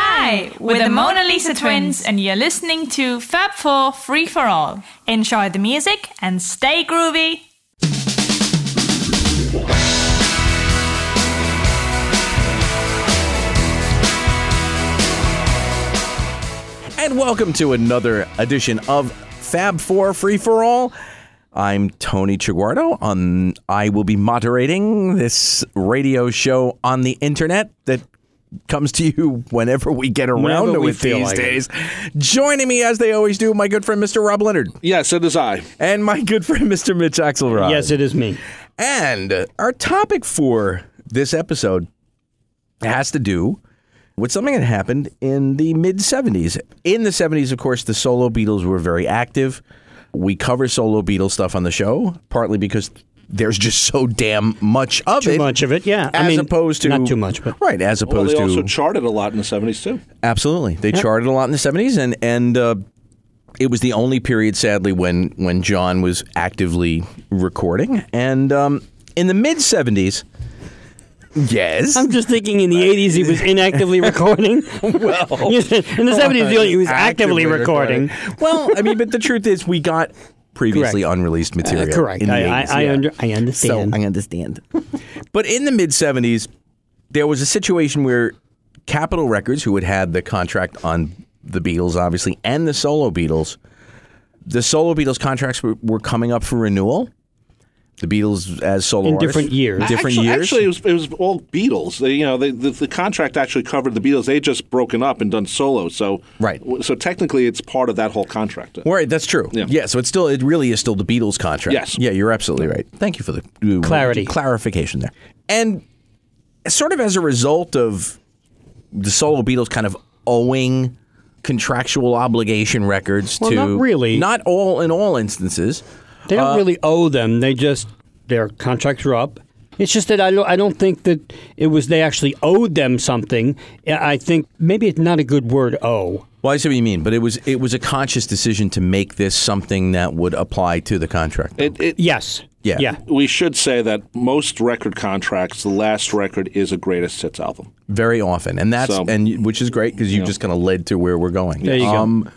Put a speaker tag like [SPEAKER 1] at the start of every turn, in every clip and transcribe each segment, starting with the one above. [SPEAKER 1] Hi, we're, the, Mona Lisa, twins, and you're listening to Fab Four Free for All. Enjoy the music and stay groovy.
[SPEAKER 2] And welcome to another edition of Fab Four Free for All. I'm Tony Chiguardo. On I will be moderating this radio show on the internet that comes to you whenever we get around
[SPEAKER 3] Whenever
[SPEAKER 2] to
[SPEAKER 3] we
[SPEAKER 2] it
[SPEAKER 3] feel
[SPEAKER 2] these
[SPEAKER 3] like it.
[SPEAKER 2] days. Joining me as they always do, my good friend Mr. Rob Leonard
[SPEAKER 3] Yes, it is I.
[SPEAKER 2] and my good friend Mr. Mitch Axelrod.
[SPEAKER 4] Yes, it is me.
[SPEAKER 2] And our topic for this episode has to do with something that happened in the mid 70s. In the 70s, of course, the solo Beatles were very active. We cover solo Beatles stuff on the show, partly because there's just so damn much of
[SPEAKER 4] Too
[SPEAKER 2] it.
[SPEAKER 4] much of it, yeah.
[SPEAKER 2] As
[SPEAKER 4] I mean,
[SPEAKER 2] opposed to
[SPEAKER 4] not too much, but
[SPEAKER 2] right, as
[SPEAKER 3] Well,
[SPEAKER 2] opposed
[SPEAKER 3] they also
[SPEAKER 2] to
[SPEAKER 3] charted a lot in the 70s, too.
[SPEAKER 2] Absolutely, they charted a lot in the seventies, and and uh, it was the only period, sadly, when when John was actively recording. And um, in the mid seventies, yes,
[SPEAKER 4] I'm just thinking in the 80s he was inactively recording.
[SPEAKER 2] well,
[SPEAKER 4] You said in the 70s he only- he was actively recording.
[SPEAKER 2] Oh, well, I mean, but the truth is, we got previously unreleased material.
[SPEAKER 4] Uh, Correct.
[SPEAKER 2] in the
[SPEAKER 4] I, I,
[SPEAKER 2] 80s,
[SPEAKER 4] I,
[SPEAKER 2] yeah.
[SPEAKER 4] under, I understand.
[SPEAKER 2] So I understand. but in the mid 70s, there was a situation where Capitol Records, who had had the contract on the Beatles, obviously, and the solo Beatles, the solo Beatles contracts were, were coming up for renewal. The Beatles as solo
[SPEAKER 4] In
[SPEAKER 2] artists,
[SPEAKER 4] different years.
[SPEAKER 2] different
[SPEAKER 3] actually,
[SPEAKER 2] years.
[SPEAKER 3] Actually, it was, it was all Beatles. They, you know, they, the, the contract actually covered the Beatles. They had just broken up and done solo. So
[SPEAKER 2] Right.
[SPEAKER 3] w- So technically, it's part of that whole contract.
[SPEAKER 2] Right, that's true. Yeah.
[SPEAKER 3] Yeah.
[SPEAKER 2] so it's still it really is still the Beatles contract.
[SPEAKER 3] Yes.
[SPEAKER 2] Yeah, you're absolutely right. Thank you for the uh,
[SPEAKER 4] Clarity.
[SPEAKER 2] clarification there. And sort of as a result of the solo Beatles kind of owing contractual obligation records
[SPEAKER 4] Well,
[SPEAKER 2] to
[SPEAKER 4] not really.
[SPEAKER 2] not all in all instances.
[SPEAKER 4] they don't
[SPEAKER 2] Uh,
[SPEAKER 4] really owe them. They just, their contracts are up. It's just that I don't, I don't think that it was they actually owed them something. I I think maybe it's not a good word, owe.
[SPEAKER 2] Well, I see what you mean, but it was it was a conscious decision to make this something that would apply to the contract.
[SPEAKER 3] It, it,
[SPEAKER 4] Yes.
[SPEAKER 2] Yeah.
[SPEAKER 4] Yeah.
[SPEAKER 3] We should say that most record contracts, the last record is a greatest hits album.
[SPEAKER 2] very often, and that's
[SPEAKER 3] So-
[SPEAKER 2] and you- which is great because you just kind of led to where we're going.
[SPEAKER 4] There you go.
[SPEAKER 2] um,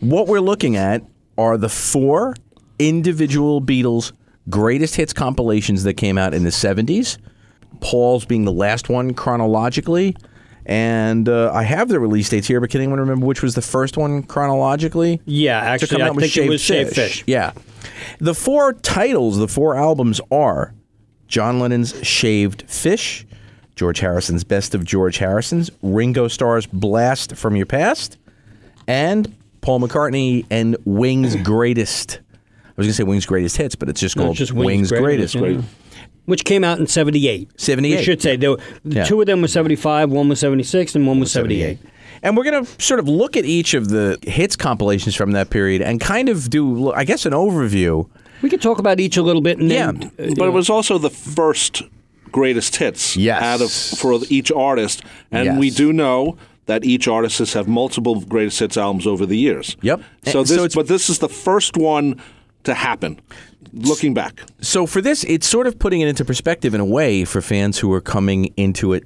[SPEAKER 2] What we're looking at are the four individual Beatles greatest hits compilations that came out in the '70s. Paul's being the last one chronologically, and uh, I have the release dates here, but can anyone remember which was the first one chronologically?
[SPEAKER 4] Yeah,
[SPEAKER 2] to come
[SPEAKER 4] actually, I
[SPEAKER 2] out with
[SPEAKER 4] think it
[SPEAKER 2] Shaved
[SPEAKER 4] was Shaved Fish.
[SPEAKER 2] Yeah. The four titles, the four albums are John Lennon's Shaved Fish, George Harrison's Best of George Harrison's, Ringo Starr's Blast from Your Past, and Paul McCartney and Wings Greatest. I was going to say Wings Greatest Hits, but it's just
[SPEAKER 4] No,
[SPEAKER 2] called
[SPEAKER 4] just
[SPEAKER 2] Wings,
[SPEAKER 4] Wings
[SPEAKER 2] Greatest.
[SPEAKER 4] Greatest, which came out in 78.
[SPEAKER 2] 78.
[SPEAKER 4] We should say. There were,
[SPEAKER 2] Yeah.
[SPEAKER 4] Two of them were 75, one was 76, and one was 78.
[SPEAKER 2] And we're going to sort of look at each of the hits compilations from that period and kind of do, I guess, an overview.
[SPEAKER 4] We could talk about each a little bit. And then,
[SPEAKER 2] Yeah.
[SPEAKER 4] uh,
[SPEAKER 3] But it was also the first greatest hits
[SPEAKER 2] Yes.
[SPEAKER 3] out of for each artist. And
[SPEAKER 2] Yes.
[SPEAKER 3] we do know that each artist has had multiple greatest hits albums over the years.
[SPEAKER 2] Yep.
[SPEAKER 3] So
[SPEAKER 2] And
[SPEAKER 3] this
[SPEAKER 2] so it's-
[SPEAKER 3] but this is the first one to happen. Looking back.
[SPEAKER 2] So for this, it's sort of putting it into perspective in a way for fans who are coming into it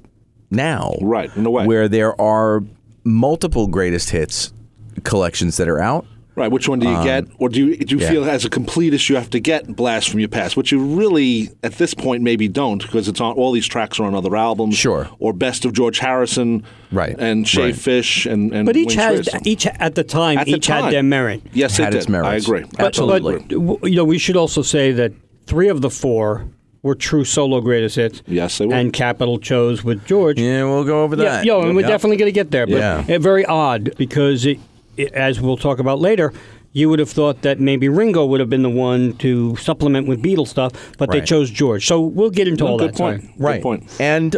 [SPEAKER 2] now.
[SPEAKER 3] Right, in a way.
[SPEAKER 2] Where there are multiple greatest hits collections that are out.
[SPEAKER 3] Right, which one do you get? Or do you do you
[SPEAKER 2] Um, yeah.
[SPEAKER 3] feel as a completist you have to get Blast from Your Past, which you really at this point maybe don't because it's on all these tracks are on other albums.
[SPEAKER 2] Sure.
[SPEAKER 3] Or Best of George Harrison.
[SPEAKER 2] Right,
[SPEAKER 3] And Shave
[SPEAKER 2] right.
[SPEAKER 3] Fish and, and
[SPEAKER 4] but each
[SPEAKER 3] Wings
[SPEAKER 4] has
[SPEAKER 3] Race.
[SPEAKER 4] each at the time
[SPEAKER 3] At the
[SPEAKER 4] each
[SPEAKER 3] time.
[SPEAKER 4] had their merit.
[SPEAKER 3] Yes,
[SPEAKER 2] had
[SPEAKER 3] it
[SPEAKER 2] its
[SPEAKER 3] did. I
[SPEAKER 2] merits.
[SPEAKER 3] agree.
[SPEAKER 2] But-
[SPEAKER 3] Absolutely.
[SPEAKER 2] but-
[SPEAKER 4] W- You know, we should also say that three of the four were true solo greatest hits.
[SPEAKER 3] Yes, they were.
[SPEAKER 4] And Capitol chose with George.
[SPEAKER 2] Yeah, we'll go over
[SPEAKER 4] Yeah,
[SPEAKER 2] that.
[SPEAKER 4] yo, and we're
[SPEAKER 2] Yep.
[SPEAKER 4] definitely going to get there. But
[SPEAKER 2] Yeah.
[SPEAKER 4] uh, very odd because, it, it, as we'll talk about later, you would have thought that maybe Ringo would have been the one to supplement with Beatles stuff, but they
[SPEAKER 2] Right.
[SPEAKER 4] chose George. So we'll get into all
[SPEAKER 3] good
[SPEAKER 4] that.
[SPEAKER 3] point.
[SPEAKER 4] Sorry.
[SPEAKER 3] Good
[SPEAKER 2] Right.
[SPEAKER 3] point.
[SPEAKER 2] And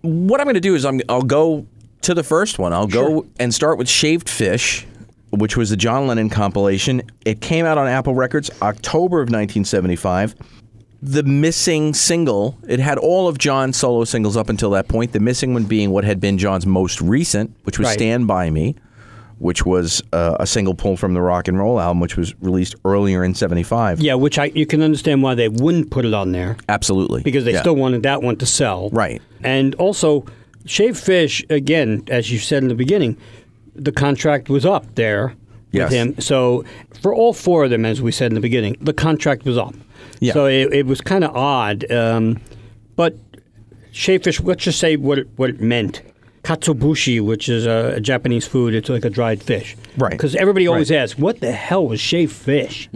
[SPEAKER 2] what I'm going to do is I'm I'll go to the first one. I'll go and start with Shaved Fish, which was the John Lennon compilation. It came out on Apple Records October of 1975. The missing single, it had all of John's solo singles up until that point. The missing one being what had been John's most recent, which was
[SPEAKER 4] Right.
[SPEAKER 2] Stand By Me, which was uh, a single pulled from the rock and roll album, which was released earlier in 75.
[SPEAKER 4] Yeah, which I you can understand why they wouldn't put it on there
[SPEAKER 2] Absolutely.
[SPEAKER 4] because they
[SPEAKER 2] Yeah.
[SPEAKER 4] still wanted that one to sell.
[SPEAKER 2] Right.
[SPEAKER 4] And also, Shaved Fish, again, as you said in the beginning, the contract was up there
[SPEAKER 2] Yes.
[SPEAKER 4] with him. So for all four of them, as we said in the beginning, the contract was up.
[SPEAKER 2] Yeah.
[SPEAKER 4] So it, it was kind of odd. Um, but Shaved Fish, let's just say what it, what it meant. Katsubushi, which is a, a Japanese food, it's like a dried fish.
[SPEAKER 2] Right.
[SPEAKER 4] Because everybody always
[SPEAKER 2] Right.
[SPEAKER 4] asks, what the hell was shaved fish?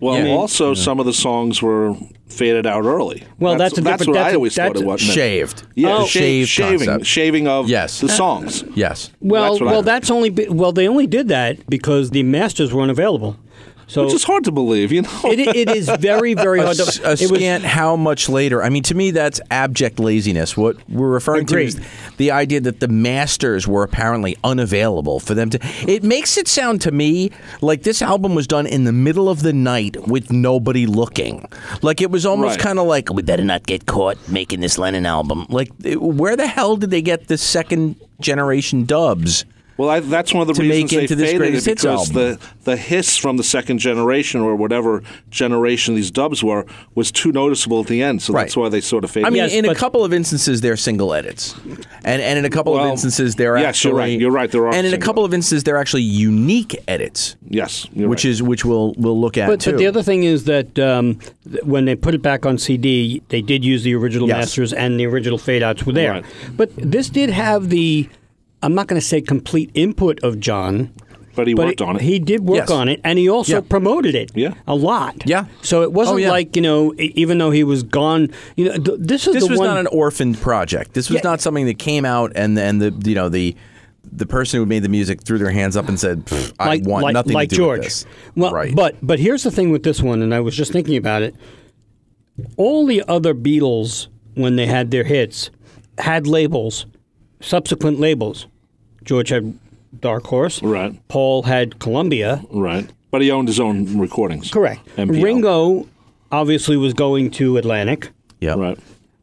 [SPEAKER 5] Well,
[SPEAKER 2] Yeah.
[SPEAKER 5] also some of the songs were faded out early.
[SPEAKER 4] Well, that's a
[SPEAKER 5] that's
[SPEAKER 4] different-
[SPEAKER 5] what
[SPEAKER 4] that's
[SPEAKER 5] I
[SPEAKER 4] a-
[SPEAKER 5] always thought
[SPEAKER 4] that's
[SPEAKER 5] it
[SPEAKER 4] a- Oh.
[SPEAKER 5] was.
[SPEAKER 2] Shaved.
[SPEAKER 5] Yeah,
[SPEAKER 2] The
[SPEAKER 5] sha-
[SPEAKER 2] shaved
[SPEAKER 5] shaving,
[SPEAKER 2] concept.
[SPEAKER 5] shaving of
[SPEAKER 2] Yes.
[SPEAKER 5] the songs.
[SPEAKER 2] Yes.
[SPEAKER 4] Well,
[SPEAKER 5] That's what I
[SPEAKER 4] well,
[SPEAKER 5] heard.
[SPEAKER 4] that's only be, well. They only did that because the masters weren't available. So
[SPEAKER 5] Which is hard to believe, you know.
[SPEAKER 4] it, it is very, very hard.
[SPEAKER 2] a,
[SPEAKER 4] To, it was-
[SPEAKER 2] scant how much later. I mean, to me, that's abject laziness. What we're referring to
[SPEAKER 4] Agreed.
[SPEAKER 2] is the idea that the masters were apparently unavailable for them to. It makes it sound to me like this album was done in the middle of the night with nobody looking. Like it was almost
[SPEAKER 5] Right.
[SPEAKER 2] kind of like we better not get caught making this Lennon album. Like it- where the hell did they get the second generation dubs?
[SPEAKER 5] Well, I, that's one of the
[SPEAKER 2] to
[SPEAKER 5] reasons
[SPEAKER 2] make
[SPEAKER 5] they
[SPEAKER 2] into this
[SPEAKER 5] faded
[SPEAKER 2] greatest
[SPEAKER 5] it
[SPEAKER 2] hits
[SPEAKER 5] because
[SPEAKER 2] album.
[SPEAKER 5] the the hiss from the second generation or whatever generation these dubs were was too noticeable at the end, so that's
[SPEAKER 2] Right.
[SPEAKER 5] why they sort of faded.
[SPEAKER 2] I mean,
[SPEAKER 4] Yes,
[SPEAKER 2] in a
[SPEAKER 4] but-
[SPEAKER 2] couple of instances, they're single edits, and and in a couple of
[SPEAKER 5] Well,
[SPEAKER 2] instances, they're
[SPEAKER 5] yes,
[SPEAKER 2] actually
[SPEAKER 5] you're right. You're right, there are
[SPEAKER 2] and in a
[SPEAKER 5] single
[SPEAKER 2] couple of instances, they're actually unique edits,
[SPEAKER 5] yes, you're
[SPEAKER 2] which
[SPEAKER 5] right.
[SPEAKER 2] is which we'll we'll look at
[SPEAKER 4] but,
[SPEAKER 2] too.
[SPEAKER 4] but the other thing is that um, th- when they put it back on CD, they did use the original
[SPEAKER 2] Yes.
[SPEAKER 4] masters and the original fade outs were there.
[SPEAKER 5] Right.
[SPEAKER 4] But this did have the. I'm not going to say complete input of John.
[SPEAKER 5] But he worked on it.
[SPEAKER 4] He did work
[SPEAKER 2] Yes.
[SPEAKER 4] on it, and he also
[SPEAKER 2] Yeah.
[SPEAKER 4] promoted it.
[SPEAKER 5] Yeah.
[SPEAKER 4] a lot.
[SPEAKER 2] Yeah.
[SPEAKER 4] So it wasn't
[SPEAKER 2] Oh, yeah.
[SPEAKER 4] like you know, e- even though he was gone, you know, th- this is
[SPEAKER 2] this
[SPEAKER 4] the
[SPEAKER 2] was
[SPEAKER 4] one.
[SPEAKER 2] not an orphaned project. This was
[SPEAKER 4] Yeah.
[SPEAKER 2] not something that came out and and the you know the the person who made the music threw their hands up and said, "Pfft, "I
[SPEAKER 4] like,
[SPEAKER 2] want
[SPEAKER 4] like,
[SPEAKER 2] nothing
[SPEAKER 4] like
[SPEAKER 2] to do
[SPEAKER 4] George.
[SPEAKER 2] with this."
[SPEAKER 4] Well,
[SPEAKER 2] right,
[SPEAKER 4] but but here's the thing with this one, and I was just thinking about it. All the other Beatles, when they had their hits, had labels, subsequent labels. George had Dark Horse.
[SPEAKER 5] Right.
[SPEAKER 4] Paul had Columbia.
[SPEAKER 5] right. But he owned his own recordings.
[SPEAKER 4] Correct.
[SPEAKER 5] MPL.
[SPEAKER 4] Ringo obviously was going to Atlantic,
[SPEAKER 2] yeah,
[SPEAKER 5] Right.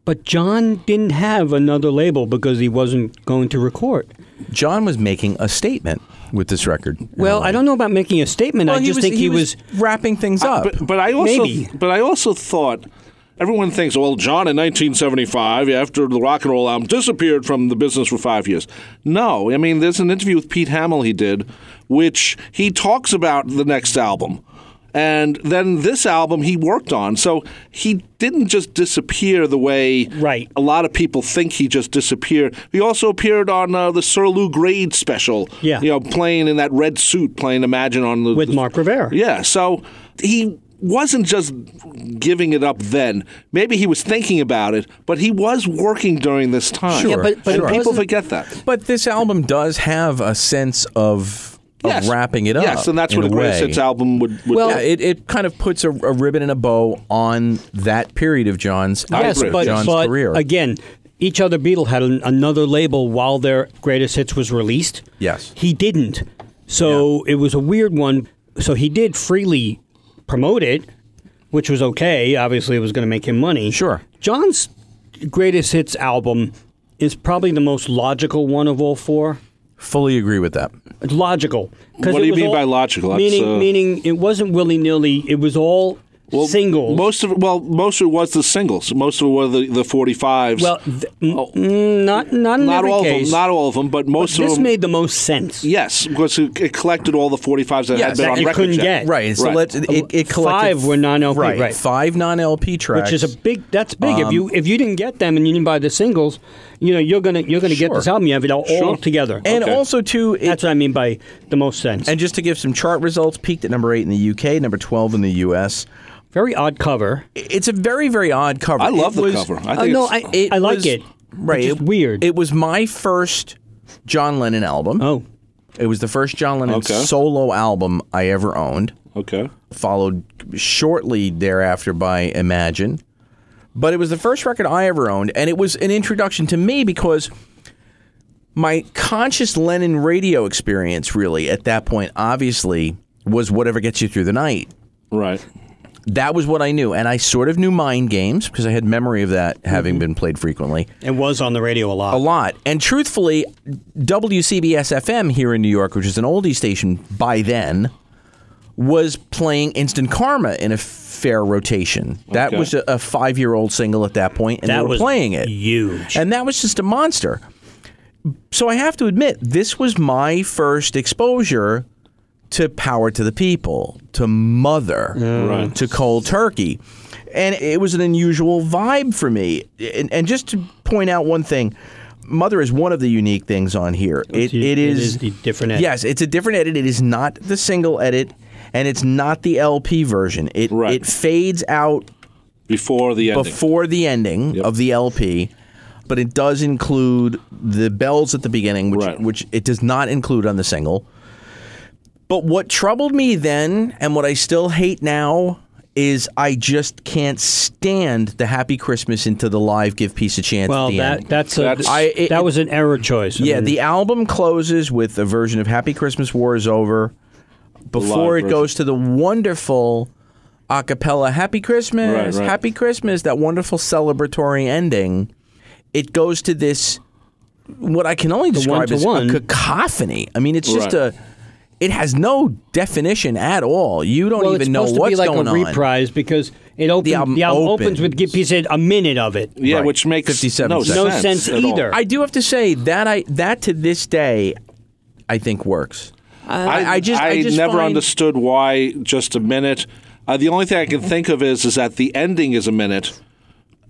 [SPEAKER 4] but John didn't have another label because he wasn't going to record.
[SPEAKER 2] John was making a statement with this record.
[SPEAKER 4] Well, I don't know about making a statement.
[SPEAKER 2] Well,
[SPEAKER 4] I
[SPEAKER 2] he
[SPEAKER 4] just
[SPEAKER 2] was,
[SPEAKER 4] think
[SPEAKER 2] he was wrapping things up.
[SPEAKER 5] But, but I also,
[SPEAKER 4] Maybe.
[SPEAKER 5] but I also thought everyone thinks, well, John in 1975, after the rock and roll album, disappeared from the business for five years. No, I mean, there's an interview with Pete Hamill he did, which he talks about the next album. And then this album he worked on. So he didn't just disappear the way
[SPEAKER 4] Right.
[SPEAKER 5] a lot of people think he just disappeared. He also appeared on uh, the Sir Lou Grade special.
[SPEAKER 4] Yeah.
[SPEAKER 5] You know, playing in that red suit, playing Imagine on the.
[SPEAKER 4] With Mark Rivera.
[SPEAKER 5] Yeah, so he wasn't just giving it up then. Maybe he was thinking about it, but he was working during this time.
[SPEAKER 2] Sure, Yeah, but- but
[SPEAKER 5] And
[SPEAKER 2] it
[SPEAKER 5] people
[SPEAKER 4] wasn't-
[SPEAKER 5] forget that.
[SPEAKER 2] But this album does have a sense of, of
[SPEAKER 5] yes.
[SPEAKER 2] wrapping it up.
[SPEAKER 5] Yes, and that's
[SPEAKER 2] in
[SPEAKER 5] what a greatest
[SPEAKER 2] way.
[SPEAKER 5] hits album would, would
[SPEAKER 4] Well,
[SPEAKER 2] Yeah, it, it kind of puts a, a ribbon and a bow on that period of John's
[SPEAKER 4] yes,
[SPEAKER 5] agree.
[SPEAKER 4] but,
[SPEAKER 2] John's
[SPEAKER 4] but
[SPEAKER 2] career.
[SPEAKER 4] again, each other Beatle had an, another label while their greatest hits was released.
[SPEAKER 2] Yes.
[SPEAKER 4] he didn't. So it was a weird one. So he did freely promote it, which was okay. Obviously, it was going to make him money.
[SPEAKER 2] Sure.
[SPEAKER 4] John's greatest hits album is probably the most logical one of all four.
[SPEAKER 2] Fully agree with that.
[SPEAKER 4] Logical. 'Cause
[SPEAKER 5] What do
[SPEAKER 4] it
[SPEAKER 5] you
[SPEAKER 4] was
[SPEAKER 5] mean by logical? That's,
[SPEAKER 4] Meaning,
[SPEAKER 5] uh,
[SPEAKER 4] meaning it wasn't willy nilly. It was all
[SPEAKER 5] well,
[SPEAKER 4] singles.
[SPEAKER 5] Most of it, well, most of it was the singles. Most of it were the, the 45s.
[SPEAKER 4] well, th- n- n- not not in
[SPEAKER 5] Oh. not
[SPEAKER 4] every
[SPEAKER 5] all of
[SPEAKER 4] case.
[SPEAKER 5] them, not all of them, but
[SPEAKER 2] Oh,
[SPEAKER 5] most of
[SPEAKER 4] this
[SPEAKER 5] them.
[SPEAKER 4] made the most sense.
[SPEAKER 5] yes, because it, it collected all the 45s that
[SPEAKER 2] Yes,
[SPEAKER 5] had been
[SPEAKER 2] that
[SPEAKER 5] on
[SPEAKER 2] you
[SPEAKER 5] record
[SPEAKER 4] couldn't
[SPEAKER 5] check.
[SPEAKER 4] get.
[SPEAKER 2] Right. and So
[SPEAKER 5] Right.
[SPEAKER 2] let it, it collected
[SPEAKER 4] Five were non-LP, right.
[SPEAKER 2] Five non-LP tracks,
[SPEAKER 4] Which is a big. That's big. if
[SPEAKER 2] Um,
[SPEAKER 4] you if you didn't get them and you didn't buy the singles, you know you're gonna you're gonna get
[SPEAKER 2] Sure.
[SPEAKER 4] this album. You have it all, all
[SPEAKER 5] Sure.
[SPEAKER 4] together.
[SPEAKER 2] and
[SPEAKER 5] okay.
[SPEAKER 2] also too. It,
[SPEAKER 4] that's what I mean by the most sense.
[SPEAKER 2] and just to give some chart results, peaked at number eight in the UK, number twelve in the US.
[SPEAKER 4] very odd cover.
[SPEAKER 2] It's a very very odd cover.
[SPEAKER 5] I love
[SPEAKER 2] It
[SPEAKER 5] the
[SPEAKER 2] was-
[SPEAKER 5] cover. I think
[SPEAKER 4] Uh, no,
[SPEAKER 5] it's-
[SPEAKER 4] I I like
[SPEAKER 2] was-
[SPEAKER 4] it.
[SPEAKER 2] Right.
[SPEAKER 4] It's just
[SPEAKER 2] it-
[SPEAKER 4] weird.
[SPEAKER 2] It was my first John Lennon album.
[SPEAKER 4] oh,
[SPEAKER 2] It was the first John Lennon
[SPEAKER 5] Okay.
[SPEAKER 2] solo album I ever owned.
[SPEAKER 5] okay.
[SPEAKER 2] followed shortly thereafter by Imagine. But it was the first record I ever owned, and it was an introduction to me because my conscious Lennon radio experience, really, at that point, obviously, was whatever gets you through the night.
[SPEAKER 5] Right.
[SPEAKER 2] That was what I knew, and I sort of knew mind games because I had memory of that having been played frequently
[SPEAKER 4] it was on the radio a lot.
[SPEAKER 2] a lot. And truthfully, WCBS FM here in New York, which is an oldie station by then, was playing Instant Karma in a fair rotation. That
[SPEAKER 5] Okay.
[SPEAKER 2] was a, a five year old single at that point, and
[SPEAKER 4] that
[SPEAKER 2] they were
[SPEAKER 4] was
[SPEAKER 2] playing it.
[SPEAKER 4] huge.
[SPEAKER 2] And that was just a monster. so I have to admit, this was my first exposure to Power to the People, to Mother,
[SPEAKER 5] Right.
[SPEAKER 2] to Cold Turkey. And it was an unusual vibe for me. And, and just to point out one thing, Mother is one of the unique things on here. It,
[SPEAKER 4] u-
[SPEAKER 2] it
[SPEAKER 4] it
[SPEAKER 2] is,
[SPEAKER 4] is the different edit.
[SPEAKER 2] Yes, it's a different edit. It is not the single edit, and it's not the LP version. It
[SPEAKER 5] Right.
[SPEAKER 2] it fades out
[SPEAKER 5] before the ending.
[SPEAKER 2] before the ending of the LP, but it does include the bells at the beginning, which,
[SPEAKER 5] Right.
[SPEAKER 2] which it does not include on the single. But what troubled me then, and what I still hate now, is I just can't stand the Happy Christmas into the live Give Peace a Chance. at
[SPEAKER 4] Well,
[SPEAKER 2] the
[SPEAKER 4] that
[SPEAKER 2] end.
[SPEAKER 4] that's, a,
[SPEAKER 5] That's-
[SPEAKER 2] I- it-
[SPEAKER 4] that was an error choice. I
[SPEAKER 2] Yeah,
[SPEAKER 4] mean,
[SPEAKER 2] the album closes with a version of Happy Christmas War is Over before it
[SPEAKER 5] version.
[SPEAKER 2] goes to the wonderful a cappella Happy Christmas,
[SPEAKER 5] Right, right.
[SPEAKER 2] Happy Christmas, that wonderful celebratory ending. It goes to this what I can only describe as a
[SPEAKER 4] one-to-one.
[SPEAKER 2] cacophony. I mean, it's just a
[SPEAKER 5] Right.
[SPEAKER 2] it has no definition at all. You don't
[SPEAKER 4] well, it's
[SPEAKER 2] even know
[SPEAKER 4] supposed
[SPEAKER 2] what's
[SPEAKER 4] to be like
[SPEAKER 2] going
[SPEAKER 4] a
[SPEAKER 2] on.
[SPEAKER 4] reprise because it opens. The
[SPEAKER 2] album
[SPEAKER 4] album, opens with
[SPEAKER 2] opens.
[SPEAKER 4] Give Peace a, a minute of it.
[SPEAKER 5] yeah,
[SPEAKER 2] Right.
[SPEAKER 5] which makes
[SPEAKER 2] 57
[SPEAKER 5] no
[SPEAKER 2] seconds.
[SPEAKER 5] sense,
[SPEAKER 2] No
[SPEAKER 4] sense
[SPEAKER 5] at all.
[SPEAKER 4] either.
[SPEAKER 2] I do have to say that I that to this day I think works. I, I just I, just
[SPEAKER 5] never
[SPEAKER 2] find-
[SPEAKER 5] understood why just a minute. Uh, the only thing I can think of is is that the ending is a minute,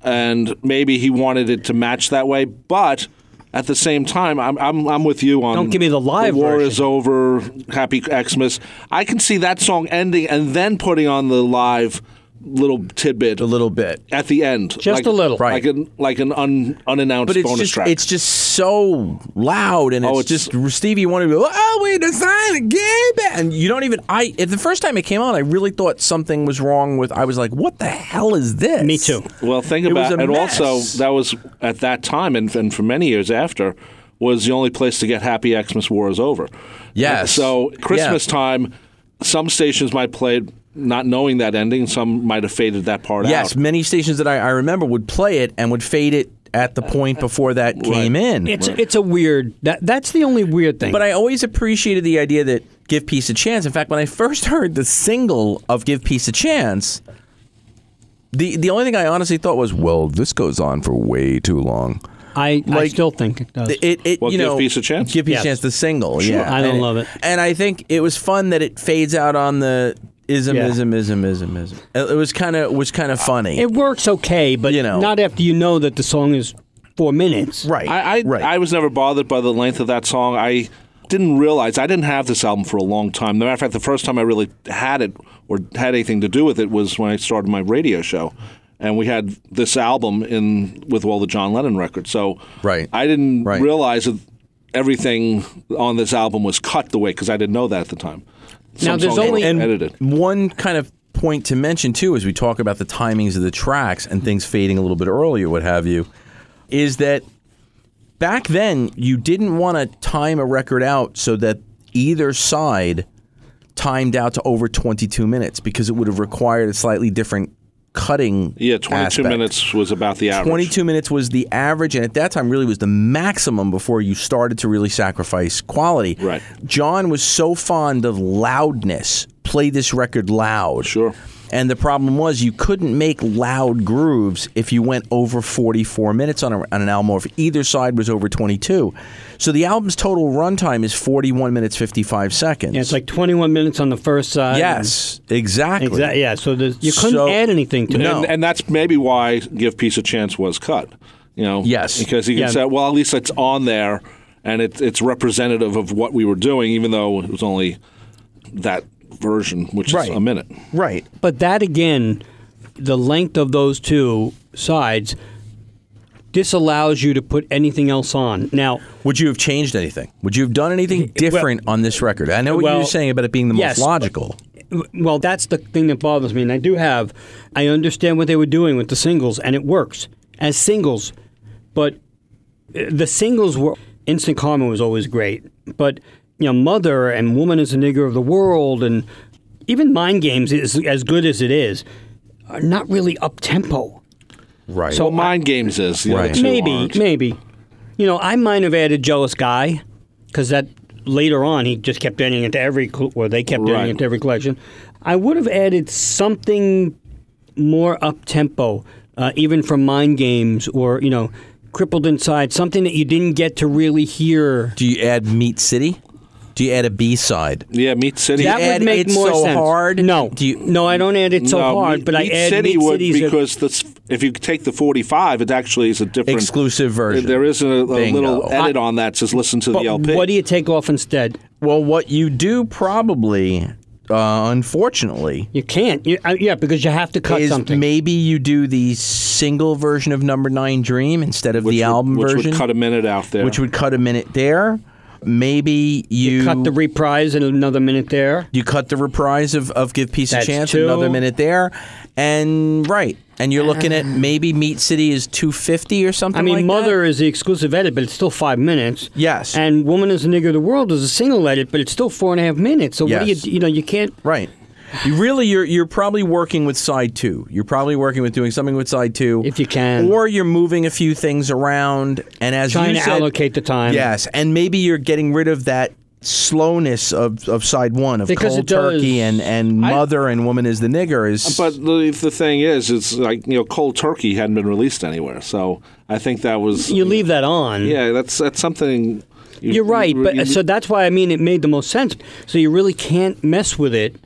[SPEAKER 5] and maybe he wanted it to match that way. But at the same time, I'm I'm, I'm with you on.
[SPEAKER 4] Don't give me the live
[SPEAKER 5] war
[SPEAKER 4] version.
[SPEAKER 5] is over. Happy Xmas. I can see that song ending and then putting on the live little tidbit
[SPEAKER 2] a little bit.
[SPEAKER 5] at the end,
[SPEAKER 4] Just
[SPEAKER 5] like,
[SPEAKER 4] a little.
[SPEAKER 5] like an like an un, unannounced
[SPEAKER 2] but it's
[SPEAKER 5] bonus
[SPEAKER 2] just
[SPEAKER 5] track.
[SPEAKER 2] it's just so loud and it's,
[SPEAKER 5] Oh, it's-
[SPEAKER 2] just Stevie wanted to go oh we decided to get back and you don't even I if the first time it came out I really thought something was wrong with I was like what the hell is this
[SPEAKER 4] Me too.
[SPEAKER 5] Well, think
[SPEAKER 2] It was
[SPEAKER 5] about
[SPEAKER 2] a
[SPEAKER 5] and
[SPEAKER 2] mess.
[SPEAKER 5] also that was at that time and, and for many years after was the only place to get Happy Xmas War is over.
[SPEAKER 2] Yes.
[SPEAKER 5] So Christmas
[SPEAKER 2] Yeah.
[SPEAKER 5] time, some stations might play it not knowing that ending. Some might have faded that part
[SPEAKER 2] yes
[SPEAKER 5] out.
[SPEAKER 2] many stations that I, I remember would play it and would fade it at the point before that came in
[SPEAKER 4] It's it's a weird. That that's the only weird thing.
[SPEAKER 2] but I always appreciated the idea that give peace a chance in fact when I first heard the single of give peace a chance the the only thing I honestly thought was well this goes on for way too long
[SPEAKER 4] I, I
[SPEAKER 2] like-
[SPEAKER 4] still think it does.
[SPEAKER 2] It, it
[SPEAKER 5] Well,
[SPEAKER 2] you
[SPEAKER 5] give
[SPEAKER 2] know,
[SPEAKER 5] Peace a Chance.
[SPEAKER 2] Give Peace
[SPEAKER 4] Yes.
[SPEAKER 2] a chance. The single, yeah.
[SPEAKER 4] I
[SPEAKER 2] And
[SPEAKER 4] don't love it.
[SPEAKER 2] And I think it was fun that it fades out on the ism,
[SPEAKER 4] Yeah.
[SPEAKER 2] ism, ism, ism, ism. It it was kind of was kind of funny.
[SPEAKER 4] it works okay, but
[SPEAKER 2] You know.
[SPEAKER 4] not after you know that the song is four minutes.
[SPEAKER 2] right,
[SPEAKER 5] I I,
[SPEAKER 2] right.
[SPEAKER 5] I was never bothered by the length of that song. I didn't realize I didn't have this album for a long time. matter of fact, the first time I really had it or had anything to do with it was when I started my radio show, and we had this album in with all the John Lennon records. So
[SPEAKER 2] Right.
[SPEAKER 5] I didn't
[SPEAKER 2] Right.
[SPEAKER 5] realize that everything on this album was cut the way because I didn't know that at the time. Some
[SPEAKER 4] Now, there's
[SPEAKER 5] songs
[SPEAKER 4] only-
[SPEAKER 5] were
[SPEAKER 2] and
[SPEAKER 5] edited.
[SPEAKER 2] one kind of point to mention too, as we talk about the timings of the tracks and things fading a little bit earlier, what have you, is that back then you didn't want to time a record out so that either side timed out to over 22 minutes because it would have required a slightly different cutting
[SPEAKER 5] Yeah, 22
[SPEAKER 2] aspect.
[SPEAKER 5] minutes was about the average.
[SPEAKER 2] 22 minutes was the average, and at that time, really was the maximum before you started to really sacrifice quality.
[SPEAKER 5] Right.
[SPEAKER 2] John was so fond of loudness. Play this record loud.
[SPEAKER 5] Sure.
[SPEAKER 2] And the problem was you couldn't make loud grooves if you went over 44 minutes on, a, on an album, or if either side was over 22. So the album's total runtime is 41 minutes 55 seconds.
[SPEAKER 4] Yeah, it's like 21 minutes on the first side.
[SPEAKER 2] yes, exactly.
[SPEAKER 4] Exactly. Yeah. So there's- you couldn't
[SPEAKER 2] So-
[SPEAKER 4] add anything to
[SPEAKER 2] No.
[SPEAKER 4] it.
[SPEAKER 5] and, and that's maybe why "Give Peace a Chance" was cut. You know,
[SPEAKER 2] Yes.
[SPEAKER 5] because you can
[SPEAKER 4] Yeah.
[SPEAKER 5] say, well, at least it's on there, and it, it's representative of what we were doing, even though it was only that version, which
[SPEAKER 2] Right.
[SPEAKER 5] is a minute.
[SPEAKER 2] Right.
[SPEAKER 4] But that again, the length of those two sides disallows you to put anything else on. Now,
[SPEAKER 2] Would you have changed anything? Would you have done anything different on this record? I know what you were
[SPEAKER 4] well,
[SPEAKER 2] saying about it being the
[SPEAKER 4] yes,
[SPEAKER 2] most logical.
[SPEAKER 4] w- well, that's the thing that bothers me. And I do have, I understand what they were doing with the singles, and it works as singles. But uh, the singles were, Instant Karma was always great. But, you know, Mother and Woman is the Nigger of the World, and even Mind Games, is, as good as it is, are not really up tempo.
[SPEAKER 2] Right.
[SPEAKER 5] Well, Mind Games is the other
[SPEAKER 2] Right.
[SPEAKER 5] two
[SPEAKER 4] maybe,
[SPEAKER 5] aren't.
[SPEAKER 4] maybe. You know, I might have added jealous guy because that later on he just kept adding it to every, cl- or they kept
[SPEAKER 5] Right.
[SPEAKER 4] adding it to every collection. I would have added something more up tempo, uh, even from Mind Games or you know, crippled inside, something that you didn't get to really hear.
[SPEAKER 2] Do you add Meat City? Do you add a B side?
[SPEAKER 5] Yeah, Meat City.
[SPEAKER 4] That
[SPEAKER 2] add
[SPEAKER 4] would make
[SPEAKER 2] It's
[SPEAKER 4] more
[SPEAKER 2] So
[SPEAKER 4] sense.
[SPEAKER 2] Hard?
[SPEAKER 4] No,
[SPEAKER 2] Do you-
[SPEAKER 4] no, I don't add it so
[SPEAKER 5] No,
[SPEAKER 4] hard,
[SPEAKER 5] Meat-
[SPEAKER 4] but I
[SPEAKER 5] Meat
[SPEAKER 4] add
[SPEAKER 5] City
[SPEAKER 4] Meat
[SPEAKER 5] would
[SPEAKER 4] City's a-
[SPEAKER 5] because that's if you take the 45, it actually is a different
[SPEAKER 2] Exclusive version.
[SPEAKER 5] There is a, a
[SPEAKER 2] Bingo.
[SPEAKER 5] little edit on that. Says listen to
[SPEAKER 4] but
[SPEAKER 5] the LP.
[SPEAKER 4] what do you take off instead?
[SPEAKER 2] Well, what you do probably, uh, unfortunately,
[SPEAKER 4] You can't. You, uh, yeah, because you have to cut
[SPEAKER 2] is
[SPEAKER 4] something.
[SPEAKER 2] maybe you do the single version of Number Nine Dream instead of
[SPEAKER 5] which
[SPEAKER 2] the
[SPEAKER 5] would-
[SPEAKER 2] album
[SPEAKER 5] which
[SPEAKER 2] version,
[SPEAKER 5] would cut a minute out there.
[SPEAKER 2] which would cut a minute there. Maybe you,
[SPEAKER 4] cut the reprise in another minute there.
[SPEAKER 2] you cut the reprise of, of Give Peace
[SPEAKER 4] That's
[SPEAKER 2] a Chance
[SPEAKER 4] two.
[SPEAKER 2] another minute there, and right, and you're looking at maybe Meat City is two fifty or something.
[SPEAKER 4] Uh-huh. I mean,
[SPEAKER 2] like that.
[SPEAKER 4] Mother is the exclusive edit, but it's still five minutes.
[SPEAKER 2] Yes.
[SPEAKER 4] And Woman is the Nigger of the World is a single edit, but it's still four and a half minutes. So what do
[SPEAKER 2] Yes.
[SPEAKER 4] you, you know, you can't.
[SPEAKER 2] Right. You really you're you're probably working with side two. You're probably working with doing something with side two,
[SPEAKER 4] If you can.
[SPEAKER 2] or you're moving a few things around and as
[SPEAKER 4] Trying
[SPEAKER 2] you
[SPEAKER 4] to
[SPEAKER 2] said-
[SPEAKER 4] allocate the time.
[SPEAKER 2] Yes, and maybe you're getting rid of that slowness of, of side one of
[SPEAKER 4] Because
[SPEAKER 2] cold
[SPEAKER 4] it does.
[SPEAKER 2] turkey and and mother and woman is the nigger is
[SPEAKER 5] But the, the thing is, it's like you know, Cold Turkey hadn't been released anywhere, so I think that was
[SPEAKER 4] You leave that on.
[SPEAKER 5] yeah, that's that's something. You,
[SPEAKER 4] You're right,
[SPEAKER 5] you-
[SPEAKER 4] but
[SPEAKER 5] you-
[SPEAKER 4] so that's why I mean it made the most sense. So you really can't mess with it.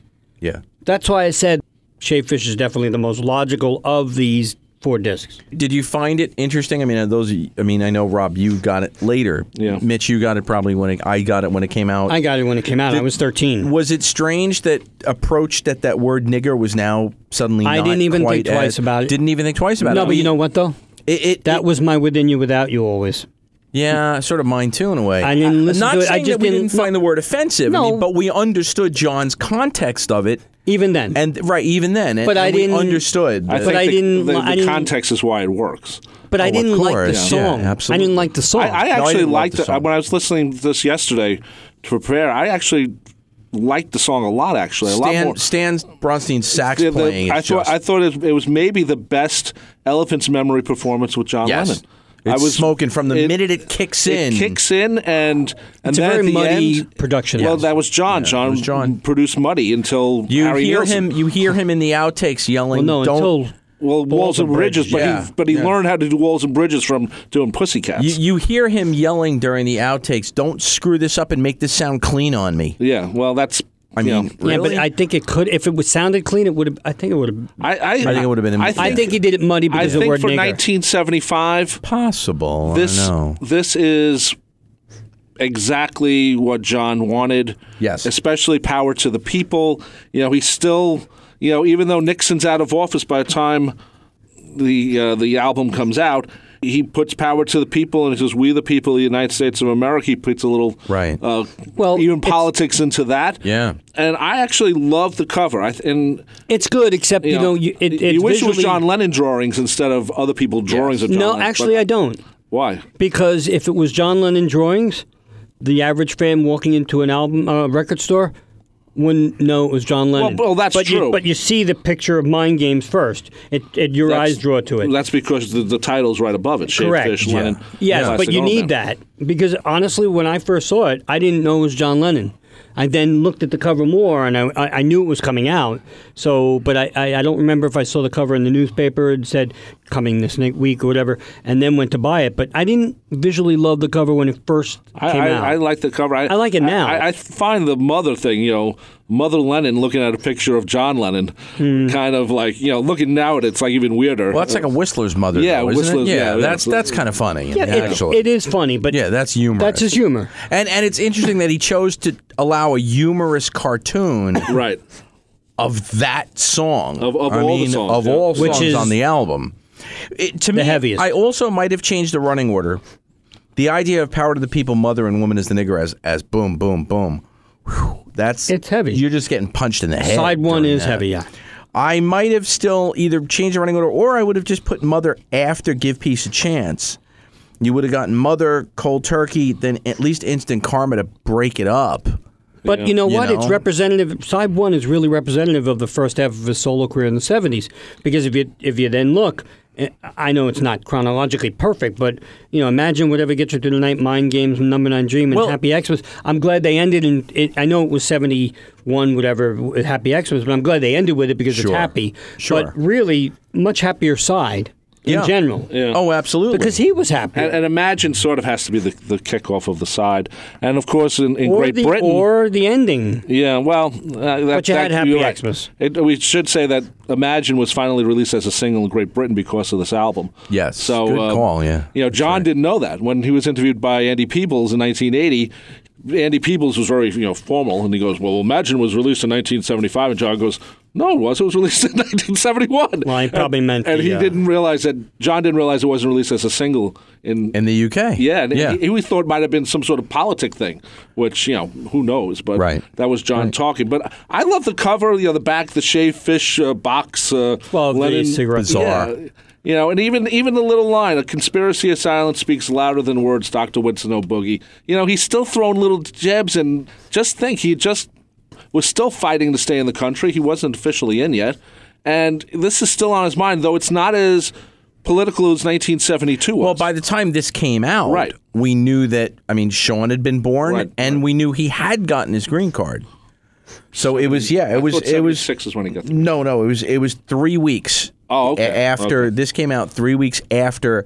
[SPEAKER 2] yeah.
[SPEAKER 4] That's why I said Shape Fish is definitely the most logical of these four discs.
[SPEAKER 2] Did you find it interesting? I mean, are those I mean, I know Rob, you got it later.
[SPEAKER 5] Yeah.
[SPEAKER 2] Mitch, you got it probably when it, I got it when it came out.
[SPEAKER 4] I got it when it came out. I was 13.
[SPEAKER 2] Was it strange that approach that that word nigger was now suddenly?
[SPEAKER 4] I
[SPEAKER 2] not
[SPEAKER 4] didn't even
[SPEAKER 2] quite
[SPEAKER 4] think twice
[SPEAKER 2] as-
[SPEAKER 4] about it.
[SPEAKER 2] Didn't even think twice about it.
[SPEAKER 4] no, but
[SPEAKER 2] I
[SPEAKER 4] you
[SPEAKER 2] mean,
[SPEAKER 4] know what though?
[SPEAKER 2] it, it,
[SPEAKER 4] That
[SPEAKER 2] it-
[SPEAKER 4] was my within you, without you always.
[SPEAKER 2] yeah, sort of mine too in a way.
[SPEAKER 4] I didn't listen
[SPEAKER 2] Not
[SPEAKER 4] to it. I
[SPEAKER 2] saying
[SPEAKER 4] just
[SPEAKER 2] that we
[SPEAKER 4] didn't-
[SPEAKER 2] didn't find the word offensive. I mean,
[SPEAKER 4] No.
[SPEAKER 2] but we understood John's context of it,
[SPEAKER 4] Even then,
[SPEAKER 2] and right even then, and,
[SPEAKER 4] But I
[SPEAKER 2] and we
[SPEAKER 4] didn't-
[SPEAKER 2] understood.
[SPEAKER 5] I
[SPEAKER 2] that-
[SPEAKER 5] think
[SPEAKER 4] I
[SPEAKER 5] the-
[SPEAKER 4] didn't-
[SPEAKER 5] The, the
[SPEAKER 4] I didn't-
[SPEAKER 5] context is why it works.
[SPEAKER 4] but I
[SPEAKER 2] of
[SPEAKER 4] didn't like the
[SPEAKER 2] course, yeah,
[SPEAKER 4] song. Oh, I
[SPEAKER 2] absolutely.
[SPEAKER 4] didn't like the song.
[SPEAKER 5] I, I
[SPEAKER 2] No, I
[SPEAKER 5] actually
[SPEAKER 2] didn't like
[SPEAKER 5] liked
[SPEAKER 2] the
[SPEAKER 5] it
[SPEAKER 2] song.
[SPEAKER 5] when I was listening to this yesterday to prepare. I actually liked the song a lot. Actually, a lot
[SPEAKER 2] Stan,
[SPEAKER 5] more.
[SPEAKER 2] Stan Bronstein's sax
[SPEAKER 5] The- the-
[SPEAKER 2] playing.
[SPEAKER 5] I
[SPEAKER 2] is
[SPEAKER 5] thought
[SPEAKER 2] just,
[SPEAKER 5] I thought it, it was maybe the best Elephant's Memory performance with John
[SPEAKER 2] yes,
[SPEAKER 5] Lennon.
[SPEAKER 2] it's
[SPEAKER 5] I was
[SPEAKER 2] smoking from the
[SPEAKER 5] it-
[SPEAKER 2] minute it kicks in.
[SPEAKER 5] It kicks in and and
[SPEAKER 4] It's a
[SPEAKER 5] then
[SPEAKER 4] very
[SPEAKER 5] at the
[SPEAKER 4] muddy
[SPEAKER 5] end-
[SPEAKER 4] production.
[SPEAKER 5] Well,
[SPEAKER 4] Yes.
[SPEAKER 5] that was John. John,
[SPEAKER 2] was John.
[SPEAKER 5] produced muddy until
[SPEAKER 2] You
[SPEAKER 5] Harry
[SPEAKER 2] hear
[SPEAKER 5] Nilsson.
[SPEAKER 2] him. You hear him in the outtakes
[SPEAKER 4] well,
[SPEAKER 2] yelling.
[SPEAKER 4] no,
[SPEAKER 2] don't
[SPEAKER 4] until
[SPEAKER 5] Well, walls and bridges,
[SPEAKER 2] Bridges,
[SPEAKER 5] but
[SPEAKER 2] yeah.
[SPEAKER 5] he but he learned how to do walls and bridges from doing Pussycats.
[SPEAKER 2] You, you hear him yelling during the outtakes, "Don't screw this up and make this sound clean on me."
[SPEAKER 5] yeah, well, that's
[SPEAKER 2] I
[SPEAKER 5] you
[SPEAKER 2] mean,
[SPEAKER 5] know,
[SPEAKER 4] yeah, but
[SPEAKER 2] really?
[SPEAKER 4] I think it could. If it was sounded clean, it would have. I think it would have.
[SPEAKER 5] I, I I
[SPEAKER 2] think it would've been in-
[SPEAKER 5] I
[SPEAKER 2] I
[SPEAKER 4] I
[SPEAKER 5] think,
[SPEAKER 4] think he did it muddy
[SPEAKER 5] I
[SPEAKER 4] because of
[SPEAKER 5] think
[SPEAKER 4] the word
[SPEAKER 5] for
[SPEAKER 4] nigger.
[SPEAKER 5] 1975,
[SPEAKER 2] possible.
[SPEAKER 5] this
[SPEAKER 2] I don't know.
[SPEAKER 5] this is exactly what John wanted.
[SPEAKER 2] Yes.
[SPEAKER 5] especially power to the people. You know, he's still you know even though Nixon's out of office by the time the uh, the album comes out. He puts power to the people, and he says, "We the people, of the United States of America." He puts a little,
[SPEAKER 2] Right.
[SPEAKER 4] Well,
[SPEAKER 5] Uh, well, even
[SPEAKER 4] it's-
[SPEAKER 5] politics into that.
[SPEAKER 2] Yeah.
[SPEAKER 5] and I actually love the cover. I th- and
[SPEAKER 4] It's good, except you,
[SPEAKER 5] you,
[SPEAKER 4] know, you, it,
[SPEAKER 5] you
[SPEAKER 4] it's
[SPEAKER 5] wish it was
[SPEAKER 4] visually-
[SPEAKER 5] John Lennon drawings instead of other people drawings of John.
[SPEAKER 4] No,
[SPEAKER 5] Lennon,
[SPEAKER 4] actually,
[SPEAKER 5] but
[SPEAKER 4] I don't.
[SPEAKER 5] why?
[SPEAKER 4] Because if it was John Lennon drawings, the average fan walking into an album uh, record store wouldn't know it was John Lennon.
[SPEAKER 5] well, that's
[SPEAKER 4] but You,
[SPEAKER 5] true.
[SPEAKER 4] but you see the picture of Mind Games first. It, it your
[SPEAKER 5] That's-
[SPEAKER 4] eyes draw to it.
[SPEAKER 5] That's because the, the title's right above it. Shaved
[SPEAKER 4] Correct.
[SPEAKER 5] Fish, Lennon.
[SPEAKER 4] Yes,
[SPEAKER 5] Plastic
[SPEAKER 4] but you
[SPEAKER 5] Ono
[SPEAKER 4] need
[SPEAKER 5] Band.
[SPEAKER 4] that because honestly, when I first saw it, I didn't know it was John Lennon. I then looked at the cover more, and I, I I knew it was coming out. So, but I, I, I don't remember if I saw the cover in the newspaper and said coming this next week or whatever, and then went to buy it. But I didn't visually love the cover when it first
[SPEAKER 5] I,
[SPEAKER 4] came
[SPEAKER 5] I,
[SPEAKER 4] out.
[SPEAKER 5] I like the cover. I,
[SPEAKER 4] I like it now.
[SPEAKER 5] I, I find the mother thing, you know, Mother Lennon looking at a picture of John Lennon,
[SPEAKER 4] Hmm.
[SPEAKER 5] kind of like, you know, looking now at it, it's like even weirder.
[SPEAKER 2] Well, that's like a Whistler's mother.
[SPEAKER 5] Yeah,
[SPEAKER 2] though, isn't
[SPEAKER 5] Whistler's-
[SPEAKER 2] It?
[SPEAKER 5] yeah,
[SPEAKER 2] that's
[SPEAKER 5] yeah.
[SPEAKER 2] that's kind of funny.
[SPEAKER 4] yeah, it-
[SPEAKER 2] actually,
[SPEAKER 4] it is funny, but
[SPEAKER 2] yeah, that's humorous.
[SPEAKER 4] that's his humor.
[SPEAKER 2] And and it's interesting that he chose to allow a humorous cartoon
[SPEAKER 5] right.
[SPEAKER 2] of that song
[SPEAKER 5] Of- of
[SPEAKER 2] I
[SPEAKER 5] all the
[SPEAKER 2] mean,
[SPEAKER 5] songs,
[SPEAKER 2] of
[SPEAKER 5] yeah.
[SPEAKER 2] all
[SPEAKER 4] Which
[SPEAKER 2] songs
[SPEAKER 4] is
[SPEAKER 2] on the album. It, to me,
[SPEAKER 4] heaviest.
[SPEAKER 2] I also might have changed the running order. The idea of "Power to the People," "Mother" and "Woman is the Nigger" as as boom, boom, boom. Whew, that's
[SPEAKER 4] It's heavy.
[SPEAKER 2] You're just getting punched in the head.
[SPEAKER 4] Side one
[SPEAKER 2] during
[SPEAKER 4] is
[SPEAKER 2] that.
[SPEAKER 4] heavy, yeah.
[SPEAKER 2] I might have still either changed the running order, or I would have just put "Mother" after "Give Peace a Chance." You would have gotten "Mother," "Cold Turkey," then at least "Instant Karma" to break it up.
[SPEAKER 4] But you know
[SPEAKER 2] You
[SPEAKER 4] what? It's
[SPEAKER 2] know?
[SPEAKER 4] representative. Side one is really representative of the first half of his solo career in the '70s, because if you if you then look, eh, I know it's not chronologically perfect, but you know, imagine whatever gets you through the night, Mind Games, and Number Nine Dream, and
[SPEAKER 2] Well-
[SPEAKER 4] Happy Xmas. I'm glad they ended, and it, I know it was '71, whatever, with Happy Xmas, but I'm glad they ended with it because
[SPEAKER 2] Sure.
[SPEAKER 4] it's happy.
[SPEAKER 2] Sure.
[SPEAKER 4] But really, much happier side.
[SPEAKER 2] Yeah.
[SPEAKER 4] in general.
[SPEAKER 5] Yeah.
[SPEAKER 2] Oh, absolutely.
[SPEAKER 4] Because he was happy.
[SPEAKER 5] And, and Imagine sort of has to be the, the kickoff of the side. And of course, in, in
[SPEAKER 4] or
[SPEAKER 5] Great
[SPEAKER 4] the,
[SPEAKER 5] Britain.
[SPEAKER 4] Or the ending.
[SPEAKER 5] yeah, well, uh, that,
[SPEAKER 4] But you
[SPEAKER 5] that,
[SPEAKER 4] had Happy
[SPEAKER 5] you're right.
[SPEAKER 4] Xmas.
[SPEAKER 5] It, we should say that Imagine was finally released as a single in Great Britain because of this album.
[SPEAKER 2] Yes.
[SPEAKER 5] So
[SPEAKER 2] Good
[SPEAKER 5] uh,
[SPEAKER 2] call, yeah.
[SPEAKER 5] You know, John didn't know that when he was interviewed by Andy Peebles in 1980. Andy Peebles was very you know formal, and he goes, "Well, Imagine was released in 1975," and John goes. No, it was. It was released in 1971.
[SPEAKER 4] Well, he probably
[SPEAKER 5] and,
[SPEAKER 4] meant
[SPEAKER 5] and
[SPEAKER 4] the,
[SPEAKER 5] he
[SPEAKER 4] uh,
[SPEAKER 5] didn't realize that. John didn't realize it wasn't released as a single in
[SPEAKER 2] in the UK.
[SPEAKER 5] yeah, and
[SPEAKER 2] yeah.
[SPEAKER 5] He, he thought it might have been some sort of politic thing, which you know who knows. But
[SPEAKER 2] Right.
[SPEAKER 5] that was John talking. But I love the cover, you know, the back, the shaved fish uh, box. Uh,
[SPEAKER 4] Well, the
[SPEAKER 5] Lennon,
[SPEAKER 4] cigarette-
[SPEAKER 2] Bizarre.
[SPEAKER 5] Yeah, you know, and even even the little line, "A conspiracy of silence speaks louder than words." Doctor Winston O'Boogie. You know, he's still throwing little jabs, and just think, he just was still fighting to stay in the country. He wasn't officially in yet, and this is still on his mind, though it's not as political as 1972 was.
[SPEAKER 2] Well, by the time this came out,
[SPEAKER 5] Right.
[SPEAKER 2] we knew that, I mean, Sean had been born
[SPEAKER 5] Right,
[SPEAKER 2] and we knew he had gotten his green card. So it was, yeah, it was, it was,
[SPEAKER 5] six is when he got the
[SPEAKER 2] no, no, it was, it was three weeks.
[SPEAKER 5] Oh, okay,
[SPEAKER 2] a- After
[SPEAKER 5] okay.
[SPEAKER 2] this came out, three weeks after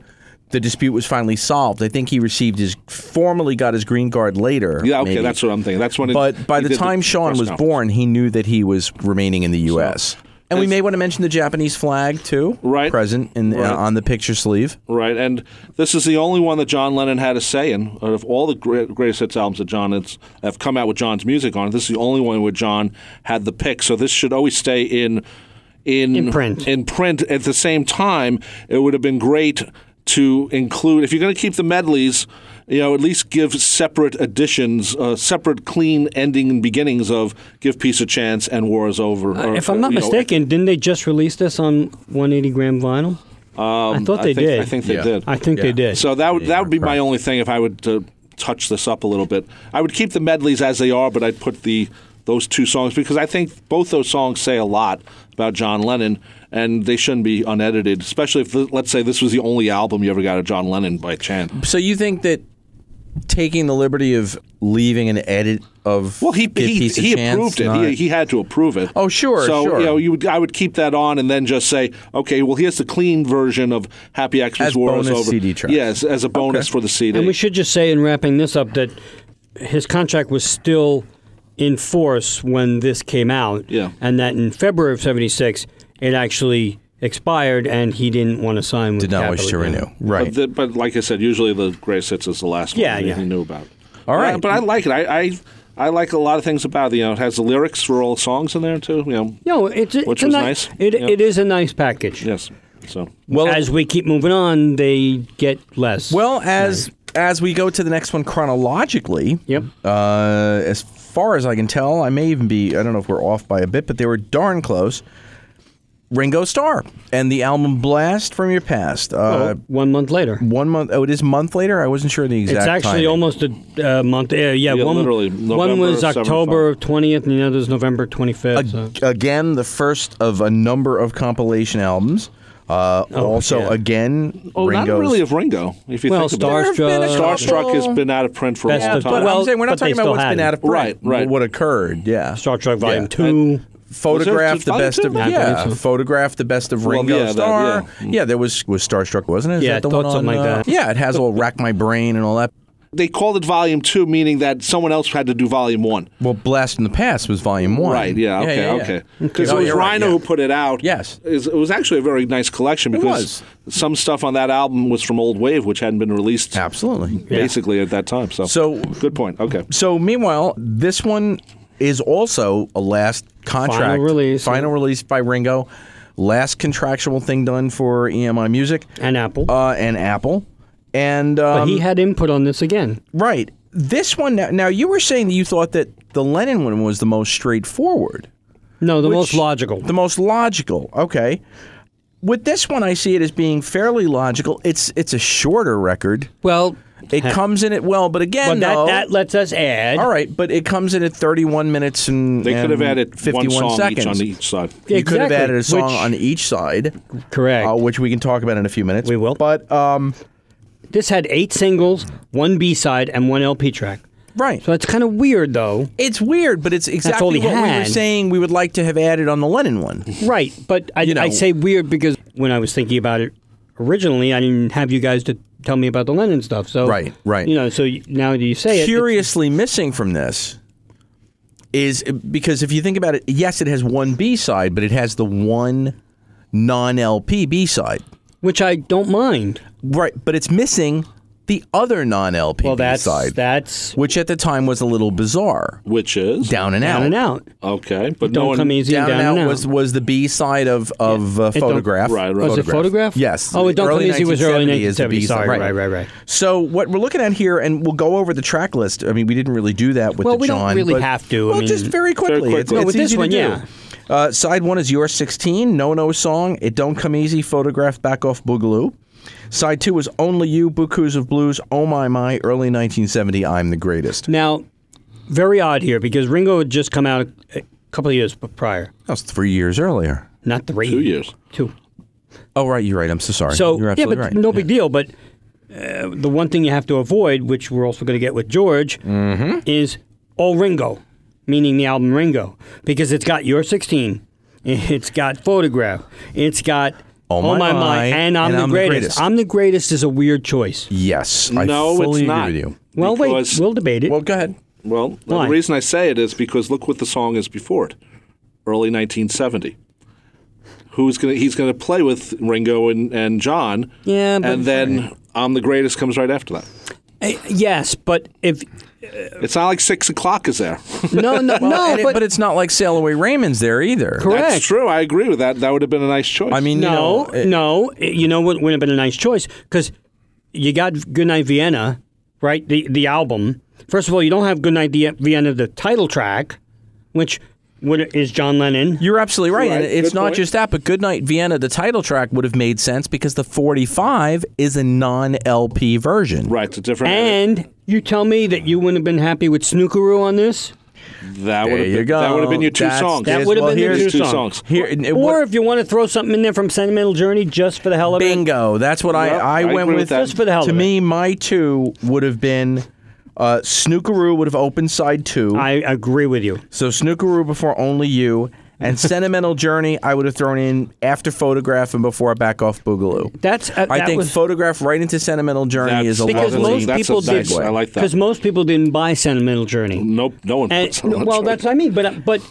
[SPEAKER 2] the dispute was finally solved. I think he received his, formally got his green card later.
[SPEAKER 5] Yeah, okay,
[SPEAKER 2] maybe.
[SPEAKER 5] that's what I'm thinking. That's when. It,
[SPEAKER 2] But by
[SPEAKER 5] he
[SPEAKER 2] the
[SPEAKER 5] did
[SPEAKER 2] time Sean
[SPEAKER 5] press
[SPEAKER 2] was
[SPEAKER 5] conference.
[SPEAKER 2] born, he knew that he was remaining in the U.S. and we may want to mention the Japanese flag too,
[SPEAKER 5] Right.
[SPEAKER 2] Present in,
[SPEAKER 5] Right.
[SPEAKER 2] Uh, on the picture sleeve.
[SPEAKER 5] right? And this is the only one that John Lennon had a say in. Out Of all the great, greatest hits albums that John has, have come out with John's music on, this is the only one where John had the pick. So this should always stay in in,
[SPEAKER 4] In print.
[SPEAKER 5] In print. At the same time, it would have been great to include if you're going to keep the medleys. You know, at least give separate editions, uh, separate clean ending and beginnings of "Give Peace a Chance" and "War Is Over." or,
[SPEAKER 4] Uh, If I'm not
[SPEAKER 5] you know,
[SPEAKER 4] mistaken, didn't they just release this on 180 gram vinyl? I thought they
[SPEAKER 5] Um, I think,
[SPEAKER 4] did.
[SPEAKER 5] I think they
[SPEAKER 2] Yeah.
[SPEAKER 5] did.
[SPEAKER 4] I think
[SPEAKER 2] Yeah.
[SPEAKER 4] they did.
[SPEAKER 5] So that would that would be my only thing if I would uh, touch this up a little bit. I would keep the medleys as they are, but I'd put the those two songs because I think both those songs say a lot about John Lennon, and they shouldn't be unedited, especially if th- let's say this was the only album you ever got of John Lennon by chance.
[SPEAKER 2] So you think that taking the liberty of leaving an edit of
[SPEAKER 5] Well, he
[SPEAKER 2] Give
[SPEAKER 5] he,
[SPEAKER 2] Peace a
[SPEAKER 5] he
[SPEAKER 2] Chance
[SPEAKER 5] approved it.
[SPEAKER 2] not-
[SPEAKER 5] He, he had to approve it.
[SPEAKER 2] Oh, sure,
[SPEAKER 5] So
[SPEAKER 2] sure.
[SPEAKER 5] you know, you would, I would keep that on and then just say, okay, well, here's the clean version of Happy Xmas
[SPEAKER 2] As
[SPEAKER 5] War is
[SPEAKER 2] bonus
[SPEAKER 5] over.
[SPEAKER 2] CD tracks.
[SPEAKER 5] Yes, as a bonus for the CD.
[SPEAKER 4] And we should just say in wrapping this up that his contract was still in force when this came out.
[SPEAKER 5] Yeah.
[SPEAKER 4] And that in February of 76, it actually expired and he didn't want to sign with
[SPEAKER 2] did not wish to
[SPEAKER 4] Capitol Hill.
[SPEAKER 2] renew. Right.
[SPEAKER 5] But, the, but like I said, usually the greatest hits is the last
[SPEAKER 4] Yeah,
[SPEAKER 5] one that
[SPEAKER 4] yeah.
[SPEAKER 5] he knew about.
[SPEAKER 2] All right.
[SPEAKER 5] Uh, but I like it. I, I I like a lot of things about it. You know, it has the lyrics for all the songs in there too. You know,
[SPEAKER 4] No, it's, it's
[SPEAKER 5] Which
[SPEAKER 4] a
[SPEAKER 5] was
[SPEAKER 4] ni-
[SPEAKER 5] nice.
[SPEAKER 4] It,
[SPEAKER 5] Yeah.
[SPEAKER 4] it is a nice package.
[SPEAKER 5] yes. So
[SPEAKER 2] well,
[SPEAKER 4] As we keep moving on, they get less.
[SPEAKER 2] well as as we go to the next one chronologically.
[SPEAKER 4] Yep.
[SPEAKER 2] Uh, as far as I can tell, I may even be. I don't know if we're off by a bit, but they were darn close. Ringo Starr and the album "Blast from Your Past." Uh,
[SPEAKER 4] one month later.
[SPEAKER 2] One month. Oh, it is a month later. I wasn't sure the exact.
[SPEAKER 4] It's actually
[SPEAKER 2] timing.
[SPEAKER 4] almost a uh, month. Uh, yeah, one,
[SPEAKER 5] literally,
[SPEAKER 4] one was
[SPEAKER 5] November of
[SPEAKER 4] October 20th and the other is November 25th. so.
[SPEAKER 2] again the first of a number of compilation albums. Uh, also,
[SPEAKER 4] yeah.
[SPEAKER 2] again,
[SPEAKER 5] oh,
[SPEAKER 2] Ringo's.
[SPEAKER 5] not really of Ringo. If you
[SPEAKER 4] Well,
[SPEAKER 5] think about it.
[SPEAKER 4] Starstruck. There have been a
[SPEAKER 5] Starstruck has
[SPEAKER 2] couple.
[SPEAKER 5] been out of print for
[SPEAKER 4] Best
[SPEAKER 5] a long
[SPEAKER 4] of-
[SPEAKER 5] time.
[SPEAKER 2] but
[SPEAKER 4] well,
[SPEAKER 2] I'm saying we're not
[SPEAKER 4] but they
[SPEAKER 2] talking about
[SPEAKER 4] still
[SPEAKER 2] what's
[SPEAKER 4] had
[SPEAKER 2] been
[SPEAKER 4] it.
[SPEAKER 2] out of print.
[SPEAKER 5] Right, right.
[SPEAKER 2] What occurred? Yeah.
[SPEAKER 4] Star Trek Volume
[SPEAKER 2] Yeah.
[SPEAKER 4] 2.
[SPEAKER 2] Photograph the
[SPEAKER 5] Volume
[SPEAKER 2] best of
[SPEAKER 5] two?
[SPEAKER 4] I
[SPEAKER 2] yeah.
[SPEAKER 4] believe so.
[SPEAKER 2] Photograph the best of Ringo
[SPEAKER 5] yeah, that-
[SPEAKER 2] Starr.
[SPEAKER 5] yeah.
[SPEAKER 2] yeah. there was was Starstruck, wasn't it? Is
[SPEAKER 4] Yeah,
[SPEAKER 2] that the
[SPEAKER 4] I
[SPEAKER 2] one
[SPEAKER 4] thought
[SPEAKER 2] on,
[SPEAKER 4] something like
[SPEAKER 2] uh,
[SPEAKER 4] that.
[SPEAKER 2] Yeah, it has all rack my brain and all that.
[SPEAKER 5] They called it Volume Two, meaning that someone else had to do Volume One.
[SPEAKER 2] Well, Blast from the Past was Volume One.
[SPEAKER 5] Right. Yeah. Okay.
[SPEAKER 2] yeah, yeah.
[SPEAKER 5] Okay. Because
[SPEAKER 2] Oh,
[SPEAKER 5] it was
[SPEAKER 2] you're
[SPEAKER 5] Rhino
[SPEAKER 2] right, yeah.
[SPEAKER 5] who put it out.
[SPEAKER 2] Yes.
[SPEAKER 5] Is- It was actually a very nice collection because some stuff on that album was from Old Wave, which hadn't been released
[SPEAKER 2] Absolutely.
[SPEAKER 5] basically at that time. So.
[SPEAKER 2] So-
[SPEAKER 5] Good point. Okay.
[SPEAKER 2] So meanwhile, this one is also a last contract
[SPEAKER 4] Final release.
[SPEAKER 2] final release by Ringo, last contractual thing done for EMI Music
[SPEAKER 4] And Apple.
[SPEAKER 2] uh, and Apple, and um,
[SPEAKER 4] but he had input on this again.
[SPEAKER 2] right. This one now, now you were saying that you thought that the Lennon one was the most straightforward,
[SPEAKER 4] No, the
[SPEAKER 2] which-
[SPEAKER 4] most logical.
[SPEAKER 2] the most logical. Okay, with this one, I see it as being fairly logical. It's it's a shorter record.
[SPEAKER 4] well,
[SPEAKER 2] It comes in at well, but
[SPEAKER 4] but
[SPEAKER 2] again,
[SPEAKER 4] that,
[SPEAKER 2] though-
[SPEAKER 4] that lets us add.
[SPEAKER 2] All right, but it comes in at 31 minutes and
[SPEAKER 5] They could have
[SPEAKER 2] and
[SPEAKER 5] added
[SPEAKER 2] 51
[SPEAKER 5] one song
[SPEAKER 2] seconds.
[SPEAKER 5] each on each side.
[SPEAKER 2] You could have
[SPEAKER 4] Exactly,
[SPEAKER 2] added a song
[SPEAKER 4] which-
[SPEAKER 2] on each side,
[SPEAKER 4] Correct.
[SPEAKER 2] uh, which we can talk about in a few minutes.
[SPEAKER 4] We will.
[SPEAKER 2] But um,
[SPEAKER 4] this had eight singles, one B side, and one LP track.
[SPEAKER 2] right,
[SPEAKER 4] So it's kind of weird, though.
[SPEAKER 2] it's weird, but it's exactly
[SPEAKER 4] all
[SPEAKER 2] what
[SPEAKER 4] he
[SPEAKER 2] we were
[SPEAKER 4] had.
[SPEAKER 2] saying we would like to have added on the Lennon one.
[SPEAKER 4] Right, but I,
[SPEAKER 2] You know-
[SPEAKER 4] I say weird because when I was thinking about it originally, I didn't have you guys to tell me about the Lennon stuff. So
[SPEAKER 2] Right, right.
[SPEAKER 4] You know, so you, now that you say it, it,
[SPEAKER 2] curiously missing from this is because if you think about it, yes, it has one B side, but it has the one non LP B side.
[SPEAKER 4] which I don't mind.
[SPEAKER 2] Right, but it's missing the other non LP
[SPEAKER 4] Well, that's
[SPEAKER 2] side,
[SPEAKER 4] that's
[SPEAKER 2] which at the time was a little bizarre.
[SPEAKER 5] Which is
[SPEAKER 2] Down and
[SPEAKER 4] down
[SPEAKER 2] out.
[SPEAKER 4] and out.
[SPEAKER 5] Okay, but
[SPEAKER 4] Don't
[SPEAKER 5] no one.
[SPEAKER 4] come easy.
[SPEAKER 2] Down,
[SPEAKER 4] Down,
[SPEAKER 2] and out, was was the B side of of uh,
[SPEAKER 4] It don't-
[SPEAKER 2] photograph.
[SPEAKER 5] Right, right.
[SPEAKER 4] Was Oh, it photograph?
[SPEAKER 2] Yes.
[SPEAKER 4] Oh, it don't
[SPEAKER 2] Early
[SPEAKER 4] come easy was early
[SPEAKER 2] 1970 is the
[SPEAKER 4] 1970.
[SPEAKER 2] B-side.
[SPEAKER 4] Sorry, right, right, right.
[SPEAKER 2] So what we're looking at here, and we'll go over the track list. I mean, we didn't really do that with
[SPEAKER 4] Well,
[SPEAKER 2] the
[SPEAKER 4] we don't
[SPEAKER 2] John.
[SPEAKER 4] really
[SPEAKER 2] but-
[SPEAKER 4] have to. I
[SPEAKER 2] Well,
[SPEAKER 4] mean-
[SPEAKER 2] just very quickly.
[SPEAKER 5] quickly.
[SPEAKER 2] It's,
[SPEAKER 5] No,
[SPEAKER 2] it's
[SPEAKER 4] with this
[SPEAKER 2] easy to
[SPEAKER 4] one,
[SPEAKER 2] do.
[SPEAKER 4] yeah.
[SPEAKER 2] Uh, side one is your 16, No No Song, It Don't Come Easy, Photograph, Back Off Boogaloo. Side two is Only You, Bukus of Blues, Oh My My, early 1970, I'm the Greatest. That
[SPEAKER 4] Now, very odd here because Ringo had just come out a, a couple of years prior,
[SPEAKER 2] was three years earlier.
[SPEAKER 4] not three.
[SPEAKER 5] Two years.
[SPEAKER 4] Two.
[SPEAKER 2] Oh, right, you're right. I'm so sorry.
[SPEAKER 4] So
[SPEAKER 2] you're
[SPEAKER 4] yeah,
[SPEAKER 2] absolutely
[SPEAKER 4] but
[SPEAKER 2] right.
[SPEAKER 4] no big deal. But uh, the one thing you have to avoid, which we're also going to get with George,
[SPEAKER 2] Mm-hmm.
[SPEAKER 4] is all Ringo, meaning the album Ringo, because it's got your sixteen, it's got photograph, it's got.
[SPEAKER 2] Oh My
[SPEAKER 4] my,
[SPEAKER 2] My,
[SPEAKER 4] and I'm, the, greatest. I'm the greatest is a weird choice.
[SPEAKER 2] Yes, I
[SPEAKER 5] No,
[SPEAKER 2] fully
[SPEAKER 5] it's not.
[SPEAKER 2] agree with you.
[SPEAKER 4] Well,
[SPEAKER 5] Because-
[SPEAKER 4] wait, we'll debate it.
[SPEAKER 2] Well, go ahead.
[SPEAKER 5] Well,
[SPEAKER 4] Why?
[SPEAKER 5] the reason I say it is because look what the song is before it, early 1970. Who's gonna? He's gonna play with Ringo and, and John.
[SPEAKER 4] Yeah, but-
[SPEAKER 5] and then "I'm the Greatest" comes right after that.
[SPEAKER 4] Uh, yes, but if
[SPEAKER 5] It's not like six o'clock is there.
[SPEAKER 4] no, no, no,
[SPEAKER 2] And it- but, it's not like Sail Away Raymond's there either.
[SPEAKER 4] correct.
[SPEAKER 5] That's true. I agree with that. That would have been a nice choice.
[SPEAKER 2] I mean, you
[SPEAKER 4] No,
[SPEAKER 2] know, eh, it-
[SPEAKER 4] no. Eh, You know what would have been a nice choice because you got Goodnight Vienna, right? The the album. First of all, you don't have Goodnight Die- Vienna, the title track, which would, is John Lennon.
[SPEAKER 2] You're absolutely right. and
[SPEAKER 5] Right,
[SPEAKER 2] it's
[SPEAKER 5] good
[SPEAKER 2] not
[SPEAKER 5] point.
[SPEAKER 2] just that, but Goodnight Vienna, the title track, would have made sense because the 45 is a non LP version.
[SPEAKER 5] right? It's a different.
[SPEAKER 4] and you tell me that you wouldn't have been happy with Snookeroo on this,
[SPEAKER 5] that would have
[SPEAKER 2] you
[SPEAKER 5] been,
[SPEAKER 2] go.
[SPEAKER 5] that would have been your two
[SPEAKER 2] That's-
[SPEAKER 5] songs.
[SPEAKER 4] that
[SPEAKER 2] Yes,
[SPEAKER 4] would have
[SPEAKER 2] well,
[SPEAKER 4] been
[SPEAKER 2] here's
[SPEAKER 4] the
[SPEAKER 5] two
[SPEAKER 4] two
[SPEAKER 5] songs.
[SPEAKER 4] songs.
[SPEAKER 2] Here, and it
[SPEAKER 4] or
[SPEAKER 2] would-
[SPEAKER 4] if you want to throw something in there from Sentimental Journey just for the hell of it,
[SPEAKER 2] Bingo. That's what
[SPEAKER 5] Yep,
[SPEAKER 2] I, I
[SPEAKER 5] I
[SPEAKER 2] went
[SPEAKER 5] agree
[SPEAKER 2] with.
[SPEAKER 5] with that. Just
[SPEAKER 4] for the hell
[SPEAKER 2] to
[SPEAKER 4] of it.
[SPEAKER 2] me, my two would have been uh, Snookeroo would have opened side two.
[SPEAKER 4] I agree with you.
[SPEAKER 2] so Snookeroo before Only You. And Sentimental Journey, I would have thrown in after Photograph and before Back Off Boogaloo.
[SPEAKER 4] That's uh,
[SPEAKER 2] I
[SPEAKER 4] that
[SPEAKER 2] think
[SPEAKER 4] was,
[SPEAKER 2] Photograph right into Sentimental Journey
[SPEAKER 5] That's
[SPEAKER 2] is a
[SPEAKER 4] because
[SPEAKER 2] lovely
[SPEAKER 4] most
[SPEAKER 5] That's a
[SPEAKER 4] people did
[SPEAKER 5] segue. I like that.
[SPEAKER 4] because most people didn't buy Sentimental Journey.
[SPEAKER 5] nope, no one.
[SPEAKER 4] And,
[SPEAKER 5] puts on
[SPEAKER 4] well,
[SPEAKER 5] that choice.
[SPEAKER 4] that's what I mean. But uh, but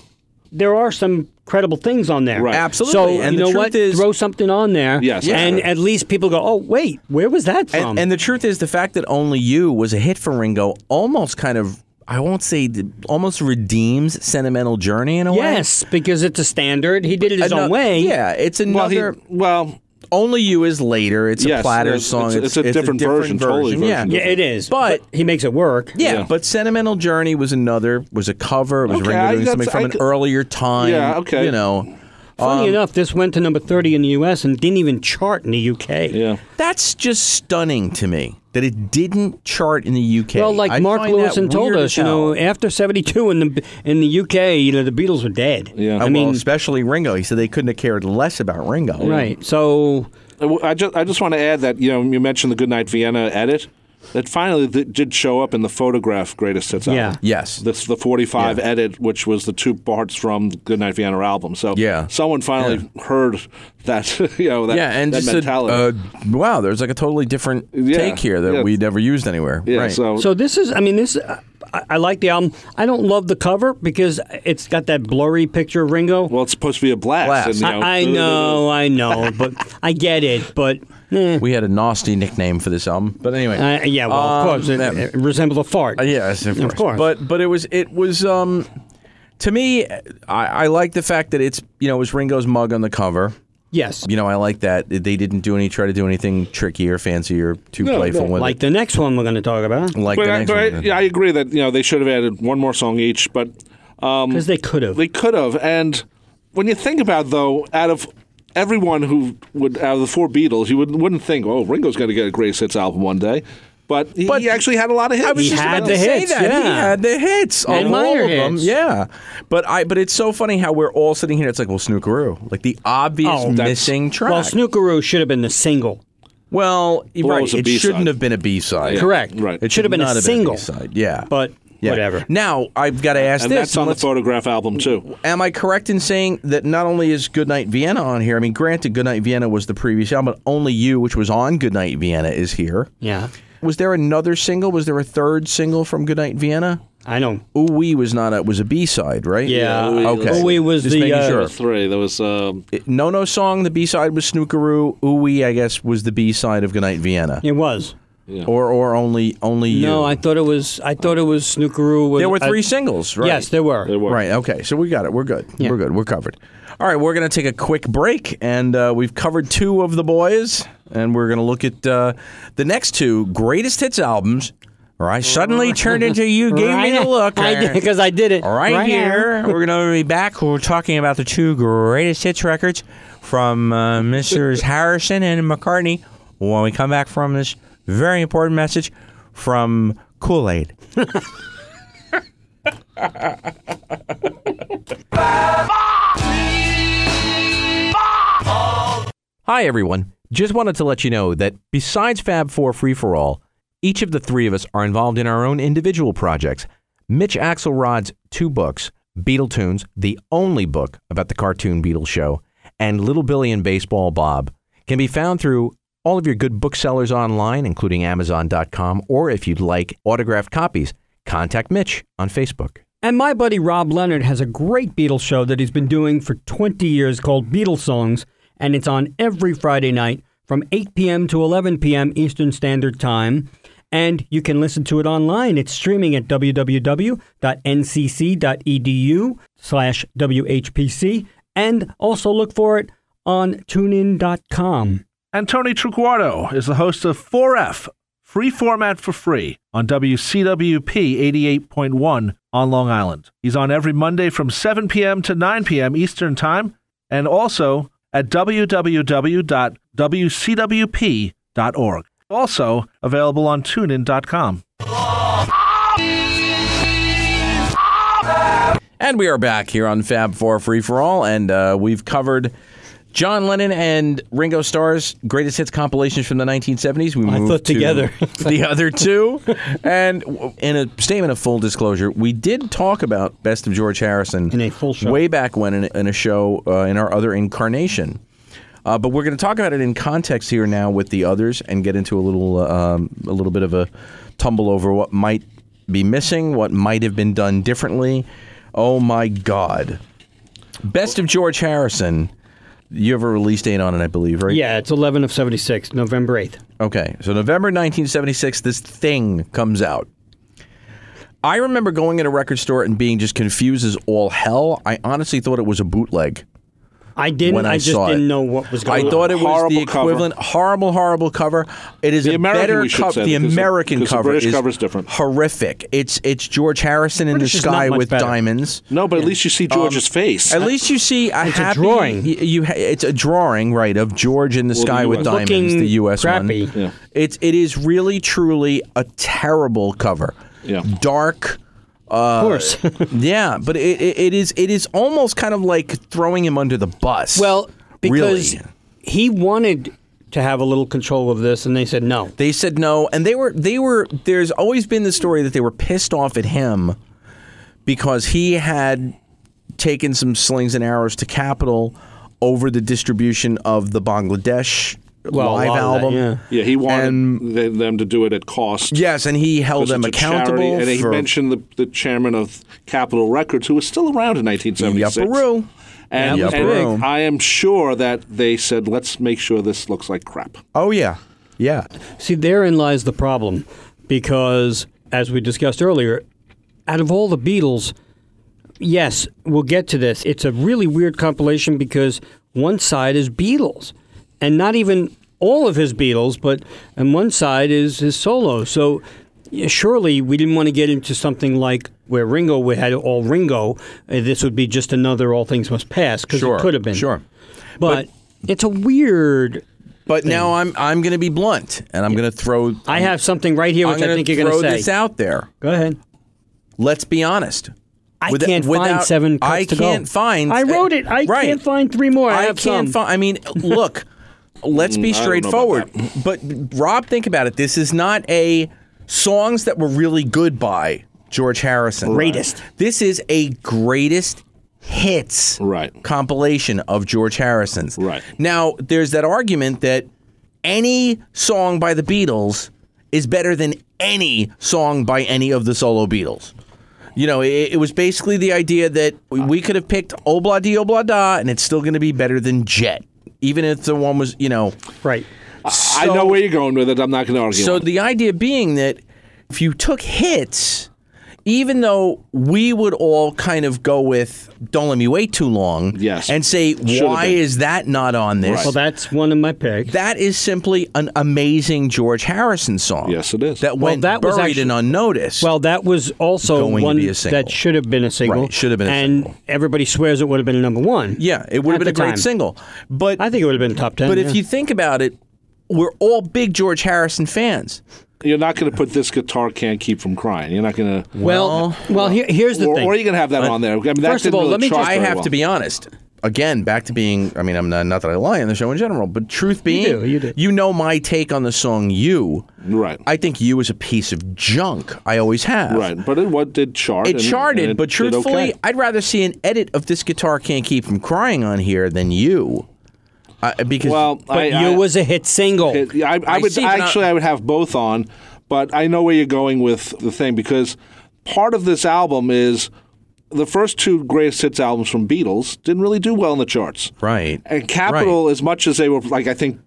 [SPEAKER 4] there are some credible things on there.
[SPEAKER 5] Right.
[SPEAKER 2] Absolutely.
[SPEAKER 4] So
[SPEAKER 2] and
[SPEAKER 4] you
[SPEAKER 2] the
[SPEAKER 4] know
[SPEAKER 2] truth
[SPEAKER 4] what?
[SPEAKER 2] is-
[SPEAKER 4] Throw something on there.
[SPEAKER 5] Yes, Yeah.
[SPEAKER 4] And at least people go, oh wait, where was that from?
[SPEAKER 2] And, and the truth is, the fact that only you was a hit for Ringo almost kind of, I won't say, d- almost redeems Sentimental Journey in a way.
[SPEAKER 4] yes, because it's a standard. He did it his
[SPEAKER 2] Ano-
[SPEAKER 4] own way.
[SPEAKER 2] Yeah, it's
[SPEAKER 5] well, he,
[SPEAKER 2] another.
[SPEAKER 5] well,
[SPEAKER 2] only you is later. It's a
[SPEAKER 5] Yes,
[SPEAKER 2] platter
[SPEAKER 5] it's-
[SPEAKER 2] song.
[SPEAKER 5] it's- it's a different version, totally
[SPEAKER 2] Yeah.
[SPEAKER 5] version.
[SPEAKER 4] Yeah, it is.
[SPEAKER 2] But-
[SPEAKER 4] he makes it work.
[SPEAKER 2] Yeah,
[SPEAKER 5] Yeah.
[SPEAKER 2] but "Sentimental Journey" was another was a cover. It was
[SPEAKER 5] Okay,
[SPEAKER 2] Ringo
[SPEAKER 5] I-
[SPEAKER 2] doing something
[SPEAKER 5] that's-
[SPEAKER 2] from
[SPEAKER 5] I
[SPEAKER 2] an
[SPEAKER 5] could-
[SPEAKER 2] earlier time.
[SPEAKER 5] Yeah, okay.
[SPEAKER 2] You know, um,
[SPEAKER 4] Funny enough, this went to number thirty in the U.S. and didn't even chart in the U.K.
[SPEAKER 5] yeah.
[SPEAKER 2] that's just stunning to me that it didn't chart in the UK.
[SPEAKER 4] Well, like
[SPEAKER 2] I
[SPEAKER 4] Mark
[SPEAKER 2] find that
[SPEAKER 4] Lewison told
[SPEAKER 2] weird as
[SPEAKER 4] us, you
[SPEAKER 2] hell.
[SPEAKER 4] know, after '72 in the in the U.K., you know, the Beatles were dead.
[SPEAKER 5] Yeah.
[SPEAKER 4] I
[SPEAKER 2] Oh, well,
[SPEAKER 4] mean,
[SPEAKER 2] especially Ringo. He said they couldn't have cared less about Ringo.
[SPEAKER 4] right. So
[SPEAKER 5] I just I just want to add that you know you mentioned the Goodnight Vienna edit that finally th- did show up in the photograph greatest hits
[SPEAKER 4] Yeah.
[SPEAKER 5] album.
[SPEAKER 2] Yes.
[SPEAKER 5] This the 45 edit which was the two parts from the Goodnight Vienna album. So
[SPEAKER 2] Yeah.
[SPEAKER 5] someone finally heard that you know that
[SPEAKER 2] yeah, and
[SPEAKER 5] that
[SPEAKER 2] just a,
[SPEAKER 5] mentality.
[SPEAKER 2] uh, wow, there's like a totally different
[SPEAKER 5] Yeah,
[SPEAKER 2] take here that
[SPEAKER 5] yeah.
[SPEAKER 2] we never used anywhere.
[SPEAKER 5] yeah,
[SPEAKER 2] right.
[SPEAKER 5] so,
[SPEAKER 4] So this is, I mean, this I, I like the album. I don't love the cover because it's got that blurry picture of Ringo.
[SPEAKER 5] well it's supposed to be a blast,
[SPEAKER 2] Blast.
[SPEAKER 5] and, you know,
[SPEAKER 4] I, I know, I know, but I get it. But eh,
[SPEAKER 2] we had a nasty nickname for this album, but anyway,
[SPEAKER 4] I, uh, yeah, well, of
[SPEAKER 2] Um,
[SPEAKER 4] course, it,
[SPEAKER 2] that-
[SPEAKER 4] it resembles a fart.
[SPEAKER 2] Uh, Yes, of course.
[SPEAKER 4] course.
[SPEAKER 2] But but it was it was um to me I, I like the fact that it's you know it was Ringo's mug on the cover.
[SPEAKER 4] Yes,
[SPEAKER 2] You know I like that they didn't do any try to do anything tricky or fancy or too playful with
[SPEAKER 4] like the next one we're going to talk about
[SPEAKER 2] it. Like
[SPEAKER 5] but,
[SPEAKER 2] the
[SPEAKER 5] I,
[SPEAKER 2] next
[SPEAKER 5] but I,
[SPEAKER 2] one.
[SPEAKER 5] yeah, I agree that you know they should have added one more song each but
[SPEAKER 4] because they could have.
[SPEAKER 5] They could have. And when you think about it, though, out of everyone who would out of the four Beatles, you wouldn't wouldn't think, oh, Ringo's going to get a greatest hits album one day. But he,
[SPEAKER 2] But
[SPEAKER 5] he actually had a lot of hits.
[SPEAKER 2] I was
[SPEAKER 4] He
[SPEAKER 2] just
[SPEAKER 4] had
[SPEAKER 2] about
[SPEAKER 4] the
[SPEAKER 2] to say
[SPEAKER 4] hits,
[SPEAKER 2] that. He
[SPEAKER 4] yeah.
[SPEAKER 2] had the hits.
[SPEAKER 4] And
[SPEAKER 2] on all
[SPEAKER 4] minor
[SPEAKER 2] of them.
[SPEAKER 4] hits.
[SPEAKER 2] Yeah. But I but it's so funny how we're all sitting here, it's like, well, Snookeroo. Like the obvious
[SPEAKER 4] Oh, that's-
[SPEAKER 2] missing track.
[SPEAKER 4] Well, Snookeroo should have been the single.
[SPEAKER 2] Well,
[SPEAKER 5] it
[SPEAKER 2] right,
[SPEAKER 5] was a
[SPEAKER 2] it
[SPEAKER 5] B-side.
[SPEAKER 2] shouldn't have been a B side.
[SPEAKER 4] Correct.
[SPEAKER 5] right.
[SPEAKER 2] It
[SPEAKER 4] Should have been a
[SPEAKER 2] not
[SPEAKER 4] single.
[SPEAKER 2] B side. Yeah.
[SPEAKER 4] But
[SPEAKER 2] Yeah.
[SPEAKER 4] whatever.
[SPEAKER 2] Now I've got to ask
[SPEAKER 3] And
[SPEAKER 2] this.
[SPEAKER 3] that's on the
[SPEAKER 2] let's-
[SPEAKER 3] photograph album too.
[SPEAKER 2] Am I correct in saying that not only is Goodnight Vienna on here? I mean, granted, Goodnight Vienna was the previous album, but only you, which was on Goodnight Vienna, is here.
[SPEAKER 4] Yeah,
[SPEAKER 2] Was there another single? Was there a third single from Goodnight Vienna?
[SPEAKER 4] I know.
[SPEAKER 2] Ooh Wee was not a, was a B side, right?
[SPEAKER 4] Yeah, Ooh Wee
[SPEAKER 2] okay.
[SPEAKER 4] was- Ooh Wee was
[SPEAKER 2] Just
[SPEAKER 4] the,
[SPEAKER 2] making
[SPEAKER 4] uh,
[SPEAKER 2] sure.
[SPEAKER 3] Three. There was um,
[SPEAKER 2] It- No No song. The B side was Snookeroo. Ooh Wee, I guess, was the B side of Goodnight Vienna,
[SPEAKER 4] It was.
[SPEAKER 2] or or only only you.
[SPEAKER 4] No, I thought it was. I thought it was Snookeroo. Was,
[SPEAKER 2] there were
[SPEAKER 4] I-
[SPEAKER 2] three singles, right?
[SPEAKER 4] Yes, there were.
[SPEAKER 3] there were.
[SPEAKER 2] Right. Okay. So we got it. We're good. We're good. We're covered. All right. We're going to take a quick break, and uh, we've covered two of the boys, and we're going to look at uh, the next two greatest hits albums. Or I suddenly turned into you gave me the look.
[SPEAKER 4] because I, did it
[SPEAKER 2] right, here. We're going to be back. We're talking about the two greatest hits records from uh, Mrs. Harrison and McCartney when we come back from this very important message from Kool Aid. Hi, everyone. Just wanted to let you know that besides Fab Four Free for All, each of the three of us are involved in our own individual projects. Mitch Axelrod's two books, Beetle Tunes, the only book about the cartoon Beatles show, and Little Billy and Baseball Bob, can be found through all of your good booksellers online, including Amazon.com, or if you'd like autographed copies, contact Mitch on Facebook.
[SPEAKER 4] And my buddy Rob Leonard has a great Beatles show that he's been doing for 20 years called Beatles Songs, and it's on every Friday night from 8 p.m. to 11 p.m. Eastern Standard Time. And you can listen to it online. It's streaming at www.ncc.edu E slash WHPC. And also look for it on tunein.com.
[SPEAKER 5] And Tony Truguardo is the host of 4F, Free Format for Free, on WCWP 88.1 on Long Island. He's on every Monday from 7 p.m. to 9 p.m. Eastern Time, and also at www.wcwp.org. Also available on tunein.com.
[SPEAKER 2] And we are back here on Fab Four Free for All, and uh, we've covered John Lennon and Ringo Starr's greatest hits compilations from the 1970s. We
[SPEAKER 4] I
[SPEAKER 2] moved
[SPEAKER 4] thought
[SPEAKER 2] to
[SPEAKER 4] together.
[SPEAKER 2] the other two, and w- in a statement of full disclosure, we did talk about Best of George Harrison
[SPEAKER 4] In a full show.
[SPEAKER 2] way back when in a, in a show uh, in our other incarnation. Uh, but we're going to talk about it in context here now with the others and get into a little uh, um, a little bit of a tumble over what might be missing, what might have been done differently. Oh my God! Best of George Harrison. You have a release date on it, I believe, right?
[SPEAKER 4] Yeah, it's 11 of 76, November 8th.
[SPEAKER 2] Okay, so November 1976, this thing comes out. I remember going in a record store and being just confused as all hell. I honestly thought it was a bootleg.
[SPEAKER 4] I didn't.
[SPEAKER 2] When I
[SPEAKER 4] I, just
[SPEAKER 2] saw
[SPEAKER 4] didn't
[SPEAKER 2] it.
[SPEAKER 4] know what was going
[SPEAKER 2] I
[SPEAKER 4] on.
[SPEAKER 2] thought it was the
[SPEAKER 3] Horrible cover.
[SPEAKER 2] equivalent. Horrible, horrible cover. It is
[SPEAKER 3] The
[SPEAKER 2] a
[SPEAKER 3] American,
[SPEAKER 2] better
[SPEAKER 3] we should
[SPEAKER 2] cover.
[SPEAKER 3] say,
[SPEAKER 2] The
[SPEAKER 3] because the-
[SPEAKER 2] American
[SPEAKER 3] because the
[SPEAKER 2] cover
[SPEAKER 3] British
[SPEAKER 2] is
[SPEAKER 3] cover's different.
[SPEAKER 2] horrific. It's it's George Harrison in
[SPEAKER 4] British
[SPEAKER 2] the
[SPEAKER 4] is not
[SPEAKER 2] sky
[SPEAKER 4] much
[SPEAKER 2] with
[SPEAKER 4] better.
[SPEAKER 2] diamonds.
[SPEAKER 3] No, but at least you see George's face.
[SPEAKER 2] At least you see a
[SPEAKER 4] It's a
[SPEAKER 2] happy
[SPEAKER 4] drawing.
[SPEAKER 2] y- You, ha- it's a drawing, right, of George in the sky with
[SPEAKER 3] US.
[SPEAKER 2] diamonds,
[SPEAKER 4] Looking
[SPEAKER 2] the U.S.
[SPEAKER 4] crappy.
[SPEAKER 2] one.
[SPEAKER 3] Yeah.
[SPEAKER 2] It's it is really truly a terrible cover.
[SPEAKER 3] Yeah.
[SPEAKER 2] dark.
[SPEAKER 4] Of course.
[SPEAKER 2] Yeah, but it, it, it is it is almost kind of like throwing him under the bus.
[SPEAKER 4] Well, because
[SPEAKER 2] really.
[SPEAKER 4] he wanted to have a little control of this, and they said no.
[SPEAKER 2] They said no, and they were they were. There's always been the story that they were pissed off at him because he had taken some slings and arrows to Capitol over the distribution of the Bangladesh
[SPEAKER 4] Well, a
[SPEAKER 2] live
[SPEAKER 4] lot of that,
[SPEAKER 2] album.
[SPEAKER 4] yeah.
[SPEAKER 3] yeah, he wanted
[SPEAKER 2] and-
[SPEAKER 3] th- them to do it at cost.
[SPEAKER 2] Yes, and he held
[SPEAKER 3] because
[SPEAKER 2] them
[SPEAKER 3] it's a charity,
[SPEAKER 2] accountable
[SPEAKER 3] and he
[SPEAKER 2] for
[SPEAKER 3] mentioned the, the chairman of Capitol Records, who was still around in 1976.
[SPEAKER 2] Yaparoo.
[SPEAKER 3] And,
[SPEAKER 2] Yeah,
[SPEAKER 3] and
[SPEAKER 2] Yaparoo.
[SPEAKER 3] I am sure that they said, let's make sure this looks like crap.
[SPEAKER 2] Oh yeah, yeah.
[SPEAKER 4] See, therein lies the problem, because as we discussed earlier, out of all the Beatles, yes, we'll get to this. It's a really weird compilation because one side is Beatles, and not even all of his Beatles, but and one side is his solo. So yeah, surely we didn't want to get into something like where Ringo we had all Ringo. uh, This would be just another All Things Must Pass because
[SPEAKER 2] Sure,
[SPEAKER 4] it could have been.
[SPEAKER 2] sure.
[SPEAKER 4] but, it's a weird.
[SPEAKER 2] But now I'm I'm going to be blunt, and I'm going to throw.
[SPEAKER 4] I have something right here
[SPEAKER 2] I'm
[SPEAKER 4] which I
[SPEAKER 2] gonna
[SPEAKER 4] think you're going
[SPEAKER 2] throw
[SPEAKER 4] to say.
[SPEAKER 2] this out there.
[SPEAKER 4] Go ahead.
[SPEAKER 2] Let's be honest.
[SPEAKER 4] I
[SPEAKER 2] With-
[SPEAKER 4] can't
[SPEAKER 2] without-
[SPEAKER 4] find seven cuts
[SPEAKER 2] I
[SPEAKER 4] to go.
[SPEAKER 2] can't find.
[SPEAKER 4] I wrote it. I
[SPEAKER 2] Right.
[SPEAKER 4] can't find three more. I,
[SPEAKER 2] I
[SPEAKER 4] have
[SPEAKER 2] can't
[SPEAKER 4] some.
[SPEAKER 2] find. I mean, look. let's be
[SPEAKER 3] Mm, I don't know
[SPEAKER 2] straightforward.
[SPEAKER 3] about
[SPEAKER 2] But Rob, think about it. This is not a songs that were really good by George Harrison.
[SPEAKER 6] Greatest.
[SPEAKER 2] This is a greatest hits
[SPEAKER 3] Right.
[SPEAKER 2] compilation of George Harrison's.
[SPEAKER 3] Right.
[SPEAKER 2] Now, there's that argument that any song by the Beatles is better than any song by any of the solo Beatles. You know, it, it was basically the idea that we- we could have picked Obla Di Obla Da and it's still going to be better than Jet, even if the one was, you know.
[SPEAKER 4] Right.
[SPEAKER 3] I know where you're going with it. I'm not going to argue.
[SPEAKER 2] So
[SPEAKER 3] on it.
[SPEAKER 2] the idea being that if you took hits, even though we would all kind of go with "Don't let me wait too long,"
[SPEAKER 3] Yes.
[SPEAKER 2] and say
[SPEAKER 3] Should've
[SPEAKER 2] why
[SPEAKER 3] been.
[SPEAKER 2] is that not on this?
[SPEAKER 3] Right.
[SPEAKER 4] Well, that's one of my picks.
[SPEAKER 2] that is simply an amazing George Harrison song.
[SPEAKER 3] Yes, it is.
[SPEAKER 2] That
[SPEAKER 4] Well,
[SPEAKER 2] went
[SPEAKER 4] that was
[SPEAKER 2] buried
[SPEAKER 4] actu-
[SPEAKER 2] and unnoticed.
[SPEAKER 4] well, that was also
[SPEAKER 2] Going to
[SPEAKER 4] one
[SPEAKER 2] be a single.
[SPEAKER 4] that should have been a single.
[SPEAKER 2] Right, should have been a
[SPEAKER 4] and
[SPEAKER 2] single.
[SPEAKER 4] everybody swears it would have been a number one.
[SPEAKER 2] yeah, it would have
[SPEAKER 4] At
[SPEAKER 2] been a
[SPEAKER 4] the
[SPEAKER 2] great
[SPEAKER 4] time.
[SPEAKER 2] single, but
[SPEAKER 4] I think it would have been top ten.
[SPEAKER 2] but
[SPEAKER 4] yeah.
[SPEAKER 2] if you think about it, we're all big George Harrison fans.
[SPEAKER 3] you're not going to put this guitar can't keep from crying. You're not going to.
[SPEAKER 4] well, well, here, here's the
[SPEAKER 3] or,
[SPEAKER 4] thing.
[SPEAKER 3] or you're going to have that on there. I mean, that
[SPEAKER 4] first of
[SPEAKER 3] didn't
[SPEAKER 4] all,
[SPEAKER 3] really
[SPEAKER 4] let me
[SPEAKER 3] chart
[SPEAKER 4] just-
[SPEAKER 2] I
[SPEAKER 3] very
[SPEAKER 2] have
[SPEAKER 3] well.
[SPEAKER 2] to be honest. Again, back to being, I mean, I'm not, not that I lie on the show in general, but truth being,
[SPEAKER 4] do, you do.
[SPEAKER 2] know my take on the song You.
[SPEAKER 3] Right.
[SPEAKER 2] I think You is a piece of junk. I always have.
[SPEAKER 3] right, but it what did chart?
[SPEAKER 2] It
[SPEAKER 3] and-
[SPEAKER 2] charted,
[SPEAKER 3] and it
[SPEAKER 2] but
[SPEAKER 3] did okay.
[SPEAKER 2] truthfully, I'd rather see an edit of This Guitar Can't Keep From Crying on here than You. I because
[SPEAKER 3] well,
[SPEAKER 4] but
[SPEAKER 3] I,
[SPEAKER 4] you
[SPEAKER 3] I,
[SPEAKER 4] was a hit single.
[SPEAKER 3] It- yeah, I, I,
[SPEAKER 2] I
[SPEAKER 3] would
[SPEAKER 2] see, but not-
[SPEAKER 3] actually I would have both on, but I know where you're going with the thing because part of this album is the first two greatest hits albums from Beatles didn't really do well in the charts.
[SPEAKER 2] Right.
[SPEAKER 3] And Capitol, as much as they were like I think,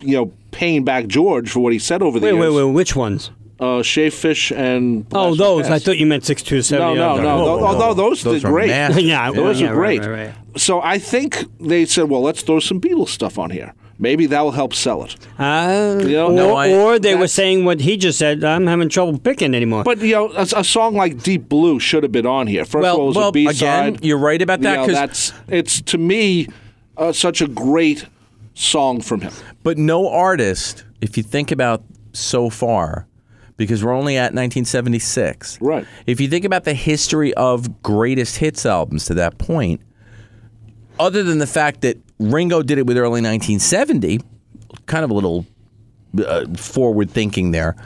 [SPEAKER 3] you know, paying back George for what he said over the
[SPEAKER 4] wait,
[SPEAKER 3] years.
[SPEAKER 4] wait, wait. Which ones?
[SPEAKER 3] Uh, Shea Fish and
[SPEAKER 4] Oh,
[SPEAKER 3] Blasphemous
[SPEAKER 4] those. I
[SPEAKER 3] Past.
[SPEAKER 4] thought you meant six two
[SPEAKER 3] No,
[SPEAKER 4] seven.
[SPEAKER 3] no, no.
[SPEAKER 2] whoa,
[SPEAKER 3] Tho-
[SPEAKER 2] whoa,
[SPEAKER 3] although
[SPEAKER 2] whoa.
[SPEAKER 3] those,
[SPEAKER 2] Those
[SPEAKER 3] did
[SPEAKER 2] are
[SPEAKER 3] great.
[SPEAKER 2] nasty.
[SPEAKER 4] Yeah,
[SPEAKER 3] those
[SPEAKER 4] yeah,
[SPEAKER 3] are
[SPEAKER 4] right,
[SPEAKER 3] great.
[SPEAKER 4] right, right.
[SPEAKER 3] So I think they said, well, let's throw some Beatles stuff on here. Maybe that will help sell it.
[SPEAKER 4] Uh,
[SPEAKER 3] Yeah,
[SPEAKER 4] or,
[SPEAKER 3] no,
[SPEAKER 2] I-
[SPEAKER 4] or they were
[SPEAKER 3] that's-
[SPEAKER 4] saying what he just said. I'm having trouble picking anymore.
[SPEAKER 3] But you know, a, a song like Deep Blue should have been on here. First of all, it was
[SPEAKER 2] well,
[SPEAKER 3] a B-side.
[SPEAKER 2] again, you're right about
[SPEAKER 3] You
[SPEAKER 2] that,
[SPEAKER 3] know,
[SPEAKER 2] 'cause-
[SPEAKER 3] that's it's to me uh, such a great song from him.
[SPEAKER 2] But no artist, if you think about so far, because we're only at 1976.
[SPEAKER 3] Right.
[SPEAKER 2] If you think about the history of greatest hits albums to that point, other than the fact that Ringo did it with early 1970, kind of a little uh, forward thinking there.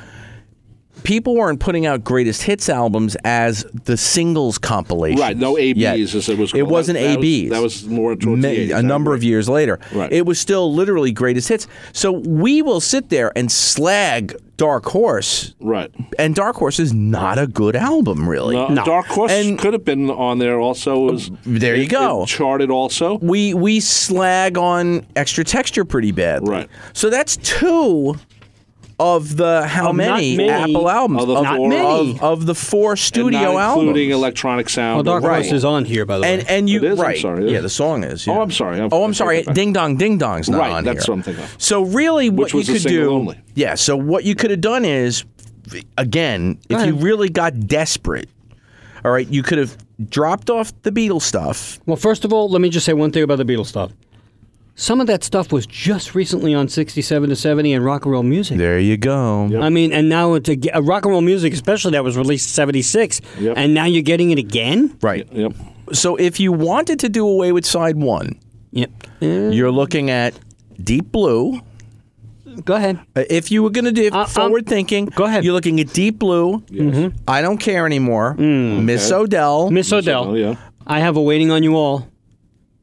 [SPEAKER 2] People weren't putting out greatest hits albums as the singles compilation.
[SPEAKER 3] Right, no ABs, as it was
[SPEAKER 2] It
[SPEAKER 3] called.
[SPEAKER 2] wasn't
[SPEAKER 3] That- that was-
[SPEAKER 2] ABs.
[SPEAKER 3] that was more towards
[SPEAKER 2] Ma-
[SPEAKER 3] the 80s, I
[SPEAKER 2] a number
[SPEAKER 3] agree.
[SPEAKER 2] of years later.
[SPEAKER 3] Right.
[SPEAKER 2] It was still literally greatest hits. So we will sit there and slag Dark Horse,
[SPEAKER 3] Right.
[SPEAKER 2] and Dark Horse is not a good album, really.
[SPEAKER 3] Uh, Dark Horse
[SPEAKER 2] And-
[SPEAKER 3] could have been on there also. It was-
[SPEAKER 2] there you
[SPEAKER 3] it-
[SPEAKER 2] go.
[SPEAKER 3] It charted also.
[SPEAKER 2] We we slag on extra texture pretty bad.
[SPEAKER 3] Right.
[SPEAKER 2] So that's two of the how
[SPEAKER 4] Of not
[SPEAKER 2] many,
[SPEAKER 4] many.
[SPEAKER 2] Apple albums
[SPEAKER 3] Of the
[SPEAKER 2] of,
[SPEAKER 3] Not
[SPEAKER 2] of-
[SPEAKER 4] many.
[SPEAKER 2] of the four
[SPEAKER 3] and
[SPEAKER 2] studio
[SPEAKER 3] not
[SPEAKER 2] albums,
[SPEAKER 3] including Electronic Sound.
[SPEAKER 4] well, Dark
[SPEAKER 3] or-
[SPEAKER 4] Horse is on here, by the way.
[SPEAKER 2] And and you
[SPEAKER 3] It is? I'm
[SPEAKER 2] right?
[SPEAKER 3] sorry, it
[SPEAKER 2] yeah,
[SPEAKER 3] is.
[SPEAKER 2] the song is.
[SPEAKER 3] Oh,
[SPEAKER 2] yeah.
[SPEAKER 3] I'm sorry. I'm-
[SPEAKER 2] oh, I'm
[SPEAKER 3] I take
[SPEAKER 2] sorry.
[SPEAKER 3] it back.
[SPEAKER 2] Ding dong, ding dong's not
[SPEAKER 3] Right,
[SPEAKER 2] on
[SPEAKER 3] that's
[SPEAKER 2] here.
[SPEAKER 3] what I'm thinking of.
[SPEAKER 2] So really, what
[SPEAKER 3] Which was
[SPEAKER 2] you
[SPEAKER 3] a
[SPEAKER 2] could
[SPEAKER 3] single
[SPEAKER 2] do?
[SPEAKER 3] only.
[SPEAKER 2] Yeah. So what you could have done is, again, if you really got desperate, all right, you could have dropped off the Beatles stuff.
[SPEAKER 4] well, first of all, let me just say one thing about the Beatles stuff. Some of that stuff was just recently on 67 to 70 and rock and roll music.
[SPEAKER 2] There you go.
[SPEAKER 4] I mean, and now it's ag- uh, rock and roll music, especially that was released 76,
[SPEAKER 3] Yep.
[SPEAKER 4] and now you're getting it again?
[SPEAKER 2] Right.
[SPEAKER 3] Yep.
[SPEAKER 2] So if you wanted to do away with side one,
[SPEAKER 4] Yep. Uh,
[SPEAKER 2] you're looking at Deep Blue.
[SPEAKER 4] Go ahead.
[SPEAKER 2] Uh, If you were going to do
[SPEAKER 4] Uh, um,
[SPEAKER 2] forward thinking,
[SPEAKER 4] go ahead.
[SPEAKER 2] You're looking at Deep Blue. I don't care anymore. Miss Odell.
[SPEAKER 4] Mm. Miss Odell,
[SPEAKER 3] Oh yeah.
[SPEAKER 4] I have a waiting on you all.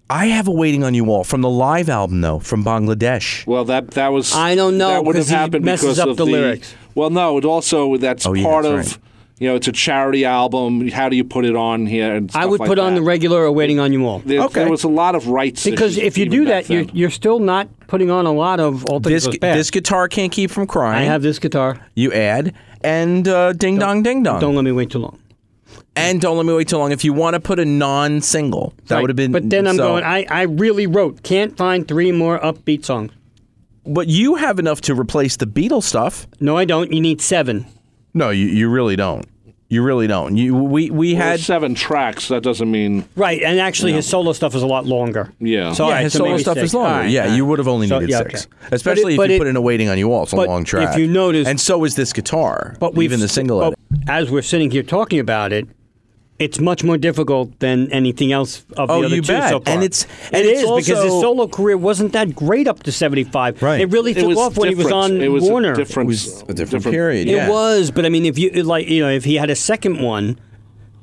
[SPEAKER 2] I have a waiting on you all from the live album though from Bangladesh.
[SPEAKER 3] Well, that that was.
[SPEAKER 4] I don't know,
[SPEAKER 3] That would have
[SPEAKER 4] 'cause he
[SPEAKER 3] happened
[SPEAKER 4] messes
[SPEAKER 3] because
[SPEAKER 4] up
[SPEAKER 3] of
[SPEAKER 4] the lyrics.
[SPEAKER 3] Well, no. It also that's
[SPEAKER 2] Oh, yeah,
[SPEAKER 3] part
[SPEAKER 2] that's
[SPEAKER 3] of.
[SPEAKER 2] right.
[SPEAKER 3] You know, it's a charity album. How do you put it on here? And
[SPEAKER 4] I
[SPEAKER 3] stuff
[SPEAKER 4] would
[SPEAKER 3] like
[SPEAKER 4] put on
[SPEAKER 3] that.
[SPEAKER 4] the regular or waiting on you all.
[SPEAKER 3] There,
[SPEAKER 2] Okay.
[SPEAKER 3] there was a lot of rights
[SPEAKER 4] Because
[SPEAKER 3] issues
[SPEAKER 4] if you
[SPEAKER 3] even
[SPEAKER 4] do
[SPEAKER 3] back
[SPEAKER 4] that, you're,
[SPEAKER 3] then.
[SPEAKER 4] you're still not putting on a lot of all things
[SPEAKER 2] This
[SPEAKER 4] Goes Bad.
[SPEAKER 2] this guitar can't keep from
[SPEAKER 4] I
[SPEAKER 2] crying.
[SPEAKER 4] have this guitar.
[SPEAKER 2] you add and uh, ding dong ding dong
[SPEAKER 4] Don't let me wait too long.
[SPEAKER 2] and don't let me wait too long. If you want to put a non-single, that
[SPEAKER 4] Right.
[SPEAKER 2] would have been.
[SPEAKER 4] But then I'm
[SPEAKER 2] so-
[SPEAKER 4] going. I, I really wrote. Can't find three more upbeat songs.
[SPEAKER 2] But you have enough to replace the Beatles stuff.
[SPEAKER 4] No, I don't. You need seven.
[SPEAKER 2] No, you, you really don't. You really don't. You we we
[SPEAKER 3] Well,
[SPEAKER 2] had
[SPEAKER 3] seven tracks. That doesn't mean
[SPEAKER 4] Right, and actually, his solo stuff is a lot longer.
[SPEAKER 3] Yeah.
[SPEAKER 4] So,
[SPEAKER 3] Yeah,
[SPEAKER 4] all
[SPEAKER 2] yeah,
[SPEAKER 4] right,
[SPEAKER 2] his
[SPEAKER 4] so
[SPEAKER 2] solo
[SPEAKER 4] maybe
[SPEAKER 2] stuff
[SPEAKER 4] six.
[SPEAKER 2] is longer.
[SPEAKER 4] All right,
[SPEAKER 2] yeah,
[SPEAKER 4] all right.
[SPEAKER 2] you would have only
[SPEAKER 4] So,
[SPEAKER 2] needed
[SPEAKER 4] yeah,
[SPEAKER 2] six,
[SPEAKER 4] okay.
[SPEAKER 2] especially
[SPEAKER 4] But
[SPEAKER 2] if
[SPEAKER 4] it-
[SPEAKER 2] you
[SPEAKER 4] but
[SPEAKER 2] put
[SPEAKER 4] it-
[SPEAKER 2] in a waiting on you all. It's a
[SPEAKER 4] but
[SPEAKER 2] long
[SPEAKER 4] if
[SPEAKER 2] track.
[SPEAKER 4] you notice-
[SPEAKER 2] and so is this guitar.
[SPEAKER 4] But we've
[SPEAKER 2] even the single.
[SPEAKER 4] but
[SPEAKER 2] edit.
[SPEAKER 4] as we're sitting here talking about it, It's much more difficult than anything else of
[SPEAKER 2] Oh,
[SPEAKER 4] the other
[SPEAKER 2] you
[SPEAKER 4] two
[SPEAKER 2] bet.
[SPEAKER 4] so far.
[SPEAKER 2] And it's- and
[SPEAKER 4] It
[SPEAKER 2] it's
[SPEAKER 4] is, because his
[SPEAKER 2] also-
[SPEAKER 4] solo career wasn't that great up to seventy five.
[SPEAKER 2] Right.
[SPEAKER 4] It really took off when he was
[SPEAKER 3] different.
[SPEAKER 4] on
[SPEAKER 3] it was
[SPEAKER 4] Warner.
[SPEAKER 3] A different,
[SPEAKER 2] was a different period,
[SPEAKER 4] It
[SPEAKER 2] yeah.
[SPEAKER 4] was, but I mean, if you it like, you know, if he had a second one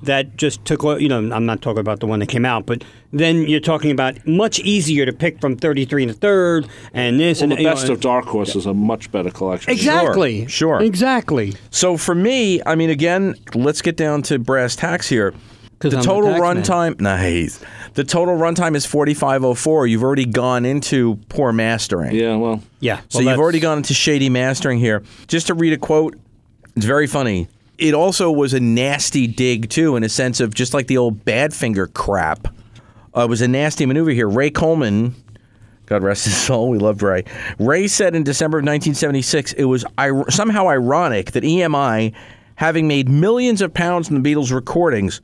[SPEAKER 4] that just took, o- you know, I'm not talking about the one that came out, but then you're talking about much easier to pick from 33 and a third and this
[SPEAKER 3] Well,
[SPEAKER 4] and
[SPEAKER 3] the
[SPEAKER 4] you know,
[SPEAKER 3] best of Dark Horse is a much better collection.
[SPEAKER 4] exactly,
[SPEAKER 2] Sure, sure.
[SPEAKER 4] exactly.
[SPEAKER 2] So for me, I mean, again, let's get down to brass tacks here.
[SPEAKER 4] 'Cause
[SPEAKER 2] The
[SPEAKER 4] I'm a
[SPEAKER 2] total
[SPEAKER 4] tax man.
[SPEAKER 2] runtime, nice. The total runtime is forty five oh four. You've already gone into poor mastering.
[SPEAKER 3] Yeah, well,
[SPEAKER 4] Yeah.
[SPEAKER 2] So
[SPEAKER 4] well,
[SPEAKER 2] you've
[SPEAKER 4] that's-
[SPEAKER 2] already gone into shady mastering here. Just to read a quote, it's very funny. It also was a nasty dig too, in a sense of just like the old bad finger crap. Uh, it was a nasty maneuver here. Ray Coleman, God rest his soul, we loved Ray. Ray said in December of 1976, it was ir- somehow ironic that EMI, having made millions of pounds in the Beatles' recordings,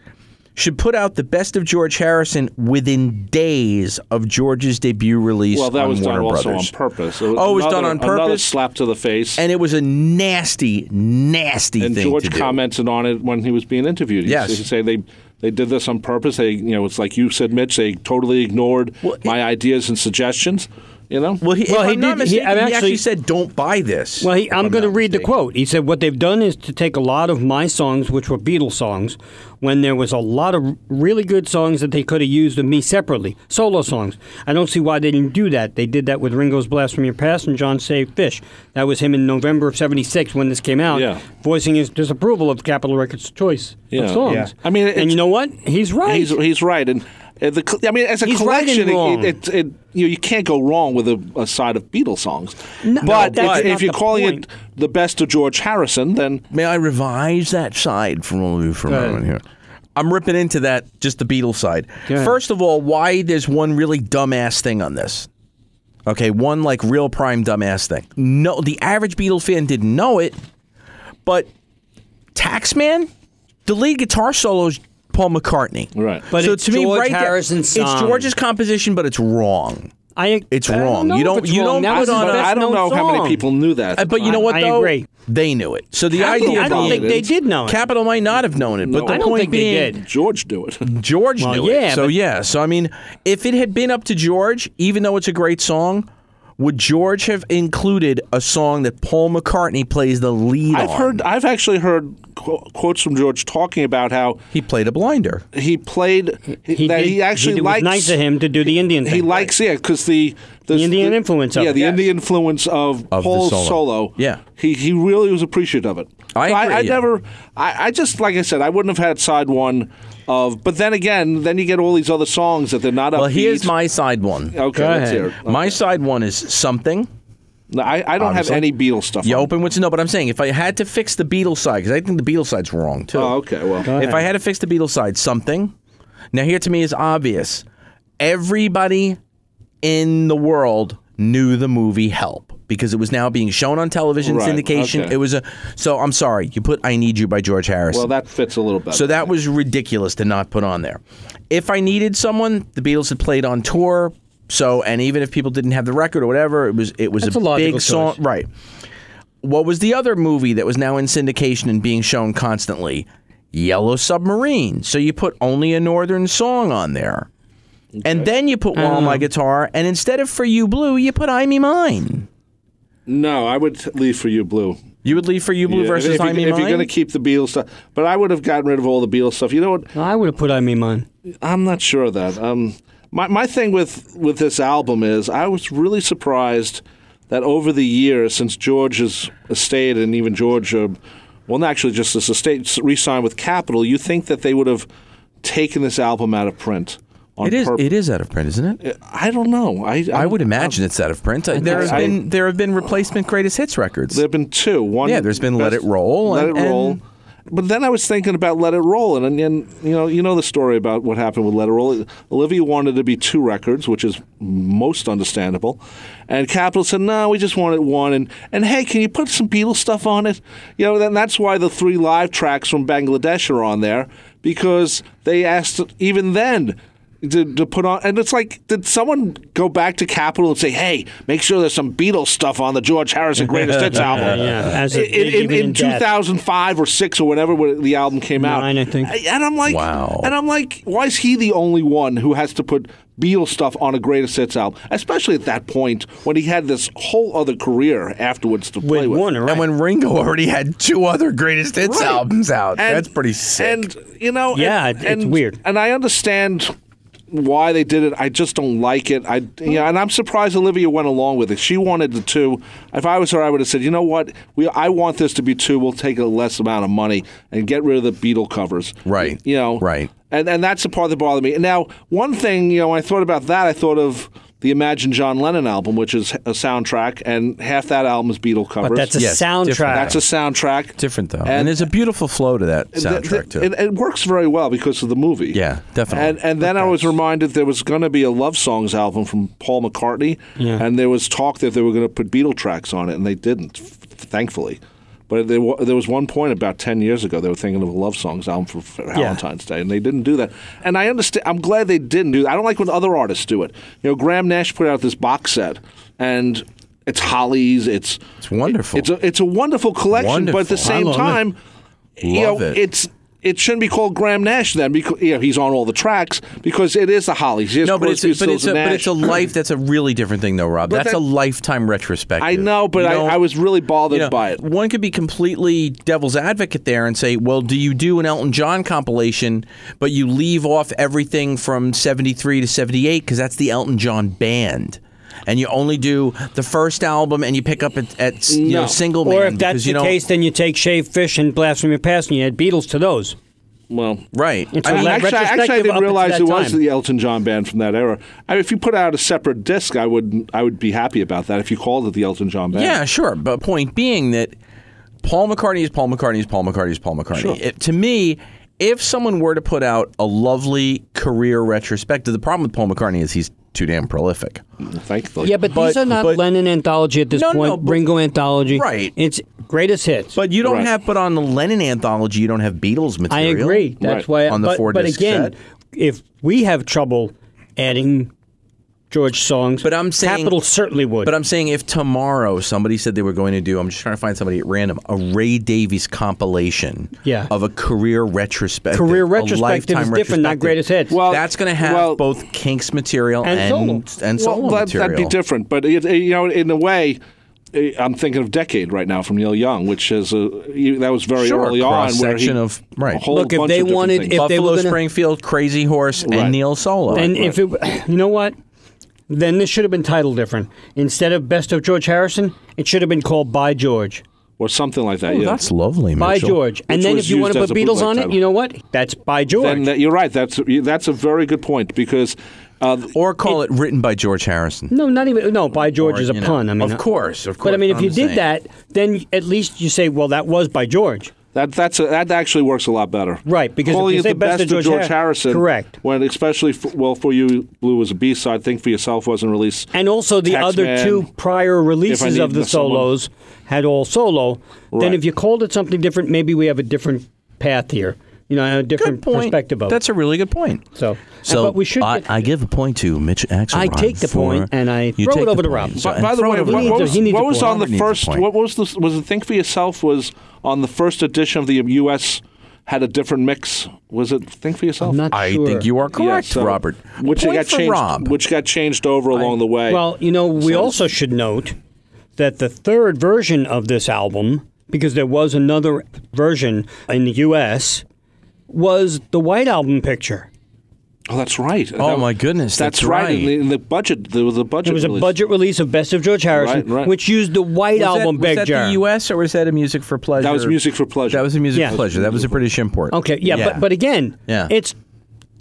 [SPEAKER 2] should put out the best of George Harrison within days of George's debut release.
[SPEAKER 3] well, that
[SPEAKER 2] on
[SPEAKER 3] was done
[SPEAKER 2] Warner
[SPEAKER 3] also
[SPEAKER 2] Brothers.
[SPEAKER 3] on purpose.
[SPEAKER 2] Oh, it was
[SPEAKER 3] another-
[SPEAKER 2] done on
[SPEAKER 3] Another
[SPEAKER 2] purpose?
[SPEAKER 3] slap to the face.
[SPEAKER 2] and it was a nasty, nasty
[SPEAKER 3] and
[SPEAKER 2] thing to
[SPEAKER 3] George
[SPEAKER 2] do.
[SPEAKER 3] commented on it when he was being interviewed. He
[SPEAKER 2] Yes.
[SPEAKER 3] s- he said they they did this on purpose. They you know it's like you said, Mitch. They totally ignored
[SPEAKER 2] Well, it-
[SPEAKER 3] my ideas and suggestions. You know.
[SPEAKER 2] Well, he,
[SPEAKER 4] Well,
[SPEAKER 2] if
[SPEAKER 4] he
[SPEAKER 2] I'm not
[SPEAKER 4] did- he-
[SPEAKER 2] mistaken, he,
[SPEAKER 4] I'm
[SPEAKER 2] actually,
[SPEAKER 4] actually-
[SPEAKER 2] said, "Don't buy this."
[SPEAKER 4] Well, he,
[SPEAKER 2] if
[SPEAKER 4] I'm going to
[SPEAKER 2] not
[SPEAKER 4] read the
[SPEAKER 2] mistaken.
[SPEAKER 4] quote. He said, What they've done is to take a lot of my songs, which were Beatles songs, when there was a lot of really good songs that they could have used with me separately, solo songs. I don't see why they didn't do that. They did that with Ringo's Blast from Your Past and John Saved Fish. That was him in November of 76 when this came out,
[SPEAKER 3] Yeah.
[SPEAKER 4] voicing his disapproval of Capitol Records' choice
[SPEAKER 3] Yeah.
[SPEAKER 4] of songs.
[SPEAKER 3] Yeah. I mean, it's-
[SPEAKER 4] and you know what? He's right.
[SPEAKER 3] He's he's right, and uh, the cl- I mean, as a
[SPEAKER 4] He's right and
[SPEAKER 3] collection,
[SPEAKER 4] wrong.
[SPEAKER 3] it, it, it you, know, you can't go wrong with a, a side of Beatles songs.
[SPEAKER 4] No,
[SPEAKER 3] but
[SPEAKER 4] but that's
[SPEAKER 3] if,
[SPEAKER 4] not
[SPEAKER 3] if you're
[SPEAKER 4] the
[SPEAKER 3] calling
[SPEAKER 4] point.
[SPEAKER 3] it the best of George Harrison, then
[SPEAKER 2] May I revise that side from all of you for a
[SPEAKER 4] ahead.
[SPEAKER 2] moment here? I'm ripping into that just the Beatles side.
[SPEAKER 4] Go ahead.
[SPEAKER 2] First of all, why there's one really dumbass thing on this? Okay, one like real prime dumbass thing. No, the average Beatles fan didn't know it, but Taxman, the lead guitar solos Paul McCartney.
[SPEAKER 3] Right.
[SPEAKER 4] But it's George Harrison's
[SPEAKER 2] there, it's
[SPEAKER 4] song.
[SPEAKER 2] George's composition, but it's wrong.
[SPEAKER 4] I,
[SPEAKER 2] It's
[SPEAKER 4] I
[SPEAKER 2] wrong.
[SPEAKER 4] know
[SPEAKER 2] You
[SPEAKER 4] if
[SPEAKER 2] don't-
[SPEAKER 4] it's
[SPEAKER 2] you don't
[SPEAKER 4] wrong. That
[SPEAKER 2] put
[SPEAKER 4] was his
[SPEAKER 2] on-
[SPEAKER 4] best
[SPEAKER 3] I don't
[SPEAKER 4] known
[SPEAKER 3] know how many
[SPEAKER 4] song.
[SPEAKER 3] people knew that.
[SPEAKER 2] Uh, but you know what
[SPEAKER 4] I
[SPEAKER 2] though?
[SPEAKER 4] agree.
[SPEAKER 2] They knew it. So the
[SPEAKER 3] Capital
[SPEAKER 2] idea
[SPEAKER 4] I don't
[SPEAKER 3] Probably
[SPEAKER 4] think they
[SPEAKER 3] didn't.
[SPEAKER 4] did know it.
[SPEAKER 2] Capital might not have known it, but
[SPEAKER 3] No,
[SPEAKER 2] the
[SPEAKER 3] I
[SPEAKER 4] don't
[SPEAKER 2] point
[SPEAKER 4] think they
[SPEAKER 2] being,
[SPEAKER 4] did.
[SPEAKER 3] George do it.
[SPEAKER 2] George
[SPEAKER 4] Well,
[SPEAKER 2] knew it.
[SPEAKER 4] yeah,
[SPEAKER 2] So
[SPEAKER 4] but-
[SPEAKER 2] yeah. So I mean, if it had been up to George, even though it's a great song, would George have included a song that Paul McCartney plays the lead
[SPEAKER 3] I've
[SPEAKER 2] on?
[SPEAKER 3] heard. I've actually heard qu- quotes from George talking about how
[SPEAKER 2] he played a blinder.
[SPEAKER 3] he played
[SPEAKER 4] He
[SPEAKER 3] that
[SPEAKER 4] did-
[SPEAKER 3] he actually
[SPEAKER 4] did- it was
[SPEAKER 3] likes
[SPEAKER 4] nice of him to do the Indian thing.
[SPEAKER 3] He likes yeah, because the, the
[SPEAKER 4] Indian influence of
[SPEAKER 3] yeah,
[SPEAKER 4] it,
[SPEAKER 3] the
[SPEAKER 4] yes.
[SPEAKER 3] Indian influence of,
[SPEAKER 2] the
[SPEAKER 3] Paul's
[SPEAKER 2] solo.
[SPEAKER 3] solo.
[SPEAKER 2] Yeah.
[SPEAKER 3] he he really was appreciative of it.
[SPEAKER 2] I
[SPEAKER 3] So
[SPEAKER 2] agree,
[SPEAKER 3] I,
[SPEAKER 2] yeah.
[SPEAKER 3] never. I, I just like I said, I wouldn't have had side one of. But then again, then you get all these other songs that they're not.
[SPEAKER 2] Well,
[SPEAKER 3] upbeat.
[SPEAKER 2] here's my side one.
[SPEAKER 3] Okay,
[SPEAKER 4] Go
[SPEAKER 3] let's
[SPEAKER 4] ahead.
[SPEAKER 3] hear it.
[SPEAKER 2] My side one is something.
[SPEAKER 3] No, I, I don't have
[SPEAKER 2] Obviously.
[SPEAKER 3] any Beatles stuff.
[SPEAKER 2] You
[SPEAKER 3] on.
[SPEAKER 2] open what's no, but I'm saying if I had to fix the Beatles side, because I think the Beatles side's wrong too.
[SPEAKER 3] Oh, okay. Well,
[SPEAKER 2] If I had to fix the Beatles side, something. Now, here to me is obvious. Everybody in the world knew the movie Help because it was now being shown on television
[SPEAKER 3] Right,
[SPEAKER 2] syndication.
[SPEAKER 3] okay.
[SPEAKER 2] It was a so. I'm sorry, you put "I Need You" by George Harrison.
[SPEAKER 3] well, that fits a little better.
[SPEAKER 2] so that was ridiculous to not put on there. If I needed someone, the Beatles had played on tour. So, and even if people didn't have the record or whatever, it was it was
[SPEAKER 4] That's
[SPEAKER 2] a,
[SPEAKER 4] a logical
[SPEAKER 2] big song,
[SPEAKER 4] choice.
[SPEAKER 2] right? What was the other movie that was now in syndication and being shown constantly? Yellow Submarine. So you put only a northern song on there. And then you put one on my guitar, and instead of For You Blue, you put I Me Mine.
[SPEAKER 3] no, I would leave for you blue.
[SPEAKER 2] You would leave For You Blue
[SPEAKER 3] Yeah,
[SPEAKER 2] versus
[SPEAKER 3] if, you,
[SPEAKER 2] I Me
[SPEAKER 3] if
[SPEAKER 2] Mine?
[SPEAKER 3] you're going to keep the Beatles stuff, but I would have gotten rid of all the Beatles stuff. You know what?
[SPEAKER 4] I would have put I mean mine.
[SPEAKER 3] I'm not sure of that. Um, my my thing with with this album is I was really surprised that over the years, since George's estate and even George, uh, well, not actually just this estate re-signed with Capitol, you think that they would have taken this album out of print on
[SPEAKER 2] it is
[SPEAKER 3] purpose?
[SPEAKER 2] it is out of print, isn't it?
[SPEAKER 3] I don't know. I
[SPEAKER 2] I
[SPEAKER 3] I'm-
[SPEAKER 2] would imagine it's out of print. there have
[SPEAKER 3] Um, so.
[SPEAKER 2] been there have been replacement greatest hits records.
[SPEAKER 3] There have been two. One,
[SPEAKER 2] Yeah, there's been Let It Roll
[SPEAKER 3] Let
[SPEAKER 2] and-
[SPEAKER 3] It Roll.
[SPEAKER 2] and-
[SPEAKER 3] but then I was thinking about Let It Roll, and, and you know, you know the story about what happened with Let It Roll. Olivia wanted to be two records, which is most understandable, and Capitol said, "No, we just wanted one." And and hey, can you put some Beatles stuff on it? You know, then that's why the three live tracks from Bangladesh are on there because they asked even then. to, to put on. And it's like, did someone go back to Capitol and say, "Hey, make sure there's some Beatles stuff on the George Harrison Greatest Hits album"?
[SPEAKER 4] Yeah, as it-
[SPEAKER 3] in, in,
[SPEAKER 4] even
[SPEAKER 3] in
[SPEAKER 4] in death.
[SPEAKER 3] 2005 or six or whenever when the album came
[SPEAKER 4] Nine,
[SPEAKER 3] out.
[SPEAKER 4] I think.
[SPEAKER 3] And I'm like,
[SPEAKER 2] Wow.
[SPEAKER 3] And I'm like, why is he the only one who has to put Beatles stuff on a Greatest Hits album, especially at that point when he had this whole other career afterwards to
[SPEAKER 4] with
[SPEAKER 3] play with?
[SPEAKER 4] Warner, right?
[SPEAKER 2] And when Ringo already had two other greatest hits
[SPEAKER 3] Right.
[SPEAKER 2] albums out,
[SPEAKER 3] And-
[SPEAKER 2] that's pretty sick.
[SPEAKER 3] And you know,
[SPEAKER 4] Yeah,
[SPEAKER 3] and,
[SPEAKER 4] it- it's
[SPEAKER 3] and-
[SPEAKER 4] weird.
[SPEAKER 3] And I understand why they did it. I just don't like it. I yeah, and I'm surprised Olivia went along with it. She wanted the two. If I was her, I would have said, you know what, we I want this to be two. We'll take a less amount of money and get rid of the Beatle covers.
[SPEAKER 2] Right.
[SPEAKER 3] You know.
[SPEAKER 2] Right.
[SPEAKER 3] And and that's the part that bothered me. And now one thing, you know, when I thought about that. I thought of. The Imagine John Lennon album, which is a soundtrack, and half that album is Beatle covers.
[SPEAKER 4] but that's a
[SPEAKER 2] Yes,
[SPEAKER 4] soundtrack.
[SPEAKER 2] different.
[SPEAKER 3] that's a soundtrack.
[SPEAKER 2] Different though, and,
[SPEAKER 3] And-
[SPEAKER 2] there's a beautiful flow to that
[SPEAKER 3] Th-
[SPEAKER 2] soundtrack
[SPEAKER 3] th-
[SPEAKER 2] too.
[SPEAKER 3] It, it works very well because of the movie.
[SPEAKER 2] Yeah, definitely.
[SPEAKER 3] And and then I was reminded there was going to be a love songs album from Paul McCartney,
[SPEAKER 4] Yeah.
[SPEAKER 3] and there was talk that they were going to put Beatle tracks on it, and they didn't, f- thankfully. But there, wa- there was one point about ten years ago they were thinking of a love songs album for, for Valentine's Day, and they didn't do that. And I understand. I'm glad they didn't do. that. I don't like when other artists do it. You know, Graham Nash put out this box set, and it's Hollies. It's
[SPEAKER 2] It's wonderful.
[SPEAKER 3] It's a, it's a wonderful collection, but at
[SPEAKER 2] Wonderful.
[SPEAKER 3] the
[SPEAKER 2] I
[SPEAKER 3] same
[SPEAKER 4] love it.
[SPEAKER 3] time, you know,
[SPEAKER 2] Love it.
[SPEAKER 3] it's it shouldn't be called Graham Nash then because you know he's on all the tracks because it is the Hollies. Yes,
[SPEAKER 2] no, but it's, a,
[SPEAKER 3] Crosby,
[SPEAKER 2] but, it's
[SPEAKER 3] Stills,
[SPEAKER 2] a,
[SPEAKER 3] and
[SPEAKER 2] but
[SPEAKER 3] Nash.
[SPEAKER 2] it's a life that's a really different thing, though, Rob. that's a
[SPEAKER 3] that-
[SPEAKER 2] lifetime retrospective.
[SPEAKER 3] I know, but
[SPEAKER 2] You
[SPEAKER 3] I,
[SPEAKER 2] don't-
[SPEAKER 3] I was really bothered
[SPEAKER 2] you know,
[SPEAKER 3] by it.
[SPEAKER 2] One could be completely devil's advocate there and say, well, do you do an Elton John compilation, but you leave off everything from 73 to 78 because that's the Elton John band? And you only do the first album and you pick up at, at you know,
[SPEAKER 3] No.
[SPEAKER 2] single man.
[SPEAKER 4] or if
[SPEAKER 2] because
[SPEAKER 4] that's
[SPEAKER 2] you
[SPEAKER 4] the
[SPEAKER 2] don't-
[SPEAKER 4] case, then you take Shaved Fish and Blast from Your Past, and you add Beatles to those.
[SPEAKER 3] Well,
[SPEAKER 2] Right.
[SPEAKER 4] It's
[SPEAKER 3] I
[SPEAKER 4] a
[SPEAKER 3] mean,
[SPEAKER 4] le-
[SPEAKER 3] actually, actually, I
[SPEAKER 4] retrospective up
[SPEAKER 3] didn't
[SPEAKER 4] until
[SPEAKER 3] realize
[SPEAKER 4] that
[SPEAKER 3] it was
[SPEAKER 4] time.
[SPEAKER 3] the Elton John band from that era. I mean, if you put out a separate disc, I would I would be happy about that. If you called it the Elton John band,
[SPEAKER 2] Yeah, sure. But point being that Paul McCartney is Paul McCartney is Paul McCartney is Paul McCartney. It- to me, if someone were to put out a lovely career retrospective, the problem with Paul McCartney is he's too damn prolific.
[SPEAKER 3] thankfully.
[SPEAKER 4] Yeah, but,
[SPEAKER 2] But-
[SPEAKER 4] these are not
[SPEAKER 2] but-
[SPEAKER 4] Lennon anthology at this
[SPEAKER 2] No,
[SPEAKER 4] point.
[SPEAKER 2] no, but-
[SPEAKER 4] Ringo anthology.
[SPEAKER 2] Right.
[SPEAKER 4] It's greatest hits.
[SPEAKER 2] But you don't
[SPEAKER 3] Right.
[SPEAKER 2] have, but on the Lennon anthology, you don't have Beatles
[SPEAKER 4] I
[SPEAKER 2] material.
[SPEAKER 4] agree. That's
[SPEAKER 3] Right.
[SPEAKER 4] why.
[SPEAKER 2] On the
[SPEAKER 4] but,
[SPEAKER 2] four
[SPEAKER 4] but
[SPEAKER 2] disc
[SPEAKER 4] again,
[SPEAKER 2] set.
[SPEAKER 4] if we have trouble adding George songs,
[SPEAKER 2] But I'm saying-
[SPEAKER 4] Capital certainly would.
[SPEAKER 2] But I'm saying if tomorrow somebody said they were going to do, I'm just trying to find somebody at random, a Ray Davies compilation
[SPEAKER 4] Yeah.
[SPEAKER 2] of a career retrospective.
[SPEAKER 4] Career
[SPEAKER 2] a
[SPEAKER 4] retrospective is
[SPEAKER 2] lifetime
[SPEAKER 4] different, not
[SPEAKER 2] retrospective,
[SPEAKER 4] greatest hits.
[SPEAKER 3] Well,
[SPEAKER 2] that's going to have
[SPEAKER 3] well-
[SPEAKER 2] both Kinks material
[SPEAKER 4] And
[SPEAKER 2] and
[SPEAKER 4] solo.
[SPEAKER 2] and, solo
[SPEAKER 3] that,
[SPEAKER 2] material.
[SPEAKER 3] That'd be different, but it, it- you know, in a way, eh, I'm thinking of decade right now from Neil Young, which is a you- that was very
[SPEAKER 2] Sure,
[SPEAKER 3] early on. Where he,
[SPEAKER 2] cross-section of- right.
[SPEAKER 3] a whole
[SPEAKER 4] Look, if
[SPEAKER 3] bunch
[SPEAKER 4] they
[SPEAKER 3] of different
[SPEAKER 4] wanted-
[SPEAKER 3] things.
[SPEAKER 4] if they
[SPEAKER 2] Buffalo
[SPEAKER 4] were gonna-
[SPEAKER 2] Springfield, Crazy Horse,
[SPEAKER 3] Right.
[SPEAKER 2] and Neil Solo.
[SPEAKER 4] and if it, you know what, then this should have been titled different. Instead of Best of George Harrison, it should have been called By George.
[SPEAKER 3] or something like that.
[SPEAKER 2] Oh,
[SPEAKER 3] yeah.
[SPEAKER 2] that's lovely, Mitchell.
[SPEAKER 4] By George.
[SPEAKER 3] Which
[SPEAKER 4] And then
[SPEAKER 3] was
[SPEAKER 4] if you want to
[SPEAKER 3] used
[SPEAKER 4] put
[SPEAKER 3] as a
[SPEAKER 4] Beatles on
[SPEAKER 3] bootleg
[SPEAKER 4] it,
[SPEAKER 3] title.
[SPEAKER 4] you know what? That's By George.
[SPEAKER 3] Then that, you're right. That's that's a very good point because uh,
[SPEAKER 2] Or call it, written by George Harrison.
[SPEAKER 4] No, not even. No, by George
[SPEAKER 2] Or,
[SPEAKER 4] is a
[SPEAKER 2] you know,
[SPEAKER 4] pun. I mean, uh,
[SPEAKER 2] of course, of
[SPEAKER 4] But I
[SPEAKER 2] course,
[SPEAKER 4] mean, if
[SPEAKER 2] I'm
[SPEAKER 4] you did
[SPEAKER 2] saying.
[SPEAKER 4] that, then at least you say, well, that was by George.
[SPEAKER 3] that that's a, that actually works a lot better.
[SPEAKER 4] Right, because if
[SPEAKER 3] calling
[SPEAKER 4] you
[SPEAKER 3] it
[SPEAKER 4] say
[SPEAKER 3] the
[SPEAKER 4] best
[SPEAKER 3] best
[SPEAKER 4] of George Har-
[SPEAKER 3] Harrison,
[SPEAKER 4] Correct.
[SPEAKER 3] When especially f well for you, Blue was a B side. Think for yourself wasn't released.
[SPEAKER 4] And also the other
[SPEAKER 3] Taxman,
[SPEAKER 4] two prior releases
[SPEAKER 3] Need
[SPEAKER 4] of the
[SPEAKER 3] Someone.
[SPEAKER 4] solos had all solo. Then
[SPEAKER 3] Right.
[SPEAKER 4] if you called it something different, maybe we have a different path here. You know, a different perspective of
[SPEAKER 2] That's a really good point.
[SPEAKER 4] it. So,
[SPEAKER 2] So
[SPEAKER 4] but we should.
[SPEAKER 2] I,
[SPEAKER 4] get-
[SPEAKER 2] I give a point to Mitch Axelrod.
[SPEAKER 4] I take the
[SPEAKER 2] for-
[SPEAKER 4] point and I
[SPEAKER 2] You
[SPEAKER 4] throw
[SPEAKER 2] take
[SPEAKER 4] it
[SPEAKER 2] the
[SPEAKER 4] over to
[SPEAKER 2] point.
[SPEAKER 4] Rob.
[SPEAKER 2] So-
[SPEAKER 4] But
[SPEAKER 2] and
[SPEAKER 3] By the
[SPEAKER 2] throw it
[SPEAKER 3] way,
[SPEAKER 2] over
[SPEAKER 3] what,
[SPEAKER 2] to
[SPEAKER 3] what
[SPEAKER 2] Rob.
[SPEAKER 4] a-
[SPEAKER 3] was,
[SPEAKER 4] he needs
[SPEAKER 3] what
[SPEAKER 4] a
[SPEAKER 3] was
[SPEAKER 4] point.
[SPEAKER 3] on the
[SPEAKER 2] Robert needs a
[SPEAKER 3] first?
[SPEAKER 2] point.
[SPEAKER 3] What was the was the think for yourself? Was on the first edition of the U.S. had a different mix? Was it think for yourself?
[SPEAKER 4] I'm not
[SPEAKER 2] I
[SPEAKER 4] sure.
[SPEAKER 2] think you are
[SPEAKER 3] Yeah,
[SPEAKER 2] correct,
[SPEAKER 3] so-
[SPEAKER 2] Robert.
[SPEAKER 3] Which
[SPEAKER 2] point
[SPEAKER 3] got
[SPEAKER 2] for
[SPEAKER 3] changed.
[SPEAKER 2] Rob.
[SPEAKER 3] Which got changed over along the way.
[SPEAKER 4] Well, you know, we also should note that the third version of this album, because there was another version in the U.S., was the White Album picture.
[SPEAKER 3] oh, that's right.
[SPEAKER 2] Oh, my goodness,
[SPEAKER 3] That's,
[SPEAKER 2] that's
[SPEAKER 3] right. In,
[SPEAKER 2] right.
[SPEAKER 3] the, in the budget, there was a budget.
[SPEAKER 4] It was a
[SPEAKER 3] release.
[SPEAKER 4] budget release of Best of George Harrison,
[SPEAKER 3] Right, right.
[SPEAKER 4] which used the White
[SPEAKER 2] was
[SPEAKER 4] Album
[SPEAKER 2] that, was that
[SPEAKER 4] picture.
[SPEAKER 2] the U.S. or was that a music for pleasure?
[SPEAKER 3] That was music for pleasure.
[SPEAKER 2] That was a music
[SPEAKER 4] Yeah.
[SPEAKER 2] for pleasure. That was a British import.
[SPEAKER 4] Okay, yeah, But, but again,
[SPEAKER 2] Yeah.
[SPEAKER 4] it's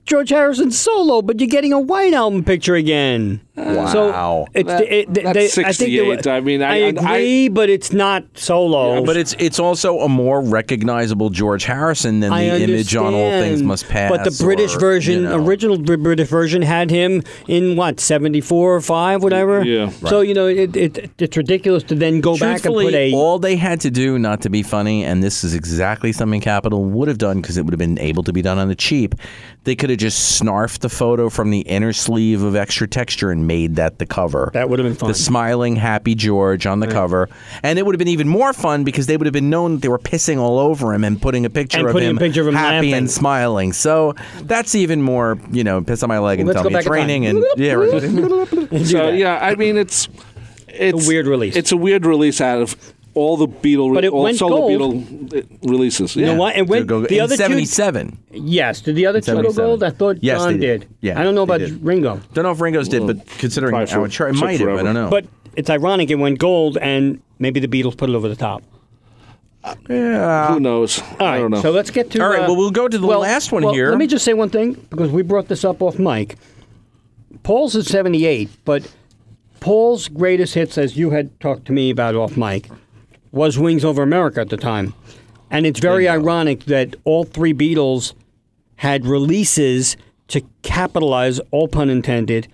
[SPEAKER 4] George Harrison solo, but you're getting a White Album picture again.
[SPEAKER 2] Wow.
[SPEAKER 4] So it's
[SPEAKER 3] That-
[SPEAKER 4] it, they,
[SPEAKER 3] that's
[SPEAKER 4] they- I think they were-
[SPEAKER 3] 68. I mean, I- I-
[SPEAKER 4] agree, but it's not solo.
[SPEAKER 2] but it's it's also a more recognizable George Harrison than
[SPEAKER 4] I
[SPEAKER 2] the image on All Things
[SPEAKER 4] understand,
[SPEAKER 2] Must Pass.
[SPEAKER 4] But the British
[SPEAKER 2] or,
[SPEAKER 4] version,
[SPEAKER 2] you know.
[SPEAKER 4] original Br- British version, had him in what seventy four or five, whatever.
[SPEAKER 3] Yeah.
[SPEAKER 4] So you know, it, it it's ridiculous to then go back and
[SPEAKER 2] Truthfully,
[SPEAKER 4] put a.
[SPEAKER 2] all they had to do, not to be funny, and this is exactly something Capitol would have done because it would have been able to be done on the cheap. They could have just snarfed the photo from the inner sleeve of extra texture and made that the cover.
[SPEAKER 4] That would have been fun.
[SPEAKER 2] The smiling, happy George on the cover, and it would have been even more fun because they would have been known that they were pissing all over him and putting a picture
[SPEAKER 4] And
[SPEAKER 2] of
[SPEAKER 4] putting a
[SPEAKER 2] him
[SPEAKER 4] picture of him
[SPEAKER 2] happy
[SPEAKER 4] laughing.
[SPEAKER 2] and smiling. So that's even more, you know, piss on my leg and
[SPEAKER 4] Let's
[SPEAKER 2] tell
[SPEAKER 4] go
[SPEAKER 2] me
[SPEAKER 4] back
[SPEAKER 2] it's
[SPEAKER 4] in time.
[SPEAKER 2] raining and yeah, right.
[SPEAKER 3] So yeah, I mean it's it's
[SPEAKER 4] weird release.
[SPEAKER 3] It's a weird release out of all the Beatle,
[SPEAKER 4] But it
[SPEAKER 3] all
[SPEAKER 4] went
[SPEAKER 3] solo
[SPEAKER 4] gold.
[SPEAKER 3] Beatle uh, releases.
[SPEAKER 4] you
[SPEAKER 3] yeah.
[SPEAKER 4] know what? And
[SPEAKER 2] To
[SPEAKER 4] when
[SPEAKER 2] go-
[SPEAKER 4] the
[SPEAKER 2] in
[SPEAKER 4] other two,
[SPEAKER 2] '77.
[SPEAKER 4] yes, did the other two go
[SPEAKER 2] 77.
[SPEAKER 4] gold? I thought
[SPEAKER 2] Yes,
[SPEAKER 4] John
[SPEAKER 2] they did. Yeah,
[SPEAKER 4] I don't know
[SPEAKER 2] they
[SPEAKER 4] about
[SPEAKER 2] did.
[SPEAKER 4] Ringo,
[SPEAKER 2] Don't know if Ringo's did, but considering
[SPEAKER 3] probably
[SPEAKER 2] our
[SPEAKER 3] for-
[SPEAKER 2] chart, it
[SPEAKER 3] took
[SPEAKER 2] might have. I
[SPEAKER 3] forever.
[SPEAKER 2] don't know.
[SPEAKER 4] but it's ironic it went gold, and maybe the Beatles put it over the top.
[SPEAKER 3] Who knows?
[SPEAKER 4] All right,
[SPEAKER 3] I don't know.
[SPEAKER 4] So let's get to.
[SPEAKER 2] All right,
[SPEAKER 4] uh,
[SPEAKER 2] well, we'll go to the
[SPEAKER 4] well-
[SPEAKER 2] last one
[SPEAKER 4] well,
[SPEAKER 2] here.
[SPEAKER 4] Let me just say one thing because we brought this up off mic. Paul's at 78, but Paul's greatest hits, as you had talked to me about off mic, was Wings Over America at the time. And it's very ironic that all three Beatles had releases to capitalize, all pun intended,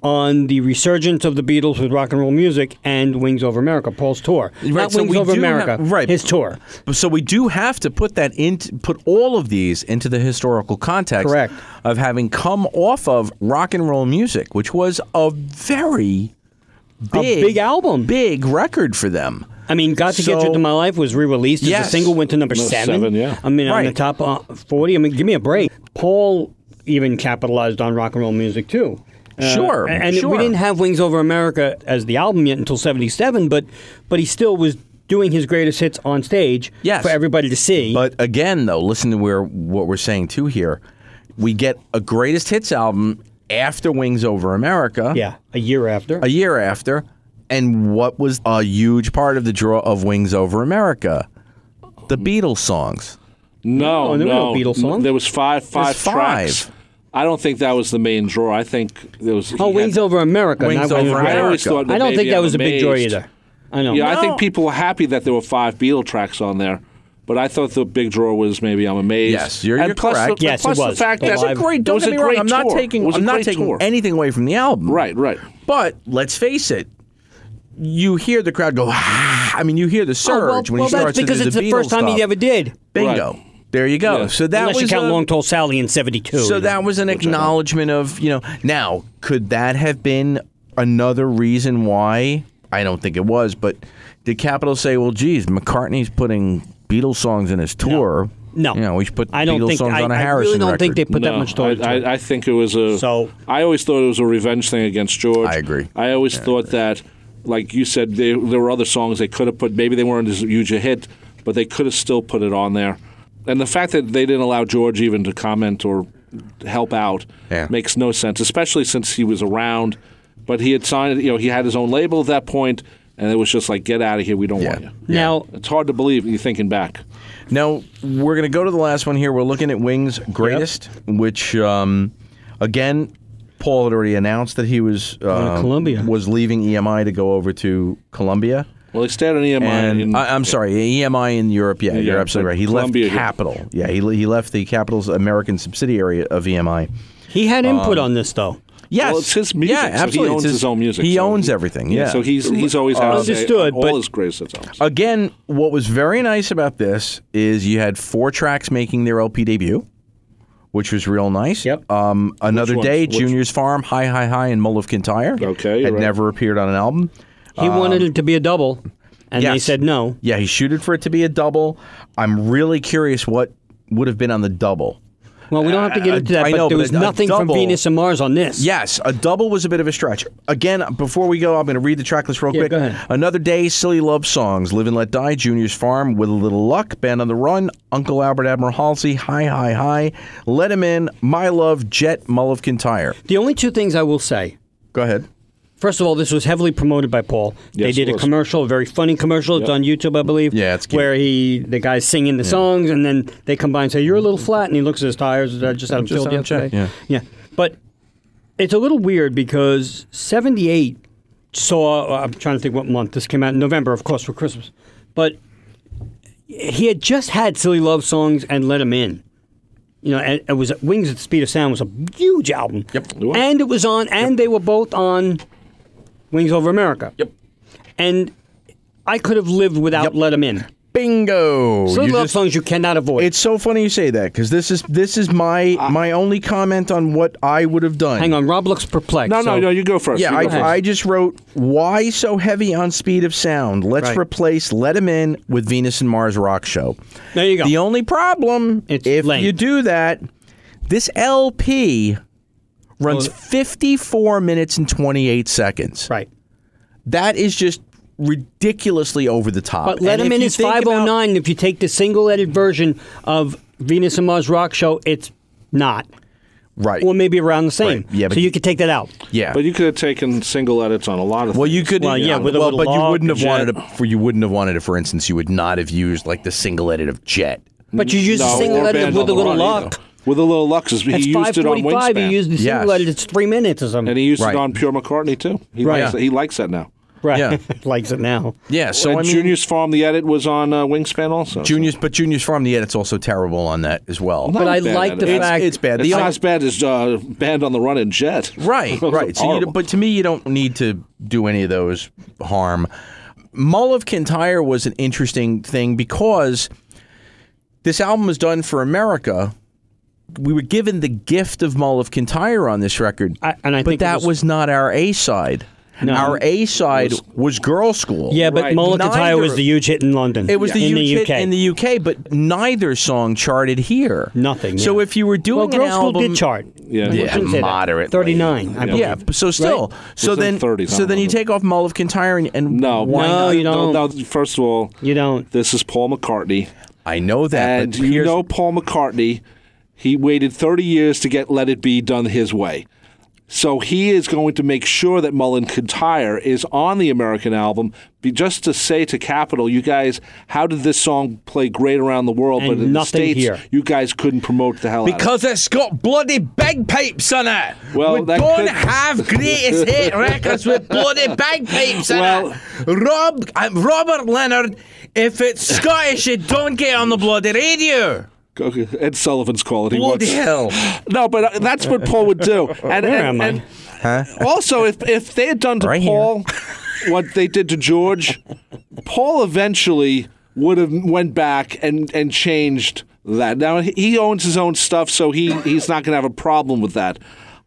[SPEAKER 4] on the resurgence of the Beatles with rock and roll music and Wings Over America, Paul's tour. Not
[SPEAKER 2] so
[SPEAKER 4] Wings
[SPEAKER 2] we
[SPEAKER 4] Over
[SPEAKER 2] do
[SPEAKER 4] America,
[SPEAKER 2] have- right.
[SPEAKER 4] his tour.
[SPEAKER 2] so we do have to put that in, put all of these into the historical context
[SPEAKER 4] Correct.
[SPEAKER 2] of having come off of rock and roll music, which was a very big,
[SPEAKER 4] big album.
[SPEAKER 2] big record for them.
[SPEAKER 4] I mean, Got to Get You
[SPEAKER 2] So-
[SPEAKER 4] to My Life was re released as a
[SPEAKER 2] Yes.
[SPEAKER 4] single, went to number seven.
[SPEAKER 3] seven, yeah.
[SPEAKER 4] I mean, on the
[SPEAKER 2] Right.
[SPEAKER 4] top uh, 40. I mean, give me a break. Paul even capitalized on rock and roll music, too. Uh,
[SPEAKER 2] Sure,
[SPEAKER 4] And
[SPEAKER 2] sure.
[SPEAKER 4] we didn't have Wings Over America as the album yet until 77, but, but he still was doing his greatest hits on stage
[SPEAKER 2] Yes.
[SPEAKER 4] for everybody to see.
[SPEAKER 2] But again, though, listen to where what we're saying too here. We get a greatest hits album after Wings Over America.
[SPEAKER 4] yeah, a year after.
[SPEAKER 2] a year after, and what was a huge part of the draw of Wings Over America? The
[SPEAKER 4] Mm.
[SPEAKER 2] Beatles songs.
[SPEAKER 3] no,
[SPEAKER 4] No, Oh, there were no
[SPEAKER 3] no,
[SPEAKER 4] Beatles songs.
[SPEAKER 3] There was five, five
[SPEAKER 2] There's five.
[SPEAKER 3] tracks. I don't think that was the main draw. I think there was.
[SPEAKER 4] oh,
[SPEAKER 3] he
[SPEAKER 4] Wings
[SPEAKER 3] had-
[SPEAKER 4] Over America.
[SPEAKER 2] Wings
[SPEAKER 4] not
[SPEAKER 2] Over
[SPEAKER 3] I always
[SPEAKER 2] America.
[SPEAKER 3] thought. That
[SPEAKER 4] I don't
[SPEAKER 3] maybe
[SPEAKER 4] think that
[SPEAKER 3] I'm
[SPEAKER 4] was a big joy
[SPEAKER 3] amazed.
[SPEAKER 4] either. I know.
[SPEAKER 3] Yeah, I
[SPEAKER 2] No.
[SPEAKER 3] think people were happy that there were five Beatle tracks on there, but I thought the big draw was maybe I'm amazed.
[SPEAKER 2] Yes, you're-
[SPEAKER 3] and
[SPEAKER 2] you're
[SPEAKER 3] plus
[SPEAKER 2] correct.
[SPEAKER 3] The,
[SPEAKER 4] Yes,
[SPEAKER 3] plus
[SPEAKER 4] it was.
[SPEAKER 3] The fact
[SPEAKER 4] It's
[SPEAKER 3] that
[SPEAKER 4] a Well, great-
[SPEAKER 3] It was a
[SPEAKER 2] I'm not
[SPEAKER 3] tour. It
[SPEAKER 2] taking
[SPEAKER 3] was a
[SPEAKER 2] I'm not
[SPEAKER 3] great
[SPEAKER 2] taking
[SPEAKER 3] tour.
[SPEAKER 2] anything away from the album.
[SPEAKER 3] Right, right.
[SPEAKER 2] But let's face it. You hear the crowd go. Ah! I mean, you hear the surge
[SPEAKER 4] Oh, well,
[SPEAKER 2] when
[SPEAKER 4] well,
[SPEAKER 2] he starts
[SPEAKER 4] that's
[SPEAKER 2] to do
[SPEAKER 4] because it's
[SPEAKER 2] the
[SPEAKER 4] the,
[SPEAKER 2] Beatles
[SPEAKER 4] first time
[SPEAKER 2] stuff.
[SPEAKER 4] he ever did.
[SPEAKER 2] Bingo.
[SPEAKER 3] Right.
[SPEAKER 2] There you go.
[SPEAKER 3] Yeah.
[SPEAKER 2] So that
[SPEAKER 4] Unless
[SPEAKER 2] was
[SPEAKER 4] you count
[SPEAKER 2] a-
[SPEAKER 4] Long Tall Sally in 72.
[SPEAKER 2] So that was an acknowledgement of, you know, now, could that have been another reason why? I don't think it was, but did Capitol say, well, geez, McCartney's putting Beatles songs in his tour?
[SPEAKER 4] No.
[SPEAKER 2] You know, we should put
[SPEAKER 4] I don't
[SPEAKER 2] Beatles
[SPEAKER 4] think,
[SPEAKER 2] songs
[SPEAKER 4] I,
[SPEAKER 2] on a
[SPEAKER 4] I
[SPEAKER 2] Harrison
[SPEAKER 4] really don't think they
[SPEAKER 2] record.
[SPEAKER 4] put that
[SPEAKER 3] No,
[SPEAKER 4] much thought into
[SPEAKER 3] I,
[SPEAKER 4] it.
[SPEAKER 3] I, I think it was a.
[SPEAKER 4] So-
[SPEAKER 3] I always thought it was a revenge thing against George.
[SPEAKER 2] I agree.
[SPEAKER 3] I always thought that, like you said, they, there were other songs they could have put. Maybe they weren't as huge a hit, but they could have still put it on there. And the fact that they didn't allow George even to comment or help out
[SPEAKER 2] Yeah.
[SPEAKER 3] makes no sense, especially since he was around. But he had signed, you know, he had his own label at that point, and it was just like, get out of here, we don't want you.
[SPEAKER 4] Now,
[SPEAKER 3] It's hard to believe you thinking back.
[SPEAKER 2] Now, we're going to go to the last one here. We're looking at Wings Greatest, which, um, again, Paul had already announced that he was uh,
[SPEAKER 4] Columbia.
[SPEAKER 2] was leaving EMI to go over to Columbia.
[SPEAKER 3] Well, they stayed on EMI.
[SPEAKER 2] and
[SPEAKER 3] E in-
[SPEAKER 2] I, I'm sorry, EMI in Europe. Yeah, you're
[SPEAKER 3] Yeah,
[SPEAKER 2] absolutely
[SPEAKER 3] but
[SPEAKER 2] right. He
[SPEAKER 3] Colombia-
[SPEAKER 2] left Capital. Yeah, he, he left the Capital's American subsidiary of EMI.
[SPEAKER 4] he had input
[SPEAKER 2] Um,
[SPEAKER 4] on this, though.
[SPEAKER 2] Yes,
[SPEAKER 3] Well, it's his music.
[SPEAKER 2] Yeah,
[SPEAKER 3] so
[SPEAKER 2] absolutely.
[SPEAKER 3] He owns
[SPEAKER 2] It's
[SPEAKER 3] his, own music.
[SPEAKER 2] He
[SPEAKER 3] so
[SPEAKER 2] owns
[SPEAKER 3] he-
[SPEAKER 2] everything. Yeah.
[SPEAKER 3] So he's he's always had a say
[SPEAKER 4] Understood,
[SPEAKER 3] on all
[SPEAKER 4] but-
[SPEAKER 3] his greatest albums.
[SPEAKER 2] again, what was very nice about this is you had four tracks making their LP debut, which was real nice.
[SPEAKER 4] Yep.
[SPEAKER 2] Um, Another
[SPEAKER 3] ones?
[SPEAKER 2] Day,
[SPEAKER 3] Which-
[SPEAKER 2] Junior's Farm, High High High, and Mull of Kintyre.
[SPEAKER 3] Okay,
[SPEAKER 2] had
[SPEAKER 3] right.
[SPEAKER 2] never appeared on an album.
[SPEAKER 4] He wanted it to be a double, and they
[SPEAKER 2] yes.
[SPEAKER 4] said no.
[SPEAKER 2] Yeah, he shooted for it to be a double. I'm really curious what would have been on the double.
[SPEAKER 4] Well, we don't have to get
[SPEAKER 2] I-
[SPEAKER 4] into that,
[SPEAKER 2] Uh, I
[SPEAKER 4] but
[SPEAKER 2] know,
[SPEAKER 4] there
[SPEAKER 2] but
[SPEAKER 4] was
[SPEAKER 2] a- a
[SPEAKER 4] nothing from
[SPEAKER 2] double-
[SPEAKER 4] Venus and Mars on this.
[SPEAKER 2] Yes, a double was a bit of a stretch. Again, before we go, I'm going to read the track list real
[SPEAKER 4] Yeah,
[SPEAKER 2] quick.
[SPEAKER 4] go ahead.
[SPEAKER 2] Another Day, Silly Love Songs, Live and Let Die, Junior's Farm, With a Little Luck, Band on the Run, Uncle Albert Admiral Halsey, Hi, Hi, Hi, Let Him In, My Love, Jet, Mull of Kintyre.
[SPEAKER 4] The only two things I will say
[SPEAKER 2] Go ahead.
[SPEAKER 4] First of all, this was heavily promoted by Paul.
[SPEAKER 3] Yes,
[SPEAKER 4] they did
[SPEAKER 3] it
[SPEAKER 4] a
[SPEAKER 3] was.
[SPEAKER 4] commercial, a very funny commercial. It's on YouTube, I believe.
[SPEAKER 2] Yeah, it's cute.
[SPEAKER 4] where he the guy's singing the songs, and then they combine and say, "You're a little flat," and he looks at his tires. I just had him
[SPEAKER 2] Just
[SPEAKER 4] filled
[SPEAKER 2] had 'em checked,
[SPEAKER 4] yesterday. Yeah, yeah. But It's a little weird because 78 saw, uh, I'm trying to think what month this came out, in November, of course, for Christmas. But he had just had Silly Love Songs and Let 'Em In. You know, and it was Wings at the Speed of Sound was a huge album.
[SPEAKER 2] Yep. It was.
[SPEAKER 4] And it was on, and they were both on Wings Over America.
[SPEAKER 2] Yep.
[SPEAKER 4] And I could have lived without
[SPEAKER 2] Yep.
[SPEAKER 4] Let 'Em In.
[SPEAKER 2] Bingo.
[SPEAKER 4] Silly
[SPEAKER 2] You
[SPEAKER 4] Love
[SPEAKER 2] just-
[SPEAKER 4] Songs you cannot avoid.
[SPEAKER 2] It's so funny you say that because this is this is my my only comment on what I would have done.
[SPEAKER 4] Ah. Hang on, Rob looks perplexed.
[SPEAKER 3] No,
[SPEAKER 4] so-
[SPEAKER 3] no, no. You go first.
[SPEAKER 2] Yeah,
[SPEAKER 3] You go first.
[SPEAKER 2] I, I just wrote why so heavy on speed of sound. Let's
[SPEAKER 4] Right.
[SPEAKER 2] replace Let 'Em In with Venus and Mars Rock Show.
[SPEAKER 4] There you go.
[SPEAKER 2] The only problem
[SPEAKER 4] It's
[SPEAKER 2] if
[SPEAKER 4] length.
[SPEAKER 2] you do that, this LP runs 54 minutes and 28 seconds.
[SPEAKER 4] right.
[SPEAKER 2] That is just ridiculously over the top.
[SPEAKER 4] But Let
[SPEAKER 2] And
[SPEAKER 4] 'Em
[SPEAKER 2] if
[SPEAKER 4] In
[SPEAKER 2] you
[SPEAKER 4] is
[SPEAKER 2] think about-
[SPEAKER 4] 509. and if you take the single edit version of Venus and Mars Rock Show, it's not.
[SPEAKER 2] right.
[SPEAKER 4] Or maybe around the same.
[SPEAKER 2] Right. Yeah, but-
[SPEAKER 4] so you could take that out.
[SPEAKER 2] yeah.
[SPEAKER 3] But you could have taken single edits on a lot of.
[SPEAKER 2] Well,
[SPEAKER 3] things.
[SPEAKER 2] you could.
[SPEAKER 4] Well, yeah, with a
[SPEAKER 2] well,
[SPEAKER 4] little
[SPEAKER 2] but you
[SPEAKER 4] log
[SPEAKER 2] wouldn't have
[SPEAKER 4] jet.
[SPEAKER 2] wanted it. For you wouldn't have wanted it. For instance, you would not have used like the single edit of Jet.
[SPEAKER 4] But you use the
[SPEAKER 3] No,
[SPEAKER 4] single
[SPEAKER 3] or
[SPEAKER 4] edit
[SPEAKER 3] Band
[SPEAKER 4] with a
[SPEAKER 3] on
[SPEAKER 4] little
[SPEAKER 3] the Run
[SPEAKER 4] luck.
[SPEAKER 3] either. With a little luck, 'cause
[SPEAKER 4] It's
[SPEAKER 3] he used it on
[SPEAKER 4] 545. You
[SPEAKER 3] Wingspan,
[SPEAKER 4] use the single
[SPEAKER 2] Yes.
[SPEAKER 4] edit. It's three minutes or something.
[SPEAKER 3] and he used
[SPEAKER 2] Right.
[SPEAKER 3] it on Pure McCartney too. He
[SPEAKER 4] Right.
[SPEAKER 3] likes,
[SPEAKER 2] Yeah.
[SPEAKER 3] he likes that now.
[SPEAKER 4] right.
[SPEAKER 2] Yeah.
[SPEAKER 4] Likes it now.
[SPEAKER 2] Yeah. So
[SPEAKER 3] So
[SPEAKER 2] I mean,
[SPEAKER 3] Junior's Farm, the edit was on uh, Wingspan also. so-
[SPEAKER 2] Junior's, but Junior's Farm the edit's also terrible on that as well.
[SPEAKER 4] But
[SPEAKER 3] Not
[SPEAKER 4] I
[SPEAKER 3] bad
[SPEAKER 4] like
[SPEAKER 3] at
[SPEAKER 4] the
[SPEAKER 3] it.
[SPEAKER 4] fact.
[SPEAKER 2] it's bad.
[SPEAKER 3] it's
[SPEAKER 2] The
[SPEAKER 3] not
[SPEAKER 2] only-
[SPEAKER 3] as bad as uh, Band on the Run and Jet.
[SPEAKER 2] right, right. So, you,
[SPEAKER 3] Horrible.
[SPEAKER 2] but to me, you don't need to do any of those harm. Mull of Kintyre was an interesting thing because this album was done for America. We were given the gift of Mull of Kintyre on this record,
[SPEAKER 4] I- and I
[SPEAKER 2] but
[SPEAKER 4] think it
[SPEAKER 2] that
[SPEAKER 4] was-
[SPEAKER 2] was, not our A side.
[SPEAKER 4] No.
[SPEAKER 2] our A side was, Girl School.
[SPEAKER 4] yeah, but
[SPEAKER 3] Right.
[SPEAKER 4] Mulligatire was
[SPEAKER 2] Neither-
[SPEAKER 4] the huge hit in London.
[SPEAKER 2] It was the
[SPEAKER 4] in
[SPEAKER 2] huge
[SPEAKER 4] the UK.
[SPEAKER 2] hit in the UK, but neither song charted here.
[SPEAKER 4] Nothing,
[SPEAKER 2] So
[SPEAKER 4] yeah.
[SPEAKER 2] if you were
[SPEAKER 4] well,
[SPEAKER 2] doing an
[SPEAKER 4] Girl School
[SPEAKER 2] album,
[SPEAKER 4] did chart.
[SPEAKER 3] Yeah.
[SPEAKER 4] I
[SPEAKER 3] Yeah,
[SPEAKER 4] shouldn't say that.
[SPEAKER 2] moderately.
[SPEAKER 4] 39, I believe.
[SPEAKER 2] Yeah, but so still, so
[SPEAKER 3] Within
[SPEAKER 2] then,
[SPEAKER 3] 30s, I
[SPEAKER 2] so
[SPEAKER 3] don't
[SPEAKER 2] then you
[SPEAKER 3] know.
[SPEAKER 2] take off Mull of Kintyre and, and
[SPEAKER 3] No,
[SPEAKER 2] why
[SPEAKER 4] No,
[SPEAKER 2] not?
[SPEAKER 4] you don't.
[SPEAKER 3] No, first of all,
[SPEAKER 4] You don't.
[SPEAKER 3] this is Paul McCartney,
[SPEAKER 2] I know that,
[SPEAKER 3] and
[SPEAKER 2] but
[SPEAKER 3] you
[SPEAKER 2] here's-
[SPEAKER 3] know Paul McCartney. He waited 30 years to get Let It Be done his way. So he is going to make sure that Mullen Kintyre is on the American album, be just to say to Capitol, you guys, how did this song play great around the world,
[SPEAKER 4] And
[SPEAKER 3] but in the
[SPEAKER 4] nothing
[SPEAKER 3] states,
[SPEAKER 4] here.
[SPEAKER 3] you guys couldn't promote the hell out of it?
[SPEAKER 2] because it's got bloody bagpipes on it.
[SPEAKER 3] Well,
[SPEAKER 2] we
[SPEAKER 3] that
[SPEAKER 2] don't
[SPEAKER 3] could-
[SPEAKER 2] have greatest hit records with bloody bagpipes in
[SPEAKER 3] Well-
[SPEAKER 2] it. Rob, i Robert Leonard. If it's Scottish, you don't get on the bloody radio.
[SPEAKER 3] Okay, Ed Sullivan's quality.
[SPEAKER 2] Bloody hell!
[SPEAKER 3] No, but uh, that's what Paul would do. And,
[SPEAKER 4] Where am
[SPEAKER 3] and-
[SPEAKER 4] I?
[SPEAKER 3] and Also, if if they had done to
[SPEAKER 2] Right here.
[SPEAKER 3] Paul what they did to George, Paul eventually would have went back and and changed that. Now he- he owns his own stuff, so he he's not going to have a problem with that.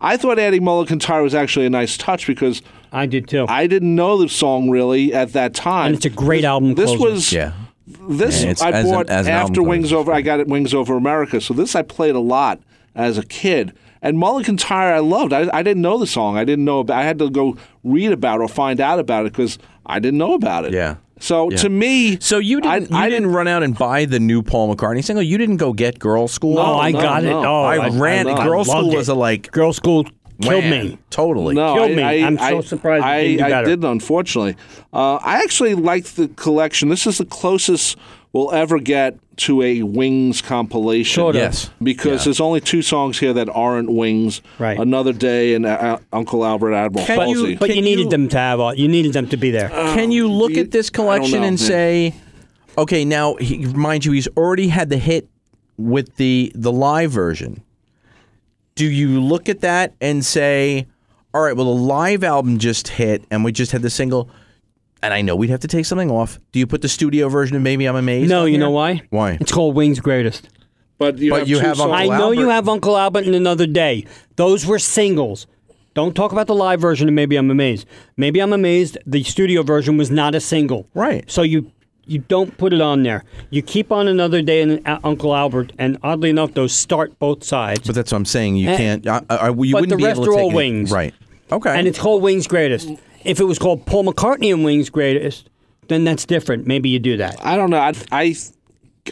[SPEAKER 3] I thought adding Mulligan-Tyre was actually a nice touch because
[SPEAKER 4] I did too.
[SPEAKER 3] I didn't know the song really at that time.
[SPEAKER 4] And it's a great album
[SPEAKER 3] This
[SPEAKER 4] closer.
[SPEAKER 3] was
[SPEAKER 2] Yeah.
[SPEAKER 3] This
[SPEAKER 2] Yeah, it's-
[SPEAKER 3] I
[SPEAKER 2] as an-
[SPEAKER 3] bought
[SPEAKER 2] as an album
[SPEAKER 3] after
[SPEAKER 2] closer,
[SPEAKER 3] Wings Over. I got it Wings Over America. So this I played a lot as a kid. And Mulligan Tire I loved. I, I didn't know the song. I didn't know about. I had to go read about it or find out about it because I didn't know about it.
[SPEAKER 2] Yeah.
[SPEAKER 3] So
[SPEAKER 2] Yeah.
[SPEAKER 3] to me,
[SPEAKER 2] So you didn't, you
[SPEAKER 3] I, I
[SPEAKER 2] didn't run out and buy the new Paul McCartney single. You didn't go get Girl School.
[SPEAKER 4] Oh, I
[SPEAKER 3] no,
[SPEAKER 4] got it.
[SPEAKER 3] no.
[SPEAKER 4] Oh,
[SPEAKER 2] I ran-
[SPEAKER 4] I
[SPEAKER 2] Girl
[SPEAKER 4] loved
[SPEAKER 2] School
[SPEAKER 4] it.
[SPEAKER 2] was a, like,
[SPEAKER 4] Girl School killed
[SPEAKER 2] Wham.
[SPEAKER 4] me.
[SPEAKER 2] Totally.
[SPEAKER 3] No,
[SPEAKER 4] Killed
[SPEAKER 3] I,
[SPEAKER 4] me.
[SPEAKER 3] I,
[SPEAKER 4] I'm so
[SPEAKER 3] I-
[SPEAKER 4] surprised it
[SPEAKER 3] I,
[SPEAKER 4] didn't do
[SPEAKER 3] I
[SPEAKER 4] better.
[SPEAKER 3] didn't, unfortunately. Uh, I actually liked the collection. This is the closest we'll ever get to a Wings compilation.
[SPEAKER 4] Sort of.
[SPEAKER 2] Yes.
[SPEAKER 3] Because
[SPEAKER 2] Yeah.
[SPEAKER 3] there's only two songs here that aren't Wings.
[SPEAKER 4] Right.
[SPEAKER 3] Another Day and uh, Uncle Albert Admiral
[SPEAKER 2] Can you-
[SPEAKER 3] Halsey.
[SPEAKER 4] But
[SPEAKER 2] Can
[SPEAKER 4] you needed
[SPEAKER 2] you-
[SPEAKER 4] them to have. all- You needed them to be there.
[SPEAKER 2] Can you look
[SPEAKER 3] do you-
[SPEAKER 2] at this
[SPEAKER 3] I don't
[SPEAKER 2] collection
[SPEAKER 3] know,
[SPEAKER 2] and
[SPEAKER 3] man.
[SPEAKER 2] say, okay, now he, mind you, he's already had the hit with the the live version. Do you look at that and say, all right, well, the live album just hit, and we just had the single, and I know we'd have to take something off. Do you put the studio version of Maybe I'm Amazed?
[SPEAKER 4] no,
[SPEAKER 2] on
[SPEAKER 4] you
[SPEAKER 2] here?
[SPEAKER 4] know why?
[SPEAKER 2] Why?
[SPEAKER 4] It's called Wings Greatest.
[SPEAKER 3] but you
[SPEAKER 2] but
[SPEAKER 3] have,
[SPEAKER 2] you
[SPEAKER 3] two
[SPEAKER 2] have
[SPEAKER 3] songs.
[SPEAKER 2] Uncle
[SPEAKER 4] I know you
[SPEAKER 2] Albert.
[SPEAKER 4] have Uncle Albert and Another Day. Those were singles. Don't talk about the live version of Maybe I'm Amazed. Maybe I'm Amazed, the studio version was not a single.
[SPEAKER 2] Right.
[SPEAKER 4] So you you don't put it on there. You keep on Another Day and uh, Uncle Albert, and oddly enough, those start both sides.
[SPEAKER 2] But that's what I'm saying. You
[SPEAKER 4] Eh,
[SPEAKER 2] can't. I, I, I- you
[SPEAKER 4] but
[SPEAKER 2] wouldn't
[SPEAKER 4] the
[SPEAKER 2] be
[SPEAKER 4] rest
[SPEAKER 2] able to
[SPEAKER 4] are all
[SPEAKER 2] take it-
[SPEAKER 4] Wings.
[SPEAKER 2] right? Okay.
[SPEAKER 4] and it's called Wings Greatest. If it was called Paul McCartney and Wings Greatest, then that's different. Maybe you do that.
[SPEAKER 3] I don't know. I, I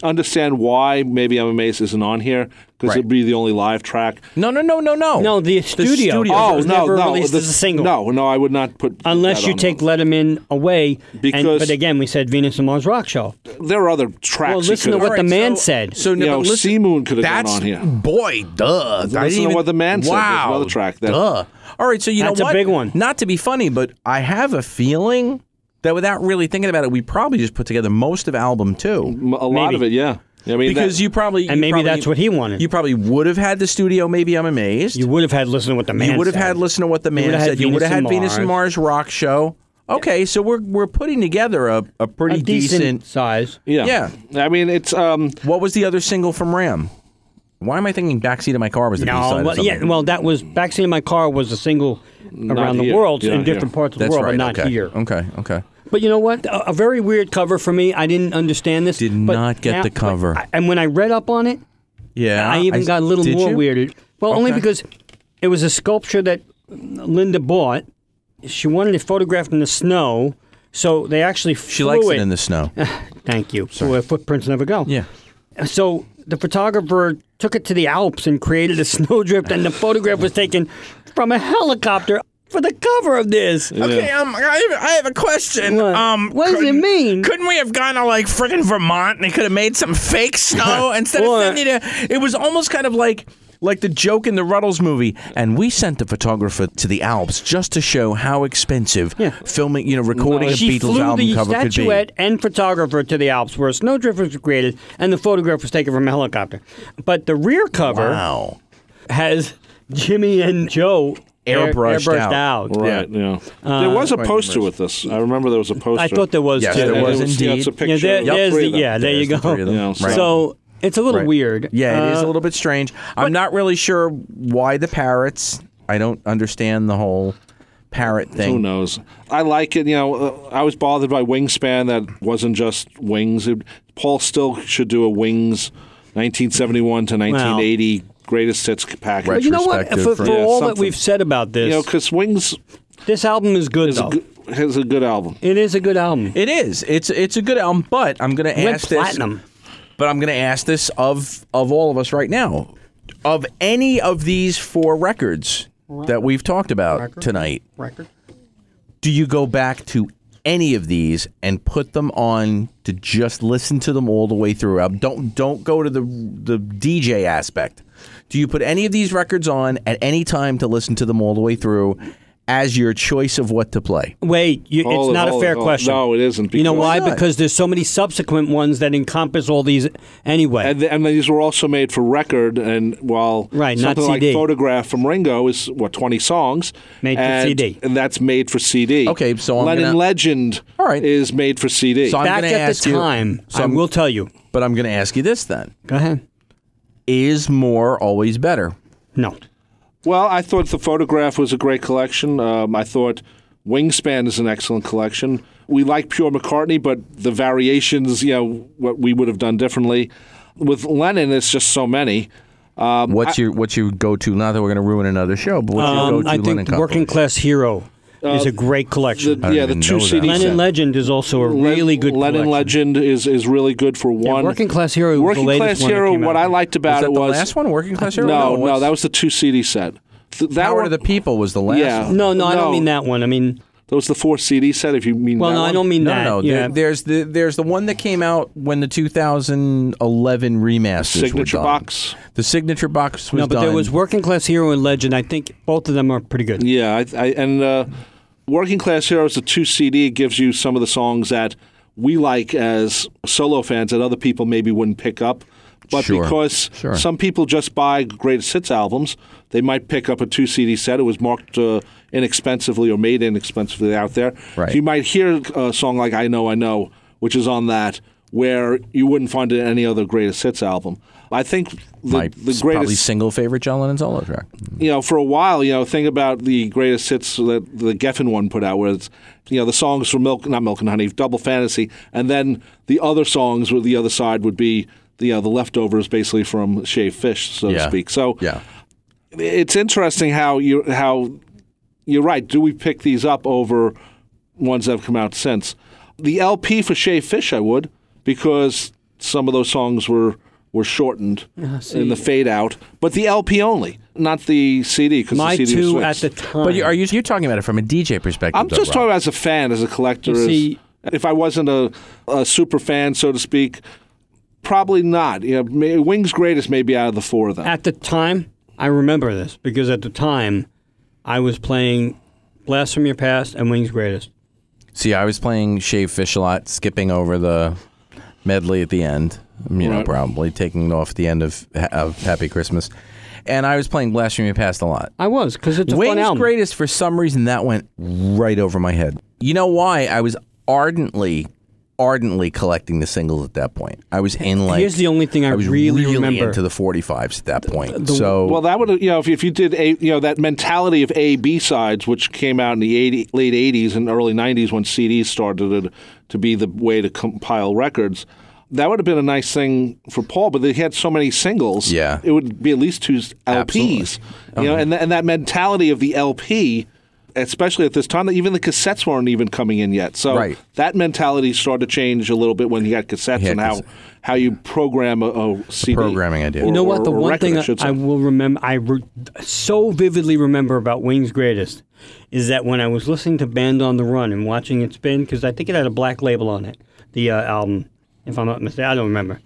[SPEAKER 3] understand why maybe MMAs isn't on here because
[SPEAKER 2] Right.
[SPEAKER 3] it'd be the only live track.
[SPEAKER 2] No, no, no, no, no.
[SPEAKER 4] No, the studio.
[SPEAKER 2] studio.
[SPEAKER 4] Oh,
[SPEAKER 2] It was
[SPEAKER 3] no,
[SPEAKER 2] never
[SPEAKER 3] no,
[SPEAKER 2] released
[SPEAKER 3] the-
[SPEAKER 4] as a single.
[SPEAKER 3] No, no, I would not put.
[SPEAKER 4] Unless
[SPEAKER 3] that
[SPEAKER 4] you
[SPEAKER 3] on
[SPEAKER 4] take
[SPEAKER 3] there.
[SPEAKER 4] Letterman away, and-
[SPEAKER 3] Because-
[SPEAKER 4] but again, we said Venus and Mars Rock Show.
[SPEAKER 3] there are other tracks.
[SPEAKER 4] Well,
[SPEAKER 3] he
[SPEAKER 4] listen to
[SPEAKER 3] could've-
[SPEAKER 4] what the man said.
[SPEAKER 2] So
[SPEAKER 3] You
[SPEAKER 2] no,
[SPEAKER 3] know,
[SPEAKER 2] but listen,
[SPEAKER 3] Seamoon could've gone
[SPEAKER 2] that's-
[SPEAKER 3] on here.
[SPEAKER 2] Boy, duh.
[SPEAKER 3] Listen to what the man said. There's
[SPEAKER 2] Wow,
[SPEAKER 3] another track that-
[SPEAKER 2] Duh. All right, so you
[SPEAKER 4] That's a
[SPEAKER 2] know what?
[SPEAKER 4] big one.
[SPEAKER 2] Not to be funny, but I have a feeling that without really thinking about it, we probably just put together most of album two
[SPEAKER 3] M- a lot
[SPEAKER 4] Maybe.
[SPEAKER 3] of it. Yeah, I mean
[SPEAKER 2] because
[SPEAKER 3] that-
[SPEAKER 2] you probably
[SPEAKER 4] And
[SPEAKER 2] you
[SPEAKER 4] maybe
[SPEAKER 2] probably-
[SPEAKER 4] that's what he wanted.
[SPEAKER 2] You probably would have had the studio. Maybe I'm amazed.
[SPEAKER 4] You would have had listen to what the man.
[SPEAKER 2] You would have
[SPEAKER 4] said.
[SPEAKER 2] had listen to what the man
[SPEAKER 4] would've had
[SPEAKER 2] said. You would have
[SPEAKER 4] Venus
[SPEAKER 2] had
[SPEAKER 4] and
[SPEAKER 2] Venus and Mars rock show. Okay, so we're we're putting together a, a
[SPEAKER 4] a
[SPEAKER 2] pretty
[SPEAKER 4] decent, size.
[SPEAKER 3] yeah, I mean it's um
[SPEAKER 2] What was the other single from Ram? Why am I thinking "Backseat of My Car" was the B side?
[SPEAKER 4] No, well, yeah, well, that was backseat in my car was a single around the
[SPEAKER 3] here.
[SPEAKER 4] world
[SPEAKER 3] Yeah,
[SPEAKER 4] in different
[SPEAKER 3] here.
[SPEAKER 4] parts of the
[SPEAKER 2] that's
[SPEAKER 4] world,
[SPEAKER 2] right.
[SPEAKER 4] but not
[SPEAKER 2] okay.
[SPEAKER 4] here.
[SPEAKER 2] Okay, okay.
[SPEAKER 4] But you know what? A, a very weird cover for me. I didn't understand this.
[SPEAKER 2] Did
[SPEAKER 4] but
[SPEAKER 2] not get
[SPEAKER 4] now-
[SPEAKER 2] the cover.
[SPEAKER 4] I- and when I read up on it,
[SPEAKER 2] Yeah,
[SPEAKER 4] I even got a little
[SPEAKER 2] did
[SPEAKER 4] more
[SPEAKER 2] you?
[SPEAKER 4] weirded. Well, only
[SPEAKER 2] Okay.
[SPEAKER 4] because it was a sculpture that Linda bought. She wanted it photographed in the snow, so they actually flew
[SPEAKER 2] She likes it. in the snow.
[SPEAKER 4] Thank you. So where footprints never go.
[SPEAKER 2] Yeah.
[SPEAKER 4] So the photographer took it to the Alps and created a snowdrift, and the photograph was taken from a helicopter for the cover of this.
[SPEAKER 2] Okay, um, I have, I have a question. Um,
[SPEAKER 4] What? What does it
[SPEAKER 2] couldn't-
[SPEAKER 4] mean?
[SPEAKER 2] Couldn't we have gone to like friggin' Vermont and they could have made some fake snow instead
[SPEAKER 4] Or-
[SPEAKER 2] of sending it? It was almost kind of like like the joke in the Ruddles movie. And we sent the photographer to the Alps just to show how expensive
[SPEAKER 4] Yeah.
[SPEAKER 2] filming, you know, recording a
[SPEAKER 4] she
[SPEAKER 2] Beatles
[SPEAKER 4] flew
[SPEAKER 2] album
[SPEAKER 4] the
[SPEAKER 2] cover could be.
[SPEAKER 4] statuette and photographer to the Alps, where a snowdrift was created, and the photograph was taken from a helicopter. But the rear cover
[SPEAKER 2] Wow.
[SPEAKER 4] has Jimmy and Joe air-
[SPEAKER 2] Airbrushed out.
[SPEAKER 3] right yeah, there was a poster with this. I remember there was a poster.
[SPEAKER 4] Uh, I thought there was.
[SPEAKER 2] Yes,
[SPEAKER 4] too.
[SPEAKER 2] there
[SPEAKER 3] And
[SPEAKER 2] was
[SPEAKER 3] it
[SPEAKER 2] indeed.
[SPEAKER 3] yeah, it's a
[SPEAKER 4] Yeah,
[SPEAKER 3] picture.
[SPEAKER 4] there,
[SPEAKER 3] of the
[SPEAKER 4] there's
[SPEAKER 3] three
[SPEAKER 4] the,
[SPEAKER 3] of them.
[SPEAKER 4] yeah, there you
[SPEAKER 2] There's the
[SPEAKER 4] go.
[SPEAKER 2] three of them.
[SPEAKER 3] Yeah,
[SPEAKER 2] Right.
[SPEAKER 4] So it's a little
[SPEAKER 2] Right.
[SPEAKER 4] weird.
[SPEAKER 2] Yeah, it is
[SPEAKER 4] Uh,
[SPEAKER 2] a little bit strange. I'm not really sure why the parrots. I don't understand the whole parrot thing.
[SPEAKER 3] Who knows? I like it. You know, uh, I was bothered by Wingspan. That wasn't just Wings. It, Paul still should do a Wings 1971 to 1980 greatest hits package.
[SPEAKER 4] But you know what?
[SPEAKER 2] Retrospective
[SPEAKER 4] For,
[SPEAKER 2] for-
[SPEAKER 4] for
[SPEAKER 3] Yeah,
[SPEAKER 4] all that
[SPEAKER 3] something.
[SPEAKER 4] we've said about this,
[SPEAKER 3] You know, because Wings
[SPEAKER 4] this album is good,
[SPEAKER 3] is a
[SPEAKER 4] though.
[SPEAKER 3] good, has a good album.
[SPEAKER 4] It is a good album.
[SPEAKER 2] It is. It's it's a good album, but I'm going to
[SPEAKER 4] It went
[SPEAKER 2] ask this.
[SPEAKER 4] platinum.
[SPEAKER 2] But I'm going to ask this of of all of us right now. Of any of these four records that we've talked about tonight,
[SPEAKER 4] Record.
[SPEAKER 2] do you go back to any of these and put them on to just listen to them all the way through? Um, Don't don't go to the the DJ aspect. Do you put any of these records on at any time to listen to them all the way through as your choice of what to play?
[SPEAKER 4] Wait, you,
[SPEAKER 3] All
[SPEAKER 4] it's
[SPEAKER 3] of-
[SPEAKER 4] not
[SPEAKER 3] all
[SPEAKER 4] a
[SPEAKER 3] of-
[SPEAKER 4] fair
[SPEAKER 3] all-
[SPEAKER 4] question.
[SPEAKER 3] no, it isn't,
[SPEAKER 4] You know
[SPEAKER 3] because-
[SPEAKER 4] why?
[SPEAKER 2] Why not?
[SPEAKER 4] Because there's so many subsequent ones that encompass all these anyway.
[SPEAKER 3] And, th- and these were also made for record, and while
[SPEAKER 4] Right, not
[SPEAKER 3] something
[SPEAKER 4] CD.
[SPEAKER 3] like Photograph from Ringo is what twenty songs
[SPEAKER 4] Made for
[SPEAKER 3] and-
[SPEAKER 4] CD.
[SPEAKER 3] and that's made for CD.
[SPEAKER 2] Okay, so I'm
[SPEAKER 3] Lennon
[SPEAKER 2] gonna-
[SPEAKER 3] Legend
[SPEAKER 2] All right.
[SPEAKER 3] is made for CD.
[SPEAKER 2] So I'm
[SPEAKER 4] Back
[SPEAKER 2] gonna
[SPEAKER 4] at
[SPEAKER 2] ask
[SPEAKER 4] the
[SPEAKER 2] you-
[SPEAKER 4] time,
[SPEAKER 2] so
[SPEAKER 4] I
[SPEAKER 2] I'm-
[SPEAKER 4] will tell you.
[SPEAKER 2] But I'm going to ask you this then.
[SPEAKER 4] Go ahead.
[SPEAKER 2] is more always better.
[SPEAKER 4] No. Um,
[SPEAKER 3] Well, I thought the photograph was a great collection. Um, I thought Wingspan is an excellent collection. We like pure McCartney, but the variations, you know, what we would have done differently. With Lennon, it's just so many.
[SPEAKER 2] what's your what's your go to? Not that we're going to ruin another show, but what's your
[SPEAKER 4] Um,
[SPEAKER 2] go to?
[SPEAKER 4] I think Working Class Hero is a great
[SPEAKER 3] Uh, The,
[SPEAKER 4] collection.
[SPEAKER 3] yeah, the
[SPEAKER 2] even
[SPEAKER 3] two
[SPEAKER 2] know that.
[SPEAKER 3] CD
[SPEAKER 4] Lennon
[SPEAKER 3] set.
[SPEAKER 4] Legend is also a
[SPEAKER 3] Le-
[SPEAKER 4] really good
[SPEAKER 3] Lennon
[SPEAKER 4] collection.
[SPEAKER 3] Legend is, is really good for one.
[SPEAKER 4] Working Class Hero was the
[SPEAKER 3] Working
[SPEAKER 4] latest
[SPEAKER 3] Class
[SPEAKER 4] one that
[SPEAKER 3] Hero.
[SPEAKER 4] came out.
[SPEAKER 3] What I liked about
[SPEAKER 2] Was that
[SPEAKER 3] it
[SPEAKER 2] the
[SPEAKER 3] was
[SPEAKER 2] last one, Working Class Hero?
[SPEAKER 3] No,
[SPEAKER 2] No,
[SPEAKER 3] no,
[SPEAKER 2] what's-
[SPEAKER 3] that was the two CD set. Th- that
[SPEAKER 2] Power
[SPEAKER 3] one,
[SPEAKER 2] to the People was the last.
[SPEAKER 3] Yeah.
[SPEAKER 2] one.
[SPEAKER 4] No, no, I
[SPEAKER 3] No.
[SPEAKER 4] don't mean that one. I mean,
[SPEAKER 3] That was the four CD set. If you mean
[SPEAKER 4] well,
[SPEAKER 3] that
[SPEAKER 4] no, I
[SPEAKER 3] one.
[SPEAKER 4] don't mean
[SPEAKER 2] No,
[SPEAKER 4] that.
[SPEAKER 2] no, no.
[SPEAKER 4] yeah.
[SPEAKER 2] There, there's the there's the one that came out when the 2011 remasters were
[SPEAKER 3] signature
[SPEAKER 2] done.
[SPEAKER 3] box.
[SPEAKER 2] The signature box was
[SPEAKER 4] no, but
[SPEAKER 2] done.
[SPEAKER 4] there was Working Class Hero and Legend. I think both of them are pretty good.
[SPEAKER 3] Yeah, I, I, and uh, Working Class Hero is a two CD. It gives you some of the songs that we like as solo fans that other people maybe wouldn't pick up. But
[SPEAKER 2] Sure.
[SPEAKER 3] because
[SPEAKER 2] Sure.
[SPEAKER 3] some people just buy greatest hits albums, they might pick up a two CD set. It was marked uh, inexpensively or made inexpensively out there.
[SPEAKER 2] Right.
[SPEAKER 3] So you might hear a song like I Know, I Know, which is on that, where you wouldn't find it in any other greatest hits album. I think the,
[SPEAKER 2] my
[SPEAKER 3] the greatest
[SPEAKER 2] probably single favorite John Lennon solo track.
[SPEAKER 3] you know, for a while, you know, think about the greatest hits that the Geffen one put out, where it's, you know, the songs from Milk, not Milk and Honey, Double Fantasy, and then the other songs where the other side would be, the, you know, the leftovers basically from Shaved Fish, so to
[SPEAKER 2] Yeah.
[SPEAKER 3] speak. So
[SPEAKER 2] Yeah,
[SPEAKER 3] it's interesting how you how you're right. Do we pick these up over ones that have come out since? The LP for Shay Fish, I would, because some of those songs were were shortened
[SPEAKER 4] Ah,
[SPEAKER 3] in the fade out, but the LP only, not the CD because
[SPEAKER 4] My
[SPEAKER 3] the CD was
[SPEAKER 4] two at
[SPEAKER 3] switched.
[SPEAKER 4] the time.
[SPEAKER 2] But you, are you you're talking about it from a DJ perspective?
[SPEAKER 3] I'm
[SPEAKER 2] though,
[SPEAKER 3] just
[SPEAKER 2] Rob.
[SPEAKER 3] talking about as a fan, as a collector.
[SPEAKER 4] You
[SPEAKER 3] as-
[SPEAKER 4] see-
[SPEAKER 3] if I wasn't a, a super fan, so to speak, probably not. You know, may, Wings Greatest may be out of the four of them.
[SPEAKER 4] At the time, I remember this because at the time, I was playing Blast from Your Past and Wings Greatest.
[SPEAKER 2] See, I was playing Shave Fish a lot, skipping over the medley at the end. You know,
[SPEAKER 3] Right.
[SPEAKER 2] probably taking off the end of, of Happy Christmas. And I was playing Blasphemy Past a lot.
[SPEAKER 4] I was because it's a
[SPEAKER 2] Wayne's
[SPEAKER 4] fun album.
[SPEAKER 2] Greatest, for some reason, that went right over my head. You know why? I was ardently, ardently collecting the singles at that point. I was in like.
[SPEAKER 4] Here's the only thing I
[SPEAKER 2] was
[SPEAKER 4] really remember.
[SPEAKER 2] into the 45s at that point. so
[SPEAKER 3] well, that would you know if, if you did a you know that mentality of A B sides, which came out in the 80, late '80s and early '90s when CDs started to, to be the way to compile records. That would have been a nice thing for Paul, but they had so many singles.
[SPEAKER 2] Yeah.
[SPEAKER 3] it would be at least two LPs.
[SPEAKER 2] Absolutely. Uh-huh.
[SPEAKER 3] You know, and, th- and that mentality of the LP, especially at this time, that even the cassettes weren't even coming in yet. So
[SPEAKER 2] Right.
[SPEAKER 3] that mentality started to change a little bit when you got cassettes
[SPEAKER 2] Yeah,
[SPEAKER 3] and how
[SPEAKER 2] cassette-
[SPEAKER 3] how you program a, a CD.
[SPEAKER 2] programming idea.
[SPEAKER 4] You know
[SPEAKER 3] or-
[SPEAKER 4] what? The
[SPEAKER 3] or a
[SPEAKER 4] one
[SPEAKER 3] record,
[SPEAKER 4] thing
[SPEAKER 3] I should
[SPEAKER 4] I,
[SPEAKER 3] say.
[SPEAKER 4] will remember, I re- so vividly remember about Wings Greatest is that when I was listening to Band on the Run and watching it spin, because I think it had a black label on it, the uh, album, if I'm not mistaken, I don't remember.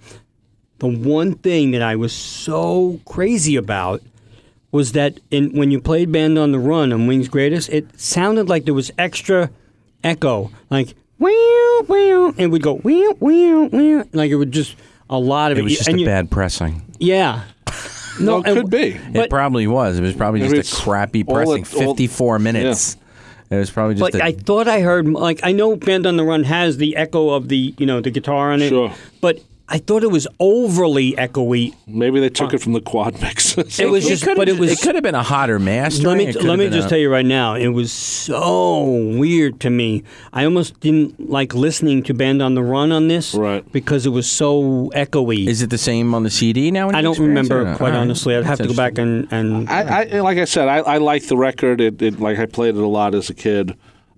[SPEAKER 4] The one thing that I was so crazy about was that in, when you played Band on the Run on Wings Greatest, it sounded like there was extra echo, like wheel wheel, it would go wheel wheel wheel, like it would just a lot of it.
[SPEAKER 2] it was just
[SPEAKER 4] and
[SPEAKER 2] a
[SPEAKER 4] you-
[SPEAKER 2] bad pressing.
[SPEAKER 4] yeah. No,
[SPEAKER 3] Well, it could be.
[SPEAKER 2] it
[SPEAKER 4] But,
[SPEAKER 2] probably was. It was probably
[SPEAKER 3] Maybe
[SPEAKER 2] just a
[SPEAKER 3] it's
[SPEAKER 2] crappy
[SPEAKER 3] all
[SPEAKER 2] pressing.
[SPEAKER 3] it- all-
[SPEAKER 2] 54 minutes. It was probably just
[SPEAKER 4] but
[SPEAKER 2] a
[SPEAKER 4] I thought I heard like I know Band on the Run has the echo of the you know the guitar on it.
[SPEAKER 3] Sure.
[SPEAKER 4] But I thought it was overly echoey.
[SPEAKER 3] Maybe they took it from the quad mix.
[SPEAKER 4] It was just,
[SPEAKER 2] could've-
[SPEAKER 4] but it was.
[SPEAKER 2] It could have been a hotter master.
[SPEAKER 4] let me let me just tell you right now, it was so weird to me. I almost didn't like listening to Band on the Run on this,
[SPEAKER 3] Right.
[SPEAKER 4] Because it was so echoey.
[SPEAKER 2] Is it the same on the CD now? when
[SPEAKER 4] I
[SPEAKER 2] you
[SPEAKER 4] don't
[SPEAKER 2] experience it or
[SPEAKER 4] remember
[SPEAKER 2] not?
[SPEAKER 4] quite
[SPEAKER 2] All right.
[SPEAKER 4] honestly. I'd have to
[SPEAKER 2] That's
[SPEAKER 4] go back and and
[SPEAKER 3] I, I like I said, I, I like the record. It, it like I played it a lot as a kid.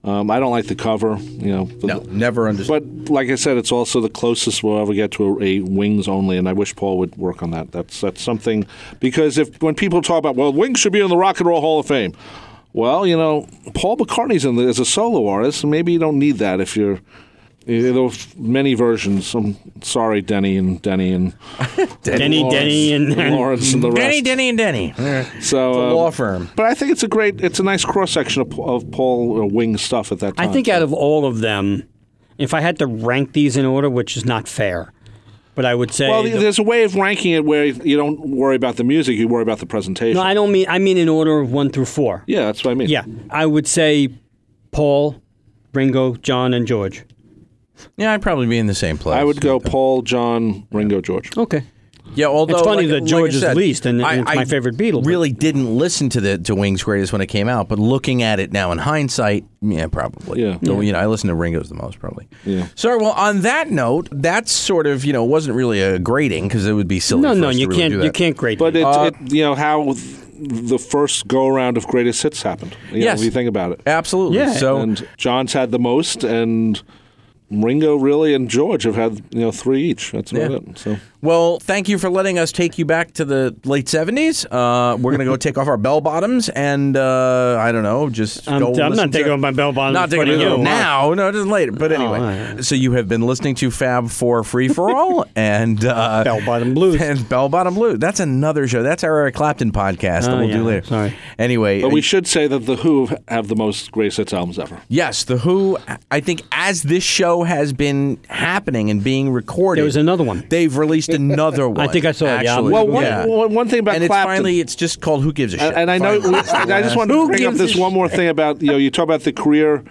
[SPEAKER 3] Um, I don't like the cover, you know.
[SPEAKER 2] interesting. No, never understood.
[SPEAKER 3] But like I said, it's also the closest we'll ever get to a, a Wings only, and I wish Paul would work on that. That's that's something because if when people talk about well, Wings should be in the Rock and Roll Hall of Fame, well, you know, Paul McCartney's in the, as a solo artist, and maybe you don't need that if you're. There are many versions. I'm sorry, Denny and Denny and
[SPEAKER 4] Denny,
[SPEAKER 3] Lawrence,
[SPEAKER 4] Denny, and, and
[SPEAKER 3] Lawrence and the rest.
[SPEAKER 2] Denny, Denny, and Denny.
[SPEAKER 3] So
[SPEAKER 2] a
[SPEAKER 3] um,
[SPEAKER 2] law firm.
[SPEAKER 3] but I think it's a great, it's a nice cross section of, of Paul uh, Wing stuff at that time.
[SPEAKER 4] I think out of all of them, if I had to rank these in order, which is not fair, but I would say.
[SPEAKER 3] Well,
[SPEAKER 4] the-
[SPEAKER 3] there's a way of ranking it where you don't worry about the music, you worry about the presentation.
[SPEAKER 4] no, I don't mean. I mean in order of one through four.
[SPEAKER 3] yeah, that's what I mean.
[SPEAKER 4] Yeah, I would say Paul, Ringo, John, and George.
[SPEAKER 2] Yeah, I'd probably be in the same place.
[SPEAKER 3] I would go Paul, John, Ringo, George.
[SPEAKER 4] Okay.
[SPEAKER 2] Yeah, although
[SPEAKER 4] It's funny
[SPEAKER 2] like-
[SPEAKER 4] that
[SPEAKER 2] like
[SPEAKER 4] George
[SPEAKER 2] I
[SPEAKER 4] is
[SPEAKER 2] said,
[SPEAKER 4] least, and- and
[SPEAKER 2] I-
[SPEAKER 4] it's my
[SPEAKER 2] I
[SPEAKER 4] favorite Beatle, but-
[SPEAKER 2] Really didn't listen to the to Wings Greatest when it came out, but looking at it now in hindsight, yeah, probably.
[SPEAKER 3] Yeah.
[SPEAKER 2] Though, You know, I listen to Ringo's the most probably.
[SPEAKER 3] Yeah.
[SPEAKER 2] So, well, on that note, that's sort of you know wasn't really a grading because it would be silly.
[SPEAKER 4] No,
[SPEAKER 2] for
[SPEAKER 4] no,
[SPEAKER 2] us to
[SPEAKER 4] you
[SPEAKER 2] really
[SPEAKER 4] can't.
[SPEAKER 2] do
[SPEAKER 4] you
[SPEAKER 2] that.
[SPEAKER 4] can't grade.
[SPEAKER 3] But
[SPEAKER 4] these.
[SPEAKER 3] it,
[SPEAKER 2] Uh,
[SPEAKER 3] it, you know, how th- the first go around of greatest hits happened. You know,
[SPEAKER 2] Yes.
[SPEAKER 3] if you think about it.
[SPEAKER 2] Absolutely.
[SPEAKER 4] Yeah,
[SPEAKER 2] So
[SPEAKER 3] And John's had the most, and Ringo really and George have had you know three each. That's about
[SPEAKER 2] Yeah.
[SPEAKER 3] it. So
[SPEAKER 2] Well, thank you for letting us take you back to the late 70s. Uh, we're going to go take off our bell bottoms and, uh, I don't know, just
[SPEAKER 4] I'm-
[SPEAKER 2] go
[SPEAKER 4] I'm
[SPEAKER 2] listen
[SPEAKER 4] not taking
[SPEAKER 2] to-
[SPEAKER 4] off my bell bottoms
[SPEAKER 2] Not taking
[SPEAKER 4] in front
[SPEAKER 2] it
[SPEAKER 4] of
[SPEAKER 2] off
[SPEAKER 4] you. Oh,
[SPEAKER 2] now. No, it doesn't later. But anyway. So you have been listening to Fab 4 Free For All and... Uh,
[SPEAKER 4] Bell Bottom Blues.
[SPEAKER 2] And Bell Bottom Blues. That's another show. That's our Eric Clapton podcast that
[SPEAKER 4] Oh,
[SPEAKER 2] we'll do
[SPEAKER 4] yeah.
[SPEAKER 2] later.
[SPEAKER 4] Sorry.
[SPEAKER 2] Anyway.
[SPEAKER 3] but we should say that the Who have the most greatest hits albums ever.
[SPEAKER 2] Yes, The Who, I think as this show has been happening and being recorded...
[SPEAKER 4] There was another one.
[SPEAKER 2] They've released another one.
[SPEAKER 4] think I saw it, yeah.
[SPEAKER 2] actually.
[SPEAKER 4] Well,
[SPEAKER 3] one- one- one thing about
[SPEAKER 2] and
[SPEAKER 3] Clapton-
[SPEAKER 2] it's finally it's just called Who Gives a Shit.
[SPEAKER 3] And, and I know,
[SPEAKER 2] Finally.
[SPEAKER 3] I just wanted to bring up this one more thing about you know you talk about the career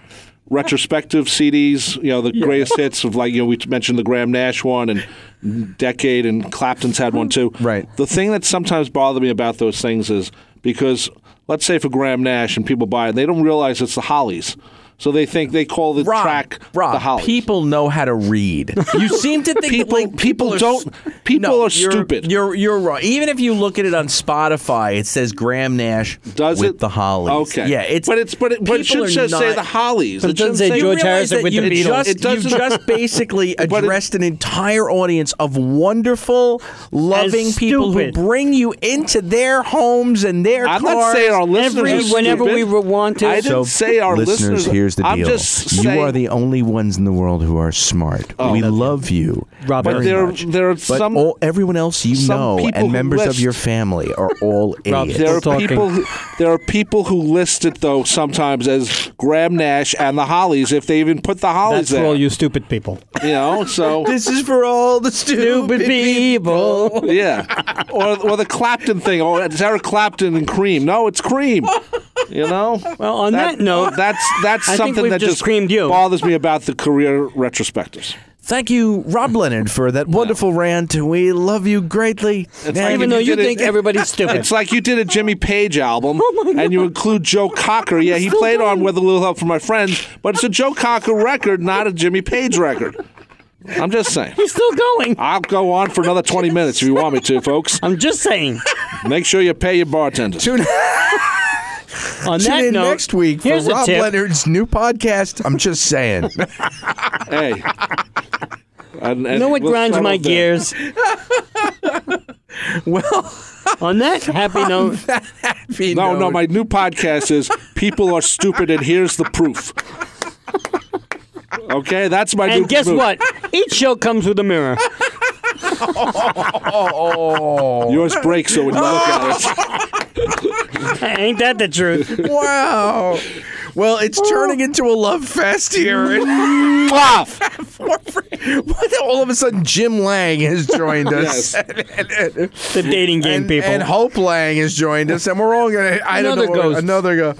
[SPEAKER 3] retrospective CDs, you know the greatest hits of like you know we mentioned the Graham Nash one and Decade and Clapton's had one too.
[SPEAKER 2] Right.
[SPEAKER 3] The thing that sometimes bothered me about those things is because let's say for Graham Nash and people buy it, they don't realize it's the Hollies. So they think they call the
[SPEAKER 2] Rob,
[SPEAKER 3] track
[SPEAKER 2] Rob,
[SPEAKER 3] the Hollies.
[SPEAKER 2] people know how to read. You seem to think
[SPEAKER 3] People-
[SPEAKER 2] that, like,
[SPEAKER 3] people
[SPEAKER 2] are
[SPEAKER 3] don't-
[SPEAKER 2] s-
[SPEAKER 3] people
[SPEAKER 2] No,
[SPEAKER 3] are
[SPEAKER 2] you're-
[SPEAKER 3] stupid.
[SPEAKER 2] You're you're wrong. Even if you look at it on Spotify, it says Graham Nash
[SPEAKER 3] Does
[SPEAKER 2] with
[SPEAKER 3] it
[SPEAKER 2] the Hollies.
[SPEAKER 3] Okay,
[SPEAKER 2] yeah, it's
[SPEAKER 3] but it's but it, but it
[SPEAKER 2] people
[SPEAKER 3] should
[SPEAKER 2] are
[SPEAKER 3] say, say
[SPEAKER 2] not-
[SPEAKER 3] the Hollies.
[SPEAKER 4] But it doesn't
[SPEAKER 3] shouldn't
[SPEAKER 4] say George
[SPEAKER 2] realize
[SPEAKER 4] Harrison
[SPEAKER 2] that
[SPEAKER 4] with
[SPEAKER 2] you
[SPEAKER 4] the Beatles.
[SPEAKER 2] Just,
[SPEAKER 3] It doesn't-
[SPEAKER 2] you just basically
[SPEAKER 3] But it-
[SPEAKER 2] addressed an entire audience of wonderful, loving
[SPEAKER 4] As
[SPEAKER 2] people who
[SPEAKER 4] stupid.
[SPEAKER 2] bring you into their homes and their
[SPEAKER 3] I'm
[SPEAKER 2] cars.
[SPEAKER 3] not saying our listeners
[SPEAKER 4] every-
[SPEAKER 3] are stupid.
[SPEAKER 4] whenever we were wanted.
[SPEAKER 3] I didn't
[SPEAKER 4] So,
[SPEAKER 3] say our
[SPEAKER 2] listeners,
[SPEAKER 3] listeners.
[SPEAKER 2] here's the
[SPEAKER 3] I'm
[SPEAKER 2] deal.
[SPEAKER 3] just
[SPEAKER 2] you
[SPEAKER 3] saying- Oh,
[SPEAKER 2] are the only ones in the world who are smart. we love you.
[SPEAKER 4] Rob,
[SPEAKER 2] very
[SPEAKER 4] But
[SPEAKER 3] there-
[SPEAKER 2] much.
[SPEAKER 3] there are
[SPEAKER 2] but
[SPEAKER 3] some-
[SPEAKER 2] all, everyone else you
[SPEAKER 3] some
[SPEAKER 2] know
[SPEAKER 3] people
[SPEAKER 2] and
[SPEAKER 3] who
[SPEAKER 2] members of
[SPEAKER 3] list-
[SPEAKER 2] your family are all
[SPEAKER 4] Rob,
[SPEAKER 2] idiots.
[SPEAKER 3] There are
[SPEAKER 4] Still talking.
[SPEAKER 3] people. Who, there are people who list it though sometimes as Graham Nash and the Hollies if they even put the Hollies
[SPEAKER 4] That's
[SPEAKER 3] there.
[SPEAKER 4] for all you stupid people.
[SPEAKER 3] you know, so
[SPEAKER 2] this is for all the stupid,
[SPEAKER 4] people.
[SPEAKER 3] yeah, or or the Clapton thing. Oh, it's Eric Clapton and Cream. No, it's Cream. You know.
[SPEAKER 4] Well, on that, note,
[SPEAKER 3] that's that's
[SPEAKER 4] I think
[SPEAKER 3] something
[SPEAKER 4] we've
[SPEAKER 3] that
[SPEAKER 4] just
[SPEAKER 3] just
[SPEAKER 4] creamed you.
[SPEAKER 3] bothers me about the career retrospectives.
[SPEAKER 2] Thank you, Rob Leonard, for that wonderful rant. We love you greatly. Now
[SPEAKER 3] like
[SPEAKER 2] you
[SPEAKER 4] even though
[SPEAKER 3] you
[SPEAKER 4] you
[SPEAKER 3] did it-
[SPEAKER 4] think everybody's stupid,
[SPEAKER 3] It's like you did a Jimmy Page album,
[SPEAKER 4] Oh
[SPEAKER 3] and you include Joe Cocker. Yeah, he played on "With a Little Help from My Friends," but it's a Joe Cocker record, not a Jimmy Page record. I'm just saying.
[SPEAKER 4] he's still going.
[SPEAKER 3] I'll go on for another 20 minutes if you want me to, folks.
[SPEAKER 4] I'm just saying.
[SPEAKER 3] Make sure you pay your bartenders.
[SPEAKER 2] tune-
[SPEAKER 4] On
[SPEAKER 2] tune
[SPEAKER 4] that
[SPEAKER 2] in
[SPEAKER 4] note,
[SPEAKER 2] next week for
[SPEAKER 4] here's a
[SPEAKER 2] Rob
[SPEAKER 4] tip.
[SPEAKER 2] Leonard's new podcast. I'm just saying.
[SPEAKER 3] Hey. And,
[SPEAKER 4] You know what grinds my gears?
[SPEAKER 2] well,
[SPEAKER 4] On that happy note,
[SPEAKER 2] happy
[SPEAKER 3] No, no,
[SPEAKER 2] note.
[SPEAKER 3] my new podcast is People Are Stupid and Here's the Proof. Okay, that's my new
[SPEAKER 4] and guess
[SPEAKER 3] move.
[SPEAKER 4] what? Each show comes with a mirror.
[SPEAKER 2] Oh,
[SPEAKER 3] Yours breaks so when you look at it.
[SPEAKER 4] Ain't that the truth?
[SPEAKER 2] Wow. Well, it's turning into a love fest here.
[SPEAKER 3] Off!
[SPEAKER 2] what, all of a sudden, Jim Lang has joined us.
[SPEAKER 3] Yes.
[SPEAKER 2] and,
[SPEAKER 4] The dating game
[SPEAKER 2] and-
[SPEAKER 4] people.
[SPEAKER 2] and Hope Lang has joined us. And we're all going to, I
[SPEAKER 4] Another
[SPEAKER 2] don't know,
[SPEAKER 4] ghost.
[SPEAKER 2] another go.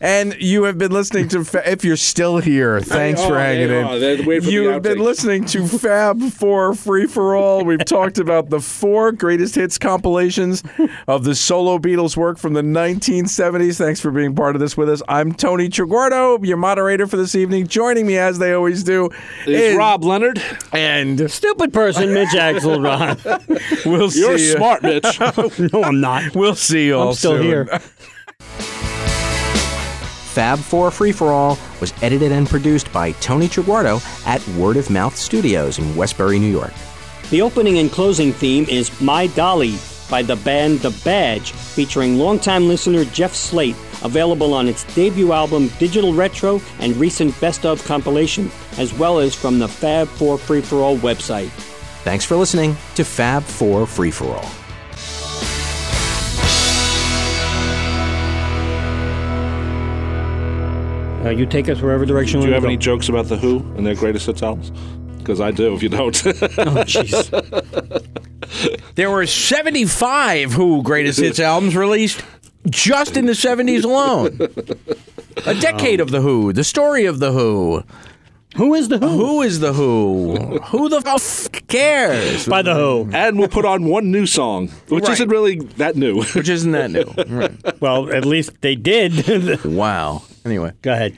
[SPEAKER 2] And you have been listening to, Fa- if you're still here, thanks
[SPEAKER 3] Oh,
[SPEAKER 2] for
[SPEAKER 3] hang
[SPEAKER 2] hanging
[SPEAKER 3] on. They're
[SPEAKER 2] in.
[SPEAKER 3] waiting for
[SPEAKER 2] You
[SPEAKER 3] the
[SPEAKER 2] have been
[SPEAKER 3] outtakes.
[SPEAKER 2] listening to Fab Four Free for All. We've talked about the four greatest hits compilations of the solo Beatles work from the 1970s. Thanks for being part of this with us. I'm Tony Triguardo, your moderator for this evening. Joining me, as they always do,
[SPEAKER 3] It's Rob Leonard.
[SPEAKER 2] And
[SPEAKER 4] Stupid person, Mitch Axelrod.
[SPEAKER 2] we'll
[SPEAKER 3] You're
[SPEAKER 2] see. you-
[SPEAKER 3] smart, Mitch.
[SPEAKER 4] no, I'm not.
[SPEAKER 2] We'll see you all
[SPEAKER 4] I'm still
[SPEAKER 2] soon.
[SPEAKER 4] here.
[SPEAKER 6] Fab Four Free for All was edited and produced by Tony Triguardo at Word of Mouth Studios in Westbury, New York.
[SPEAKER 4] The opening and closing theme is My Dolly by the band The Badge, featuring longtime listener Jeff Slate, available on its debut album Digital Retro and recent Best of compilation, as well as from the Fab 4 Free For All website.
[SPEAKER 6] Thanks for listening to Fab Four Free for All.
[SPEAKER 4] Uh, you take us wherever direction
[SPEAKER 3] Do
[SPEAKER 4] we
[SPEAKER 3] you have
[SPEAKER 4] go.
[SPEAKER 3] any jokes about The Who and their greatest hits albums? Because I do, if you don't.
[SPEAKER 4] Oh, jeez.
[SPEAKER 2] There were 75 Who greatest hits albums released just in the 70s alone. A decade of the Who, the story of the Who.
[SPEAKER 4] Who is the who?
[SPEAKER 2] Who is the Who? Who the f- cares?
[SPEAKER 4] By the who.
[SPEAKER 3] and we'll put on one new song, which
[SPEAKER 2] Right.
[SPEAKER 3] isn't really that new.
[SPEAKER 2] Which isn't that new. Right.
[SPEAKER 4] Well, at least they did.
[SPEAKER 2] Wow. Anyway.
[SPEAKER 4] go ahead.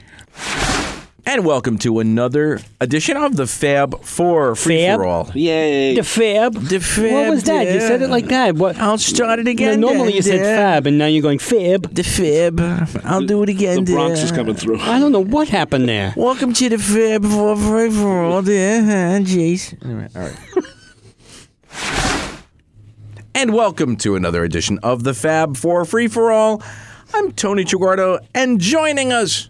[SPEAKER 2] And welcome to another edition of the Fab 4 Free
[SPEAKER 4] Fab?
[SPEAKER 2] for All.
[SPEAKER 3] Yay.
[SPEAKER 4] The fab. The
[SPEAKER 2] fab,
[SPEAKER 4] What was that? You said it like that. What?
[SPEAKER 2] I'll start it
[SPEAKER 4] Now,
[SPEAKER 2] again.
[SPEAKER 4] normally
[SPEAKER 2] then,
[SPEAKER 4] you said
[SPEAKER 2] dear.
[SPEAKER 4] fab, and now you're going fab.
[SPEAKER 2] The Fab. I'll do it
[SPEAKER 3] the
[SPEAKER 2] again.
[SPEAKER 3] Bronx
[SPEAKER 2] dear.
[SPEAKER 3] is coming through.
[SPEAKER 4] uh, I don't know what happened there.
[SPEAKER 2] Welcome to the Fab Four Free for All. dear. Ah, Jeez. Anyway, all right. and welcome to another edition of the Fab Four Free for All. I'm Tony Chiguardo, and joining us,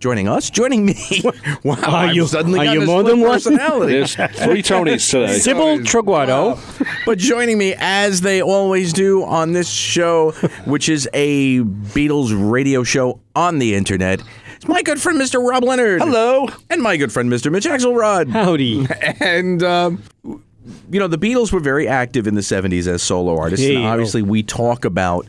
[SPEAKER 2] joining us, joining me. wow!
[SPEAKER 4] Are
[SPEAKER 2] I've
[SPEAKER 4] you-
[SPEAKER 2] suddenly
[SPEAKER 4] are
[SPEAKER 2] got
[SPEAKER 4] you
[SPEAKER 2] this
[SPEAKER 4] more
[SPEAKER 2] split
[SPEAKER 4] than one?
[SPEAKER 2] personality.
[SPEAKER 3] There's three Tonys today.
[SPEAKER 4] Sybil Triguardo.
[SPEAKER 2] but joining me, as they always do on this show, which is a Beatles radio show on the internet, it's my good friend Mr. Rob Leonard.
[SPEAKER 3] Hello.
[SPEAKER 2] And my good friend Mr. Mitch Axelrod.
[SPEAKER 4] Howdy.
[SPEAKER 2] and um, you know the Beatles were very active in the 70s as solo artists and
[SPEAKER 4] Hey, oh.
[SPEAKER 2] obviously we talk about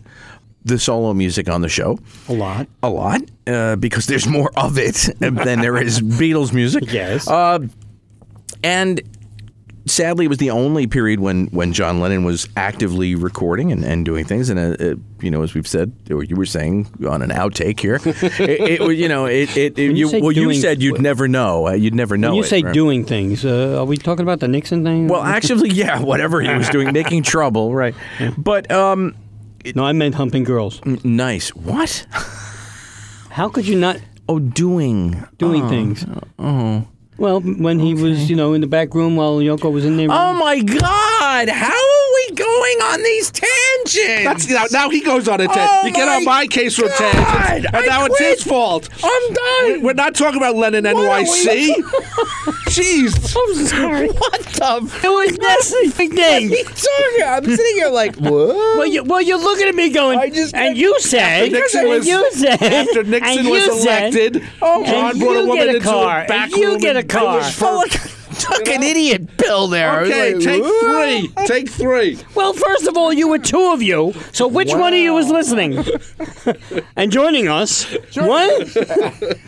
[SPEAKER 2] the solo music on the show
[SPEAKER 4] A lot.
[SPEAKER 2] a lot uh, because there's more of it than there is Beatles music
[SPEAKER 4] Yes.
[SPEAKER 2] uh, and sadly, it was the only period when, when John Lennon was actively recording and, and doing things. And, uh, uh, you know, as we've said, or you were saying on an outtake here, it, it, was- you know, it, it, it-
[SPEAKER 4] When you
[SPEAKER 2] you,
[SPEAKER 4] say
[SPEAKER 2] well, you
[SPEAKER 4] doing-
[SPEAKER 2] said you'd never know. Uh, you'd never know.
[SPEAKER 4] When you
[SPEAKER 2] it,
[SPEAKER 4] say
[SPEAKER 2] right?
[SPEAKER 4] doing things, uh, are we talking about the Nixon thing?
[SPEAKER 2] Well, actually, yeah, whatever he was doing, making trouble, right. But, um,
[SPEAKER 4] no, I meant humping girls.
[SPEAKER 2] nice. What?
[SPEAKER 4] How could you not
[SPEAKER 2] Oh, doing.
[SPEAKER 4] doing things? Oh. Well, when he was, you know, in the back room while Yoko was in there.
[SPEAKER 2] Oh my God! How are we going on these tangents?
[SPEAKER 3] That's now, now he goes on a tangent.
[SPEAKER 2] Oh
[SPEAKER 3] you get on
[SPEAKER 2] my
[SPEAKER 3] my case for
[SPEAKER 2] God!
[SPEAKER 3] tangents, and
[SPEAKER 2] I
[SPEAKER 3] now
[SPEAKER 2] quit.
[SPEAKER 3] it's his fault.
[SPEAKER 2] I'm
[SPEAKER 3] We-
[SPEAKER 2] done.
[SPEAKER 3] We're not talking about Lennon
[SPEAKER 2] are we-
[SPEAKER 3] NYC. Jeez.
[SPEAKER 4] I'm sorry.
[SPEAKER 2] what the?
[SPEAKER 4] it was big thing.
[SPEAKER 2] Sorry, I'm sitting here like what?
[SPEAKER 4] Well, you, well, you're looking at me going,
[SPEAKER 2] I just-
[SPEAKER 4] and you said,
[SPEAKER 3] Nixon
[SPEAKER 4] and
[SPEAKER 3] was-
[SPEAKER 4] you said,
[SPEAKER 3] After
[SPEAKER 4] and
[SPEAKER 3] Nixon
[SPEAKER 4] you
[SPEAKER 3] was
[SPEAKER 4] said,
[SPEAKER 3] elected,
[SPEAKER 4] Oh,
[SPEAKER 3] John
[SPEAKER 4] and
[SPEAKER 3] brought
[SPEAKER 4] you
[SPEAKER 3] a woman
[SPEAKER 4] get a
[SPEAKER 3] into
[SPEAKER 4] car,
[SPEAKER 3] a back
[SPEAKER 4] and you
[SPEAKER 3] room
[SPEAKER 4] get a
[SPEAKER 3] and it
[SPEAKER 4] car.
[SPEAKER 3] was for-
[SPEAKER 2] fucking idiot bill there.
[SPEAKER 3] Okay, take three. Take three.
[SPEAKER 4] Well, first of all, you were two of you. So which one of you was listening? and joining us, what?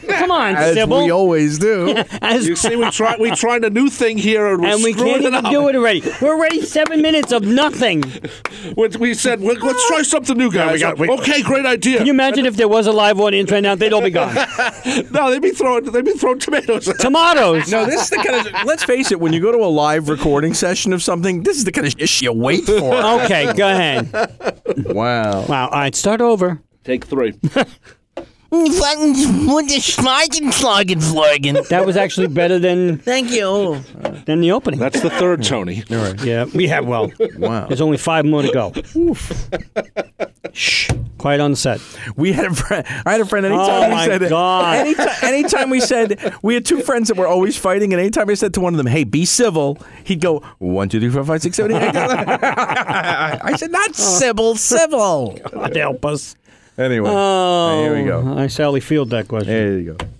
[SPEAKER 4] Come on,
[SPEAKER 7] As we
[SPEAKER 4] Sybil.
[SPEAKER 7] always do.
[SPEAKER 4] As-
[SPEAKER 3] You see, we try we trying a new thing here, and we're
[SPEAKER 4] and we
[SPEAKER 3] screwing
[SPEAKER 4] can't even
[SPEAKER 3] it up.
[SPEAKER 4] do it already. We're already seven minutes of nothing. Can
[SPEAKER 3] We, we said, "Let- let's try something new, guys.
[SPEAKER 7] got- we-
[SPEAKER 3] okay, great idea.
[SPEAKER 4] you imagine if there was a live audience right now? They'd all be gone.
[SPEAKER 3] no, they'd be throwing they'd be throwing tomatoes.
[SPEAKER 4] Tomatoes.
[SPEAKER 2] No, this is the kind of. Let's face it. When you go to a live recording session of something, this is the kind of shit you wait for.
[SPEAKER 4] Okay, go ahead.
[SPEAKER 2] wow.
[SPEAKER 4] Wow. All right, start over.
[SPEAKER 3] Take three.
[SPEAKER 4] That was actually better than
[SPEAKER 8] Thank you.
[SPEAKER 4] than the opening.
[SPEAKER 3] That's the third Tony.
[SPEAKER 4] Yeah, we have well.
[SPEAKER 2] Wow.
[SPEAKER 4] There's only five more to go. Shh. Quiet on the set.
[SPEAKER 2] We had a friend. I had a friend. Anytime
[SPEAKER 4] Oh
[SPEAKER 2] we
[SPEAKER 4] my
[SPEAKER 2] said it-
[SPEAKER 4] God.
[SPEAKER 2] Anytime, anytime we said we had two friends that were always fighting, and anytime I said to one of them, "Hey, be civil," he'd go one, two, three, four, five, six, seven, eight. I said, "Not civil, civil."
[SPEAKER 4] God help us.
[SPEAKER 2] Anyway,
[SPEAKER 4] Oh,
[SPEAKER 2] here we go.
[SPEAKER 4] I Sally Field that question.
[SPEAKER 2] There you go.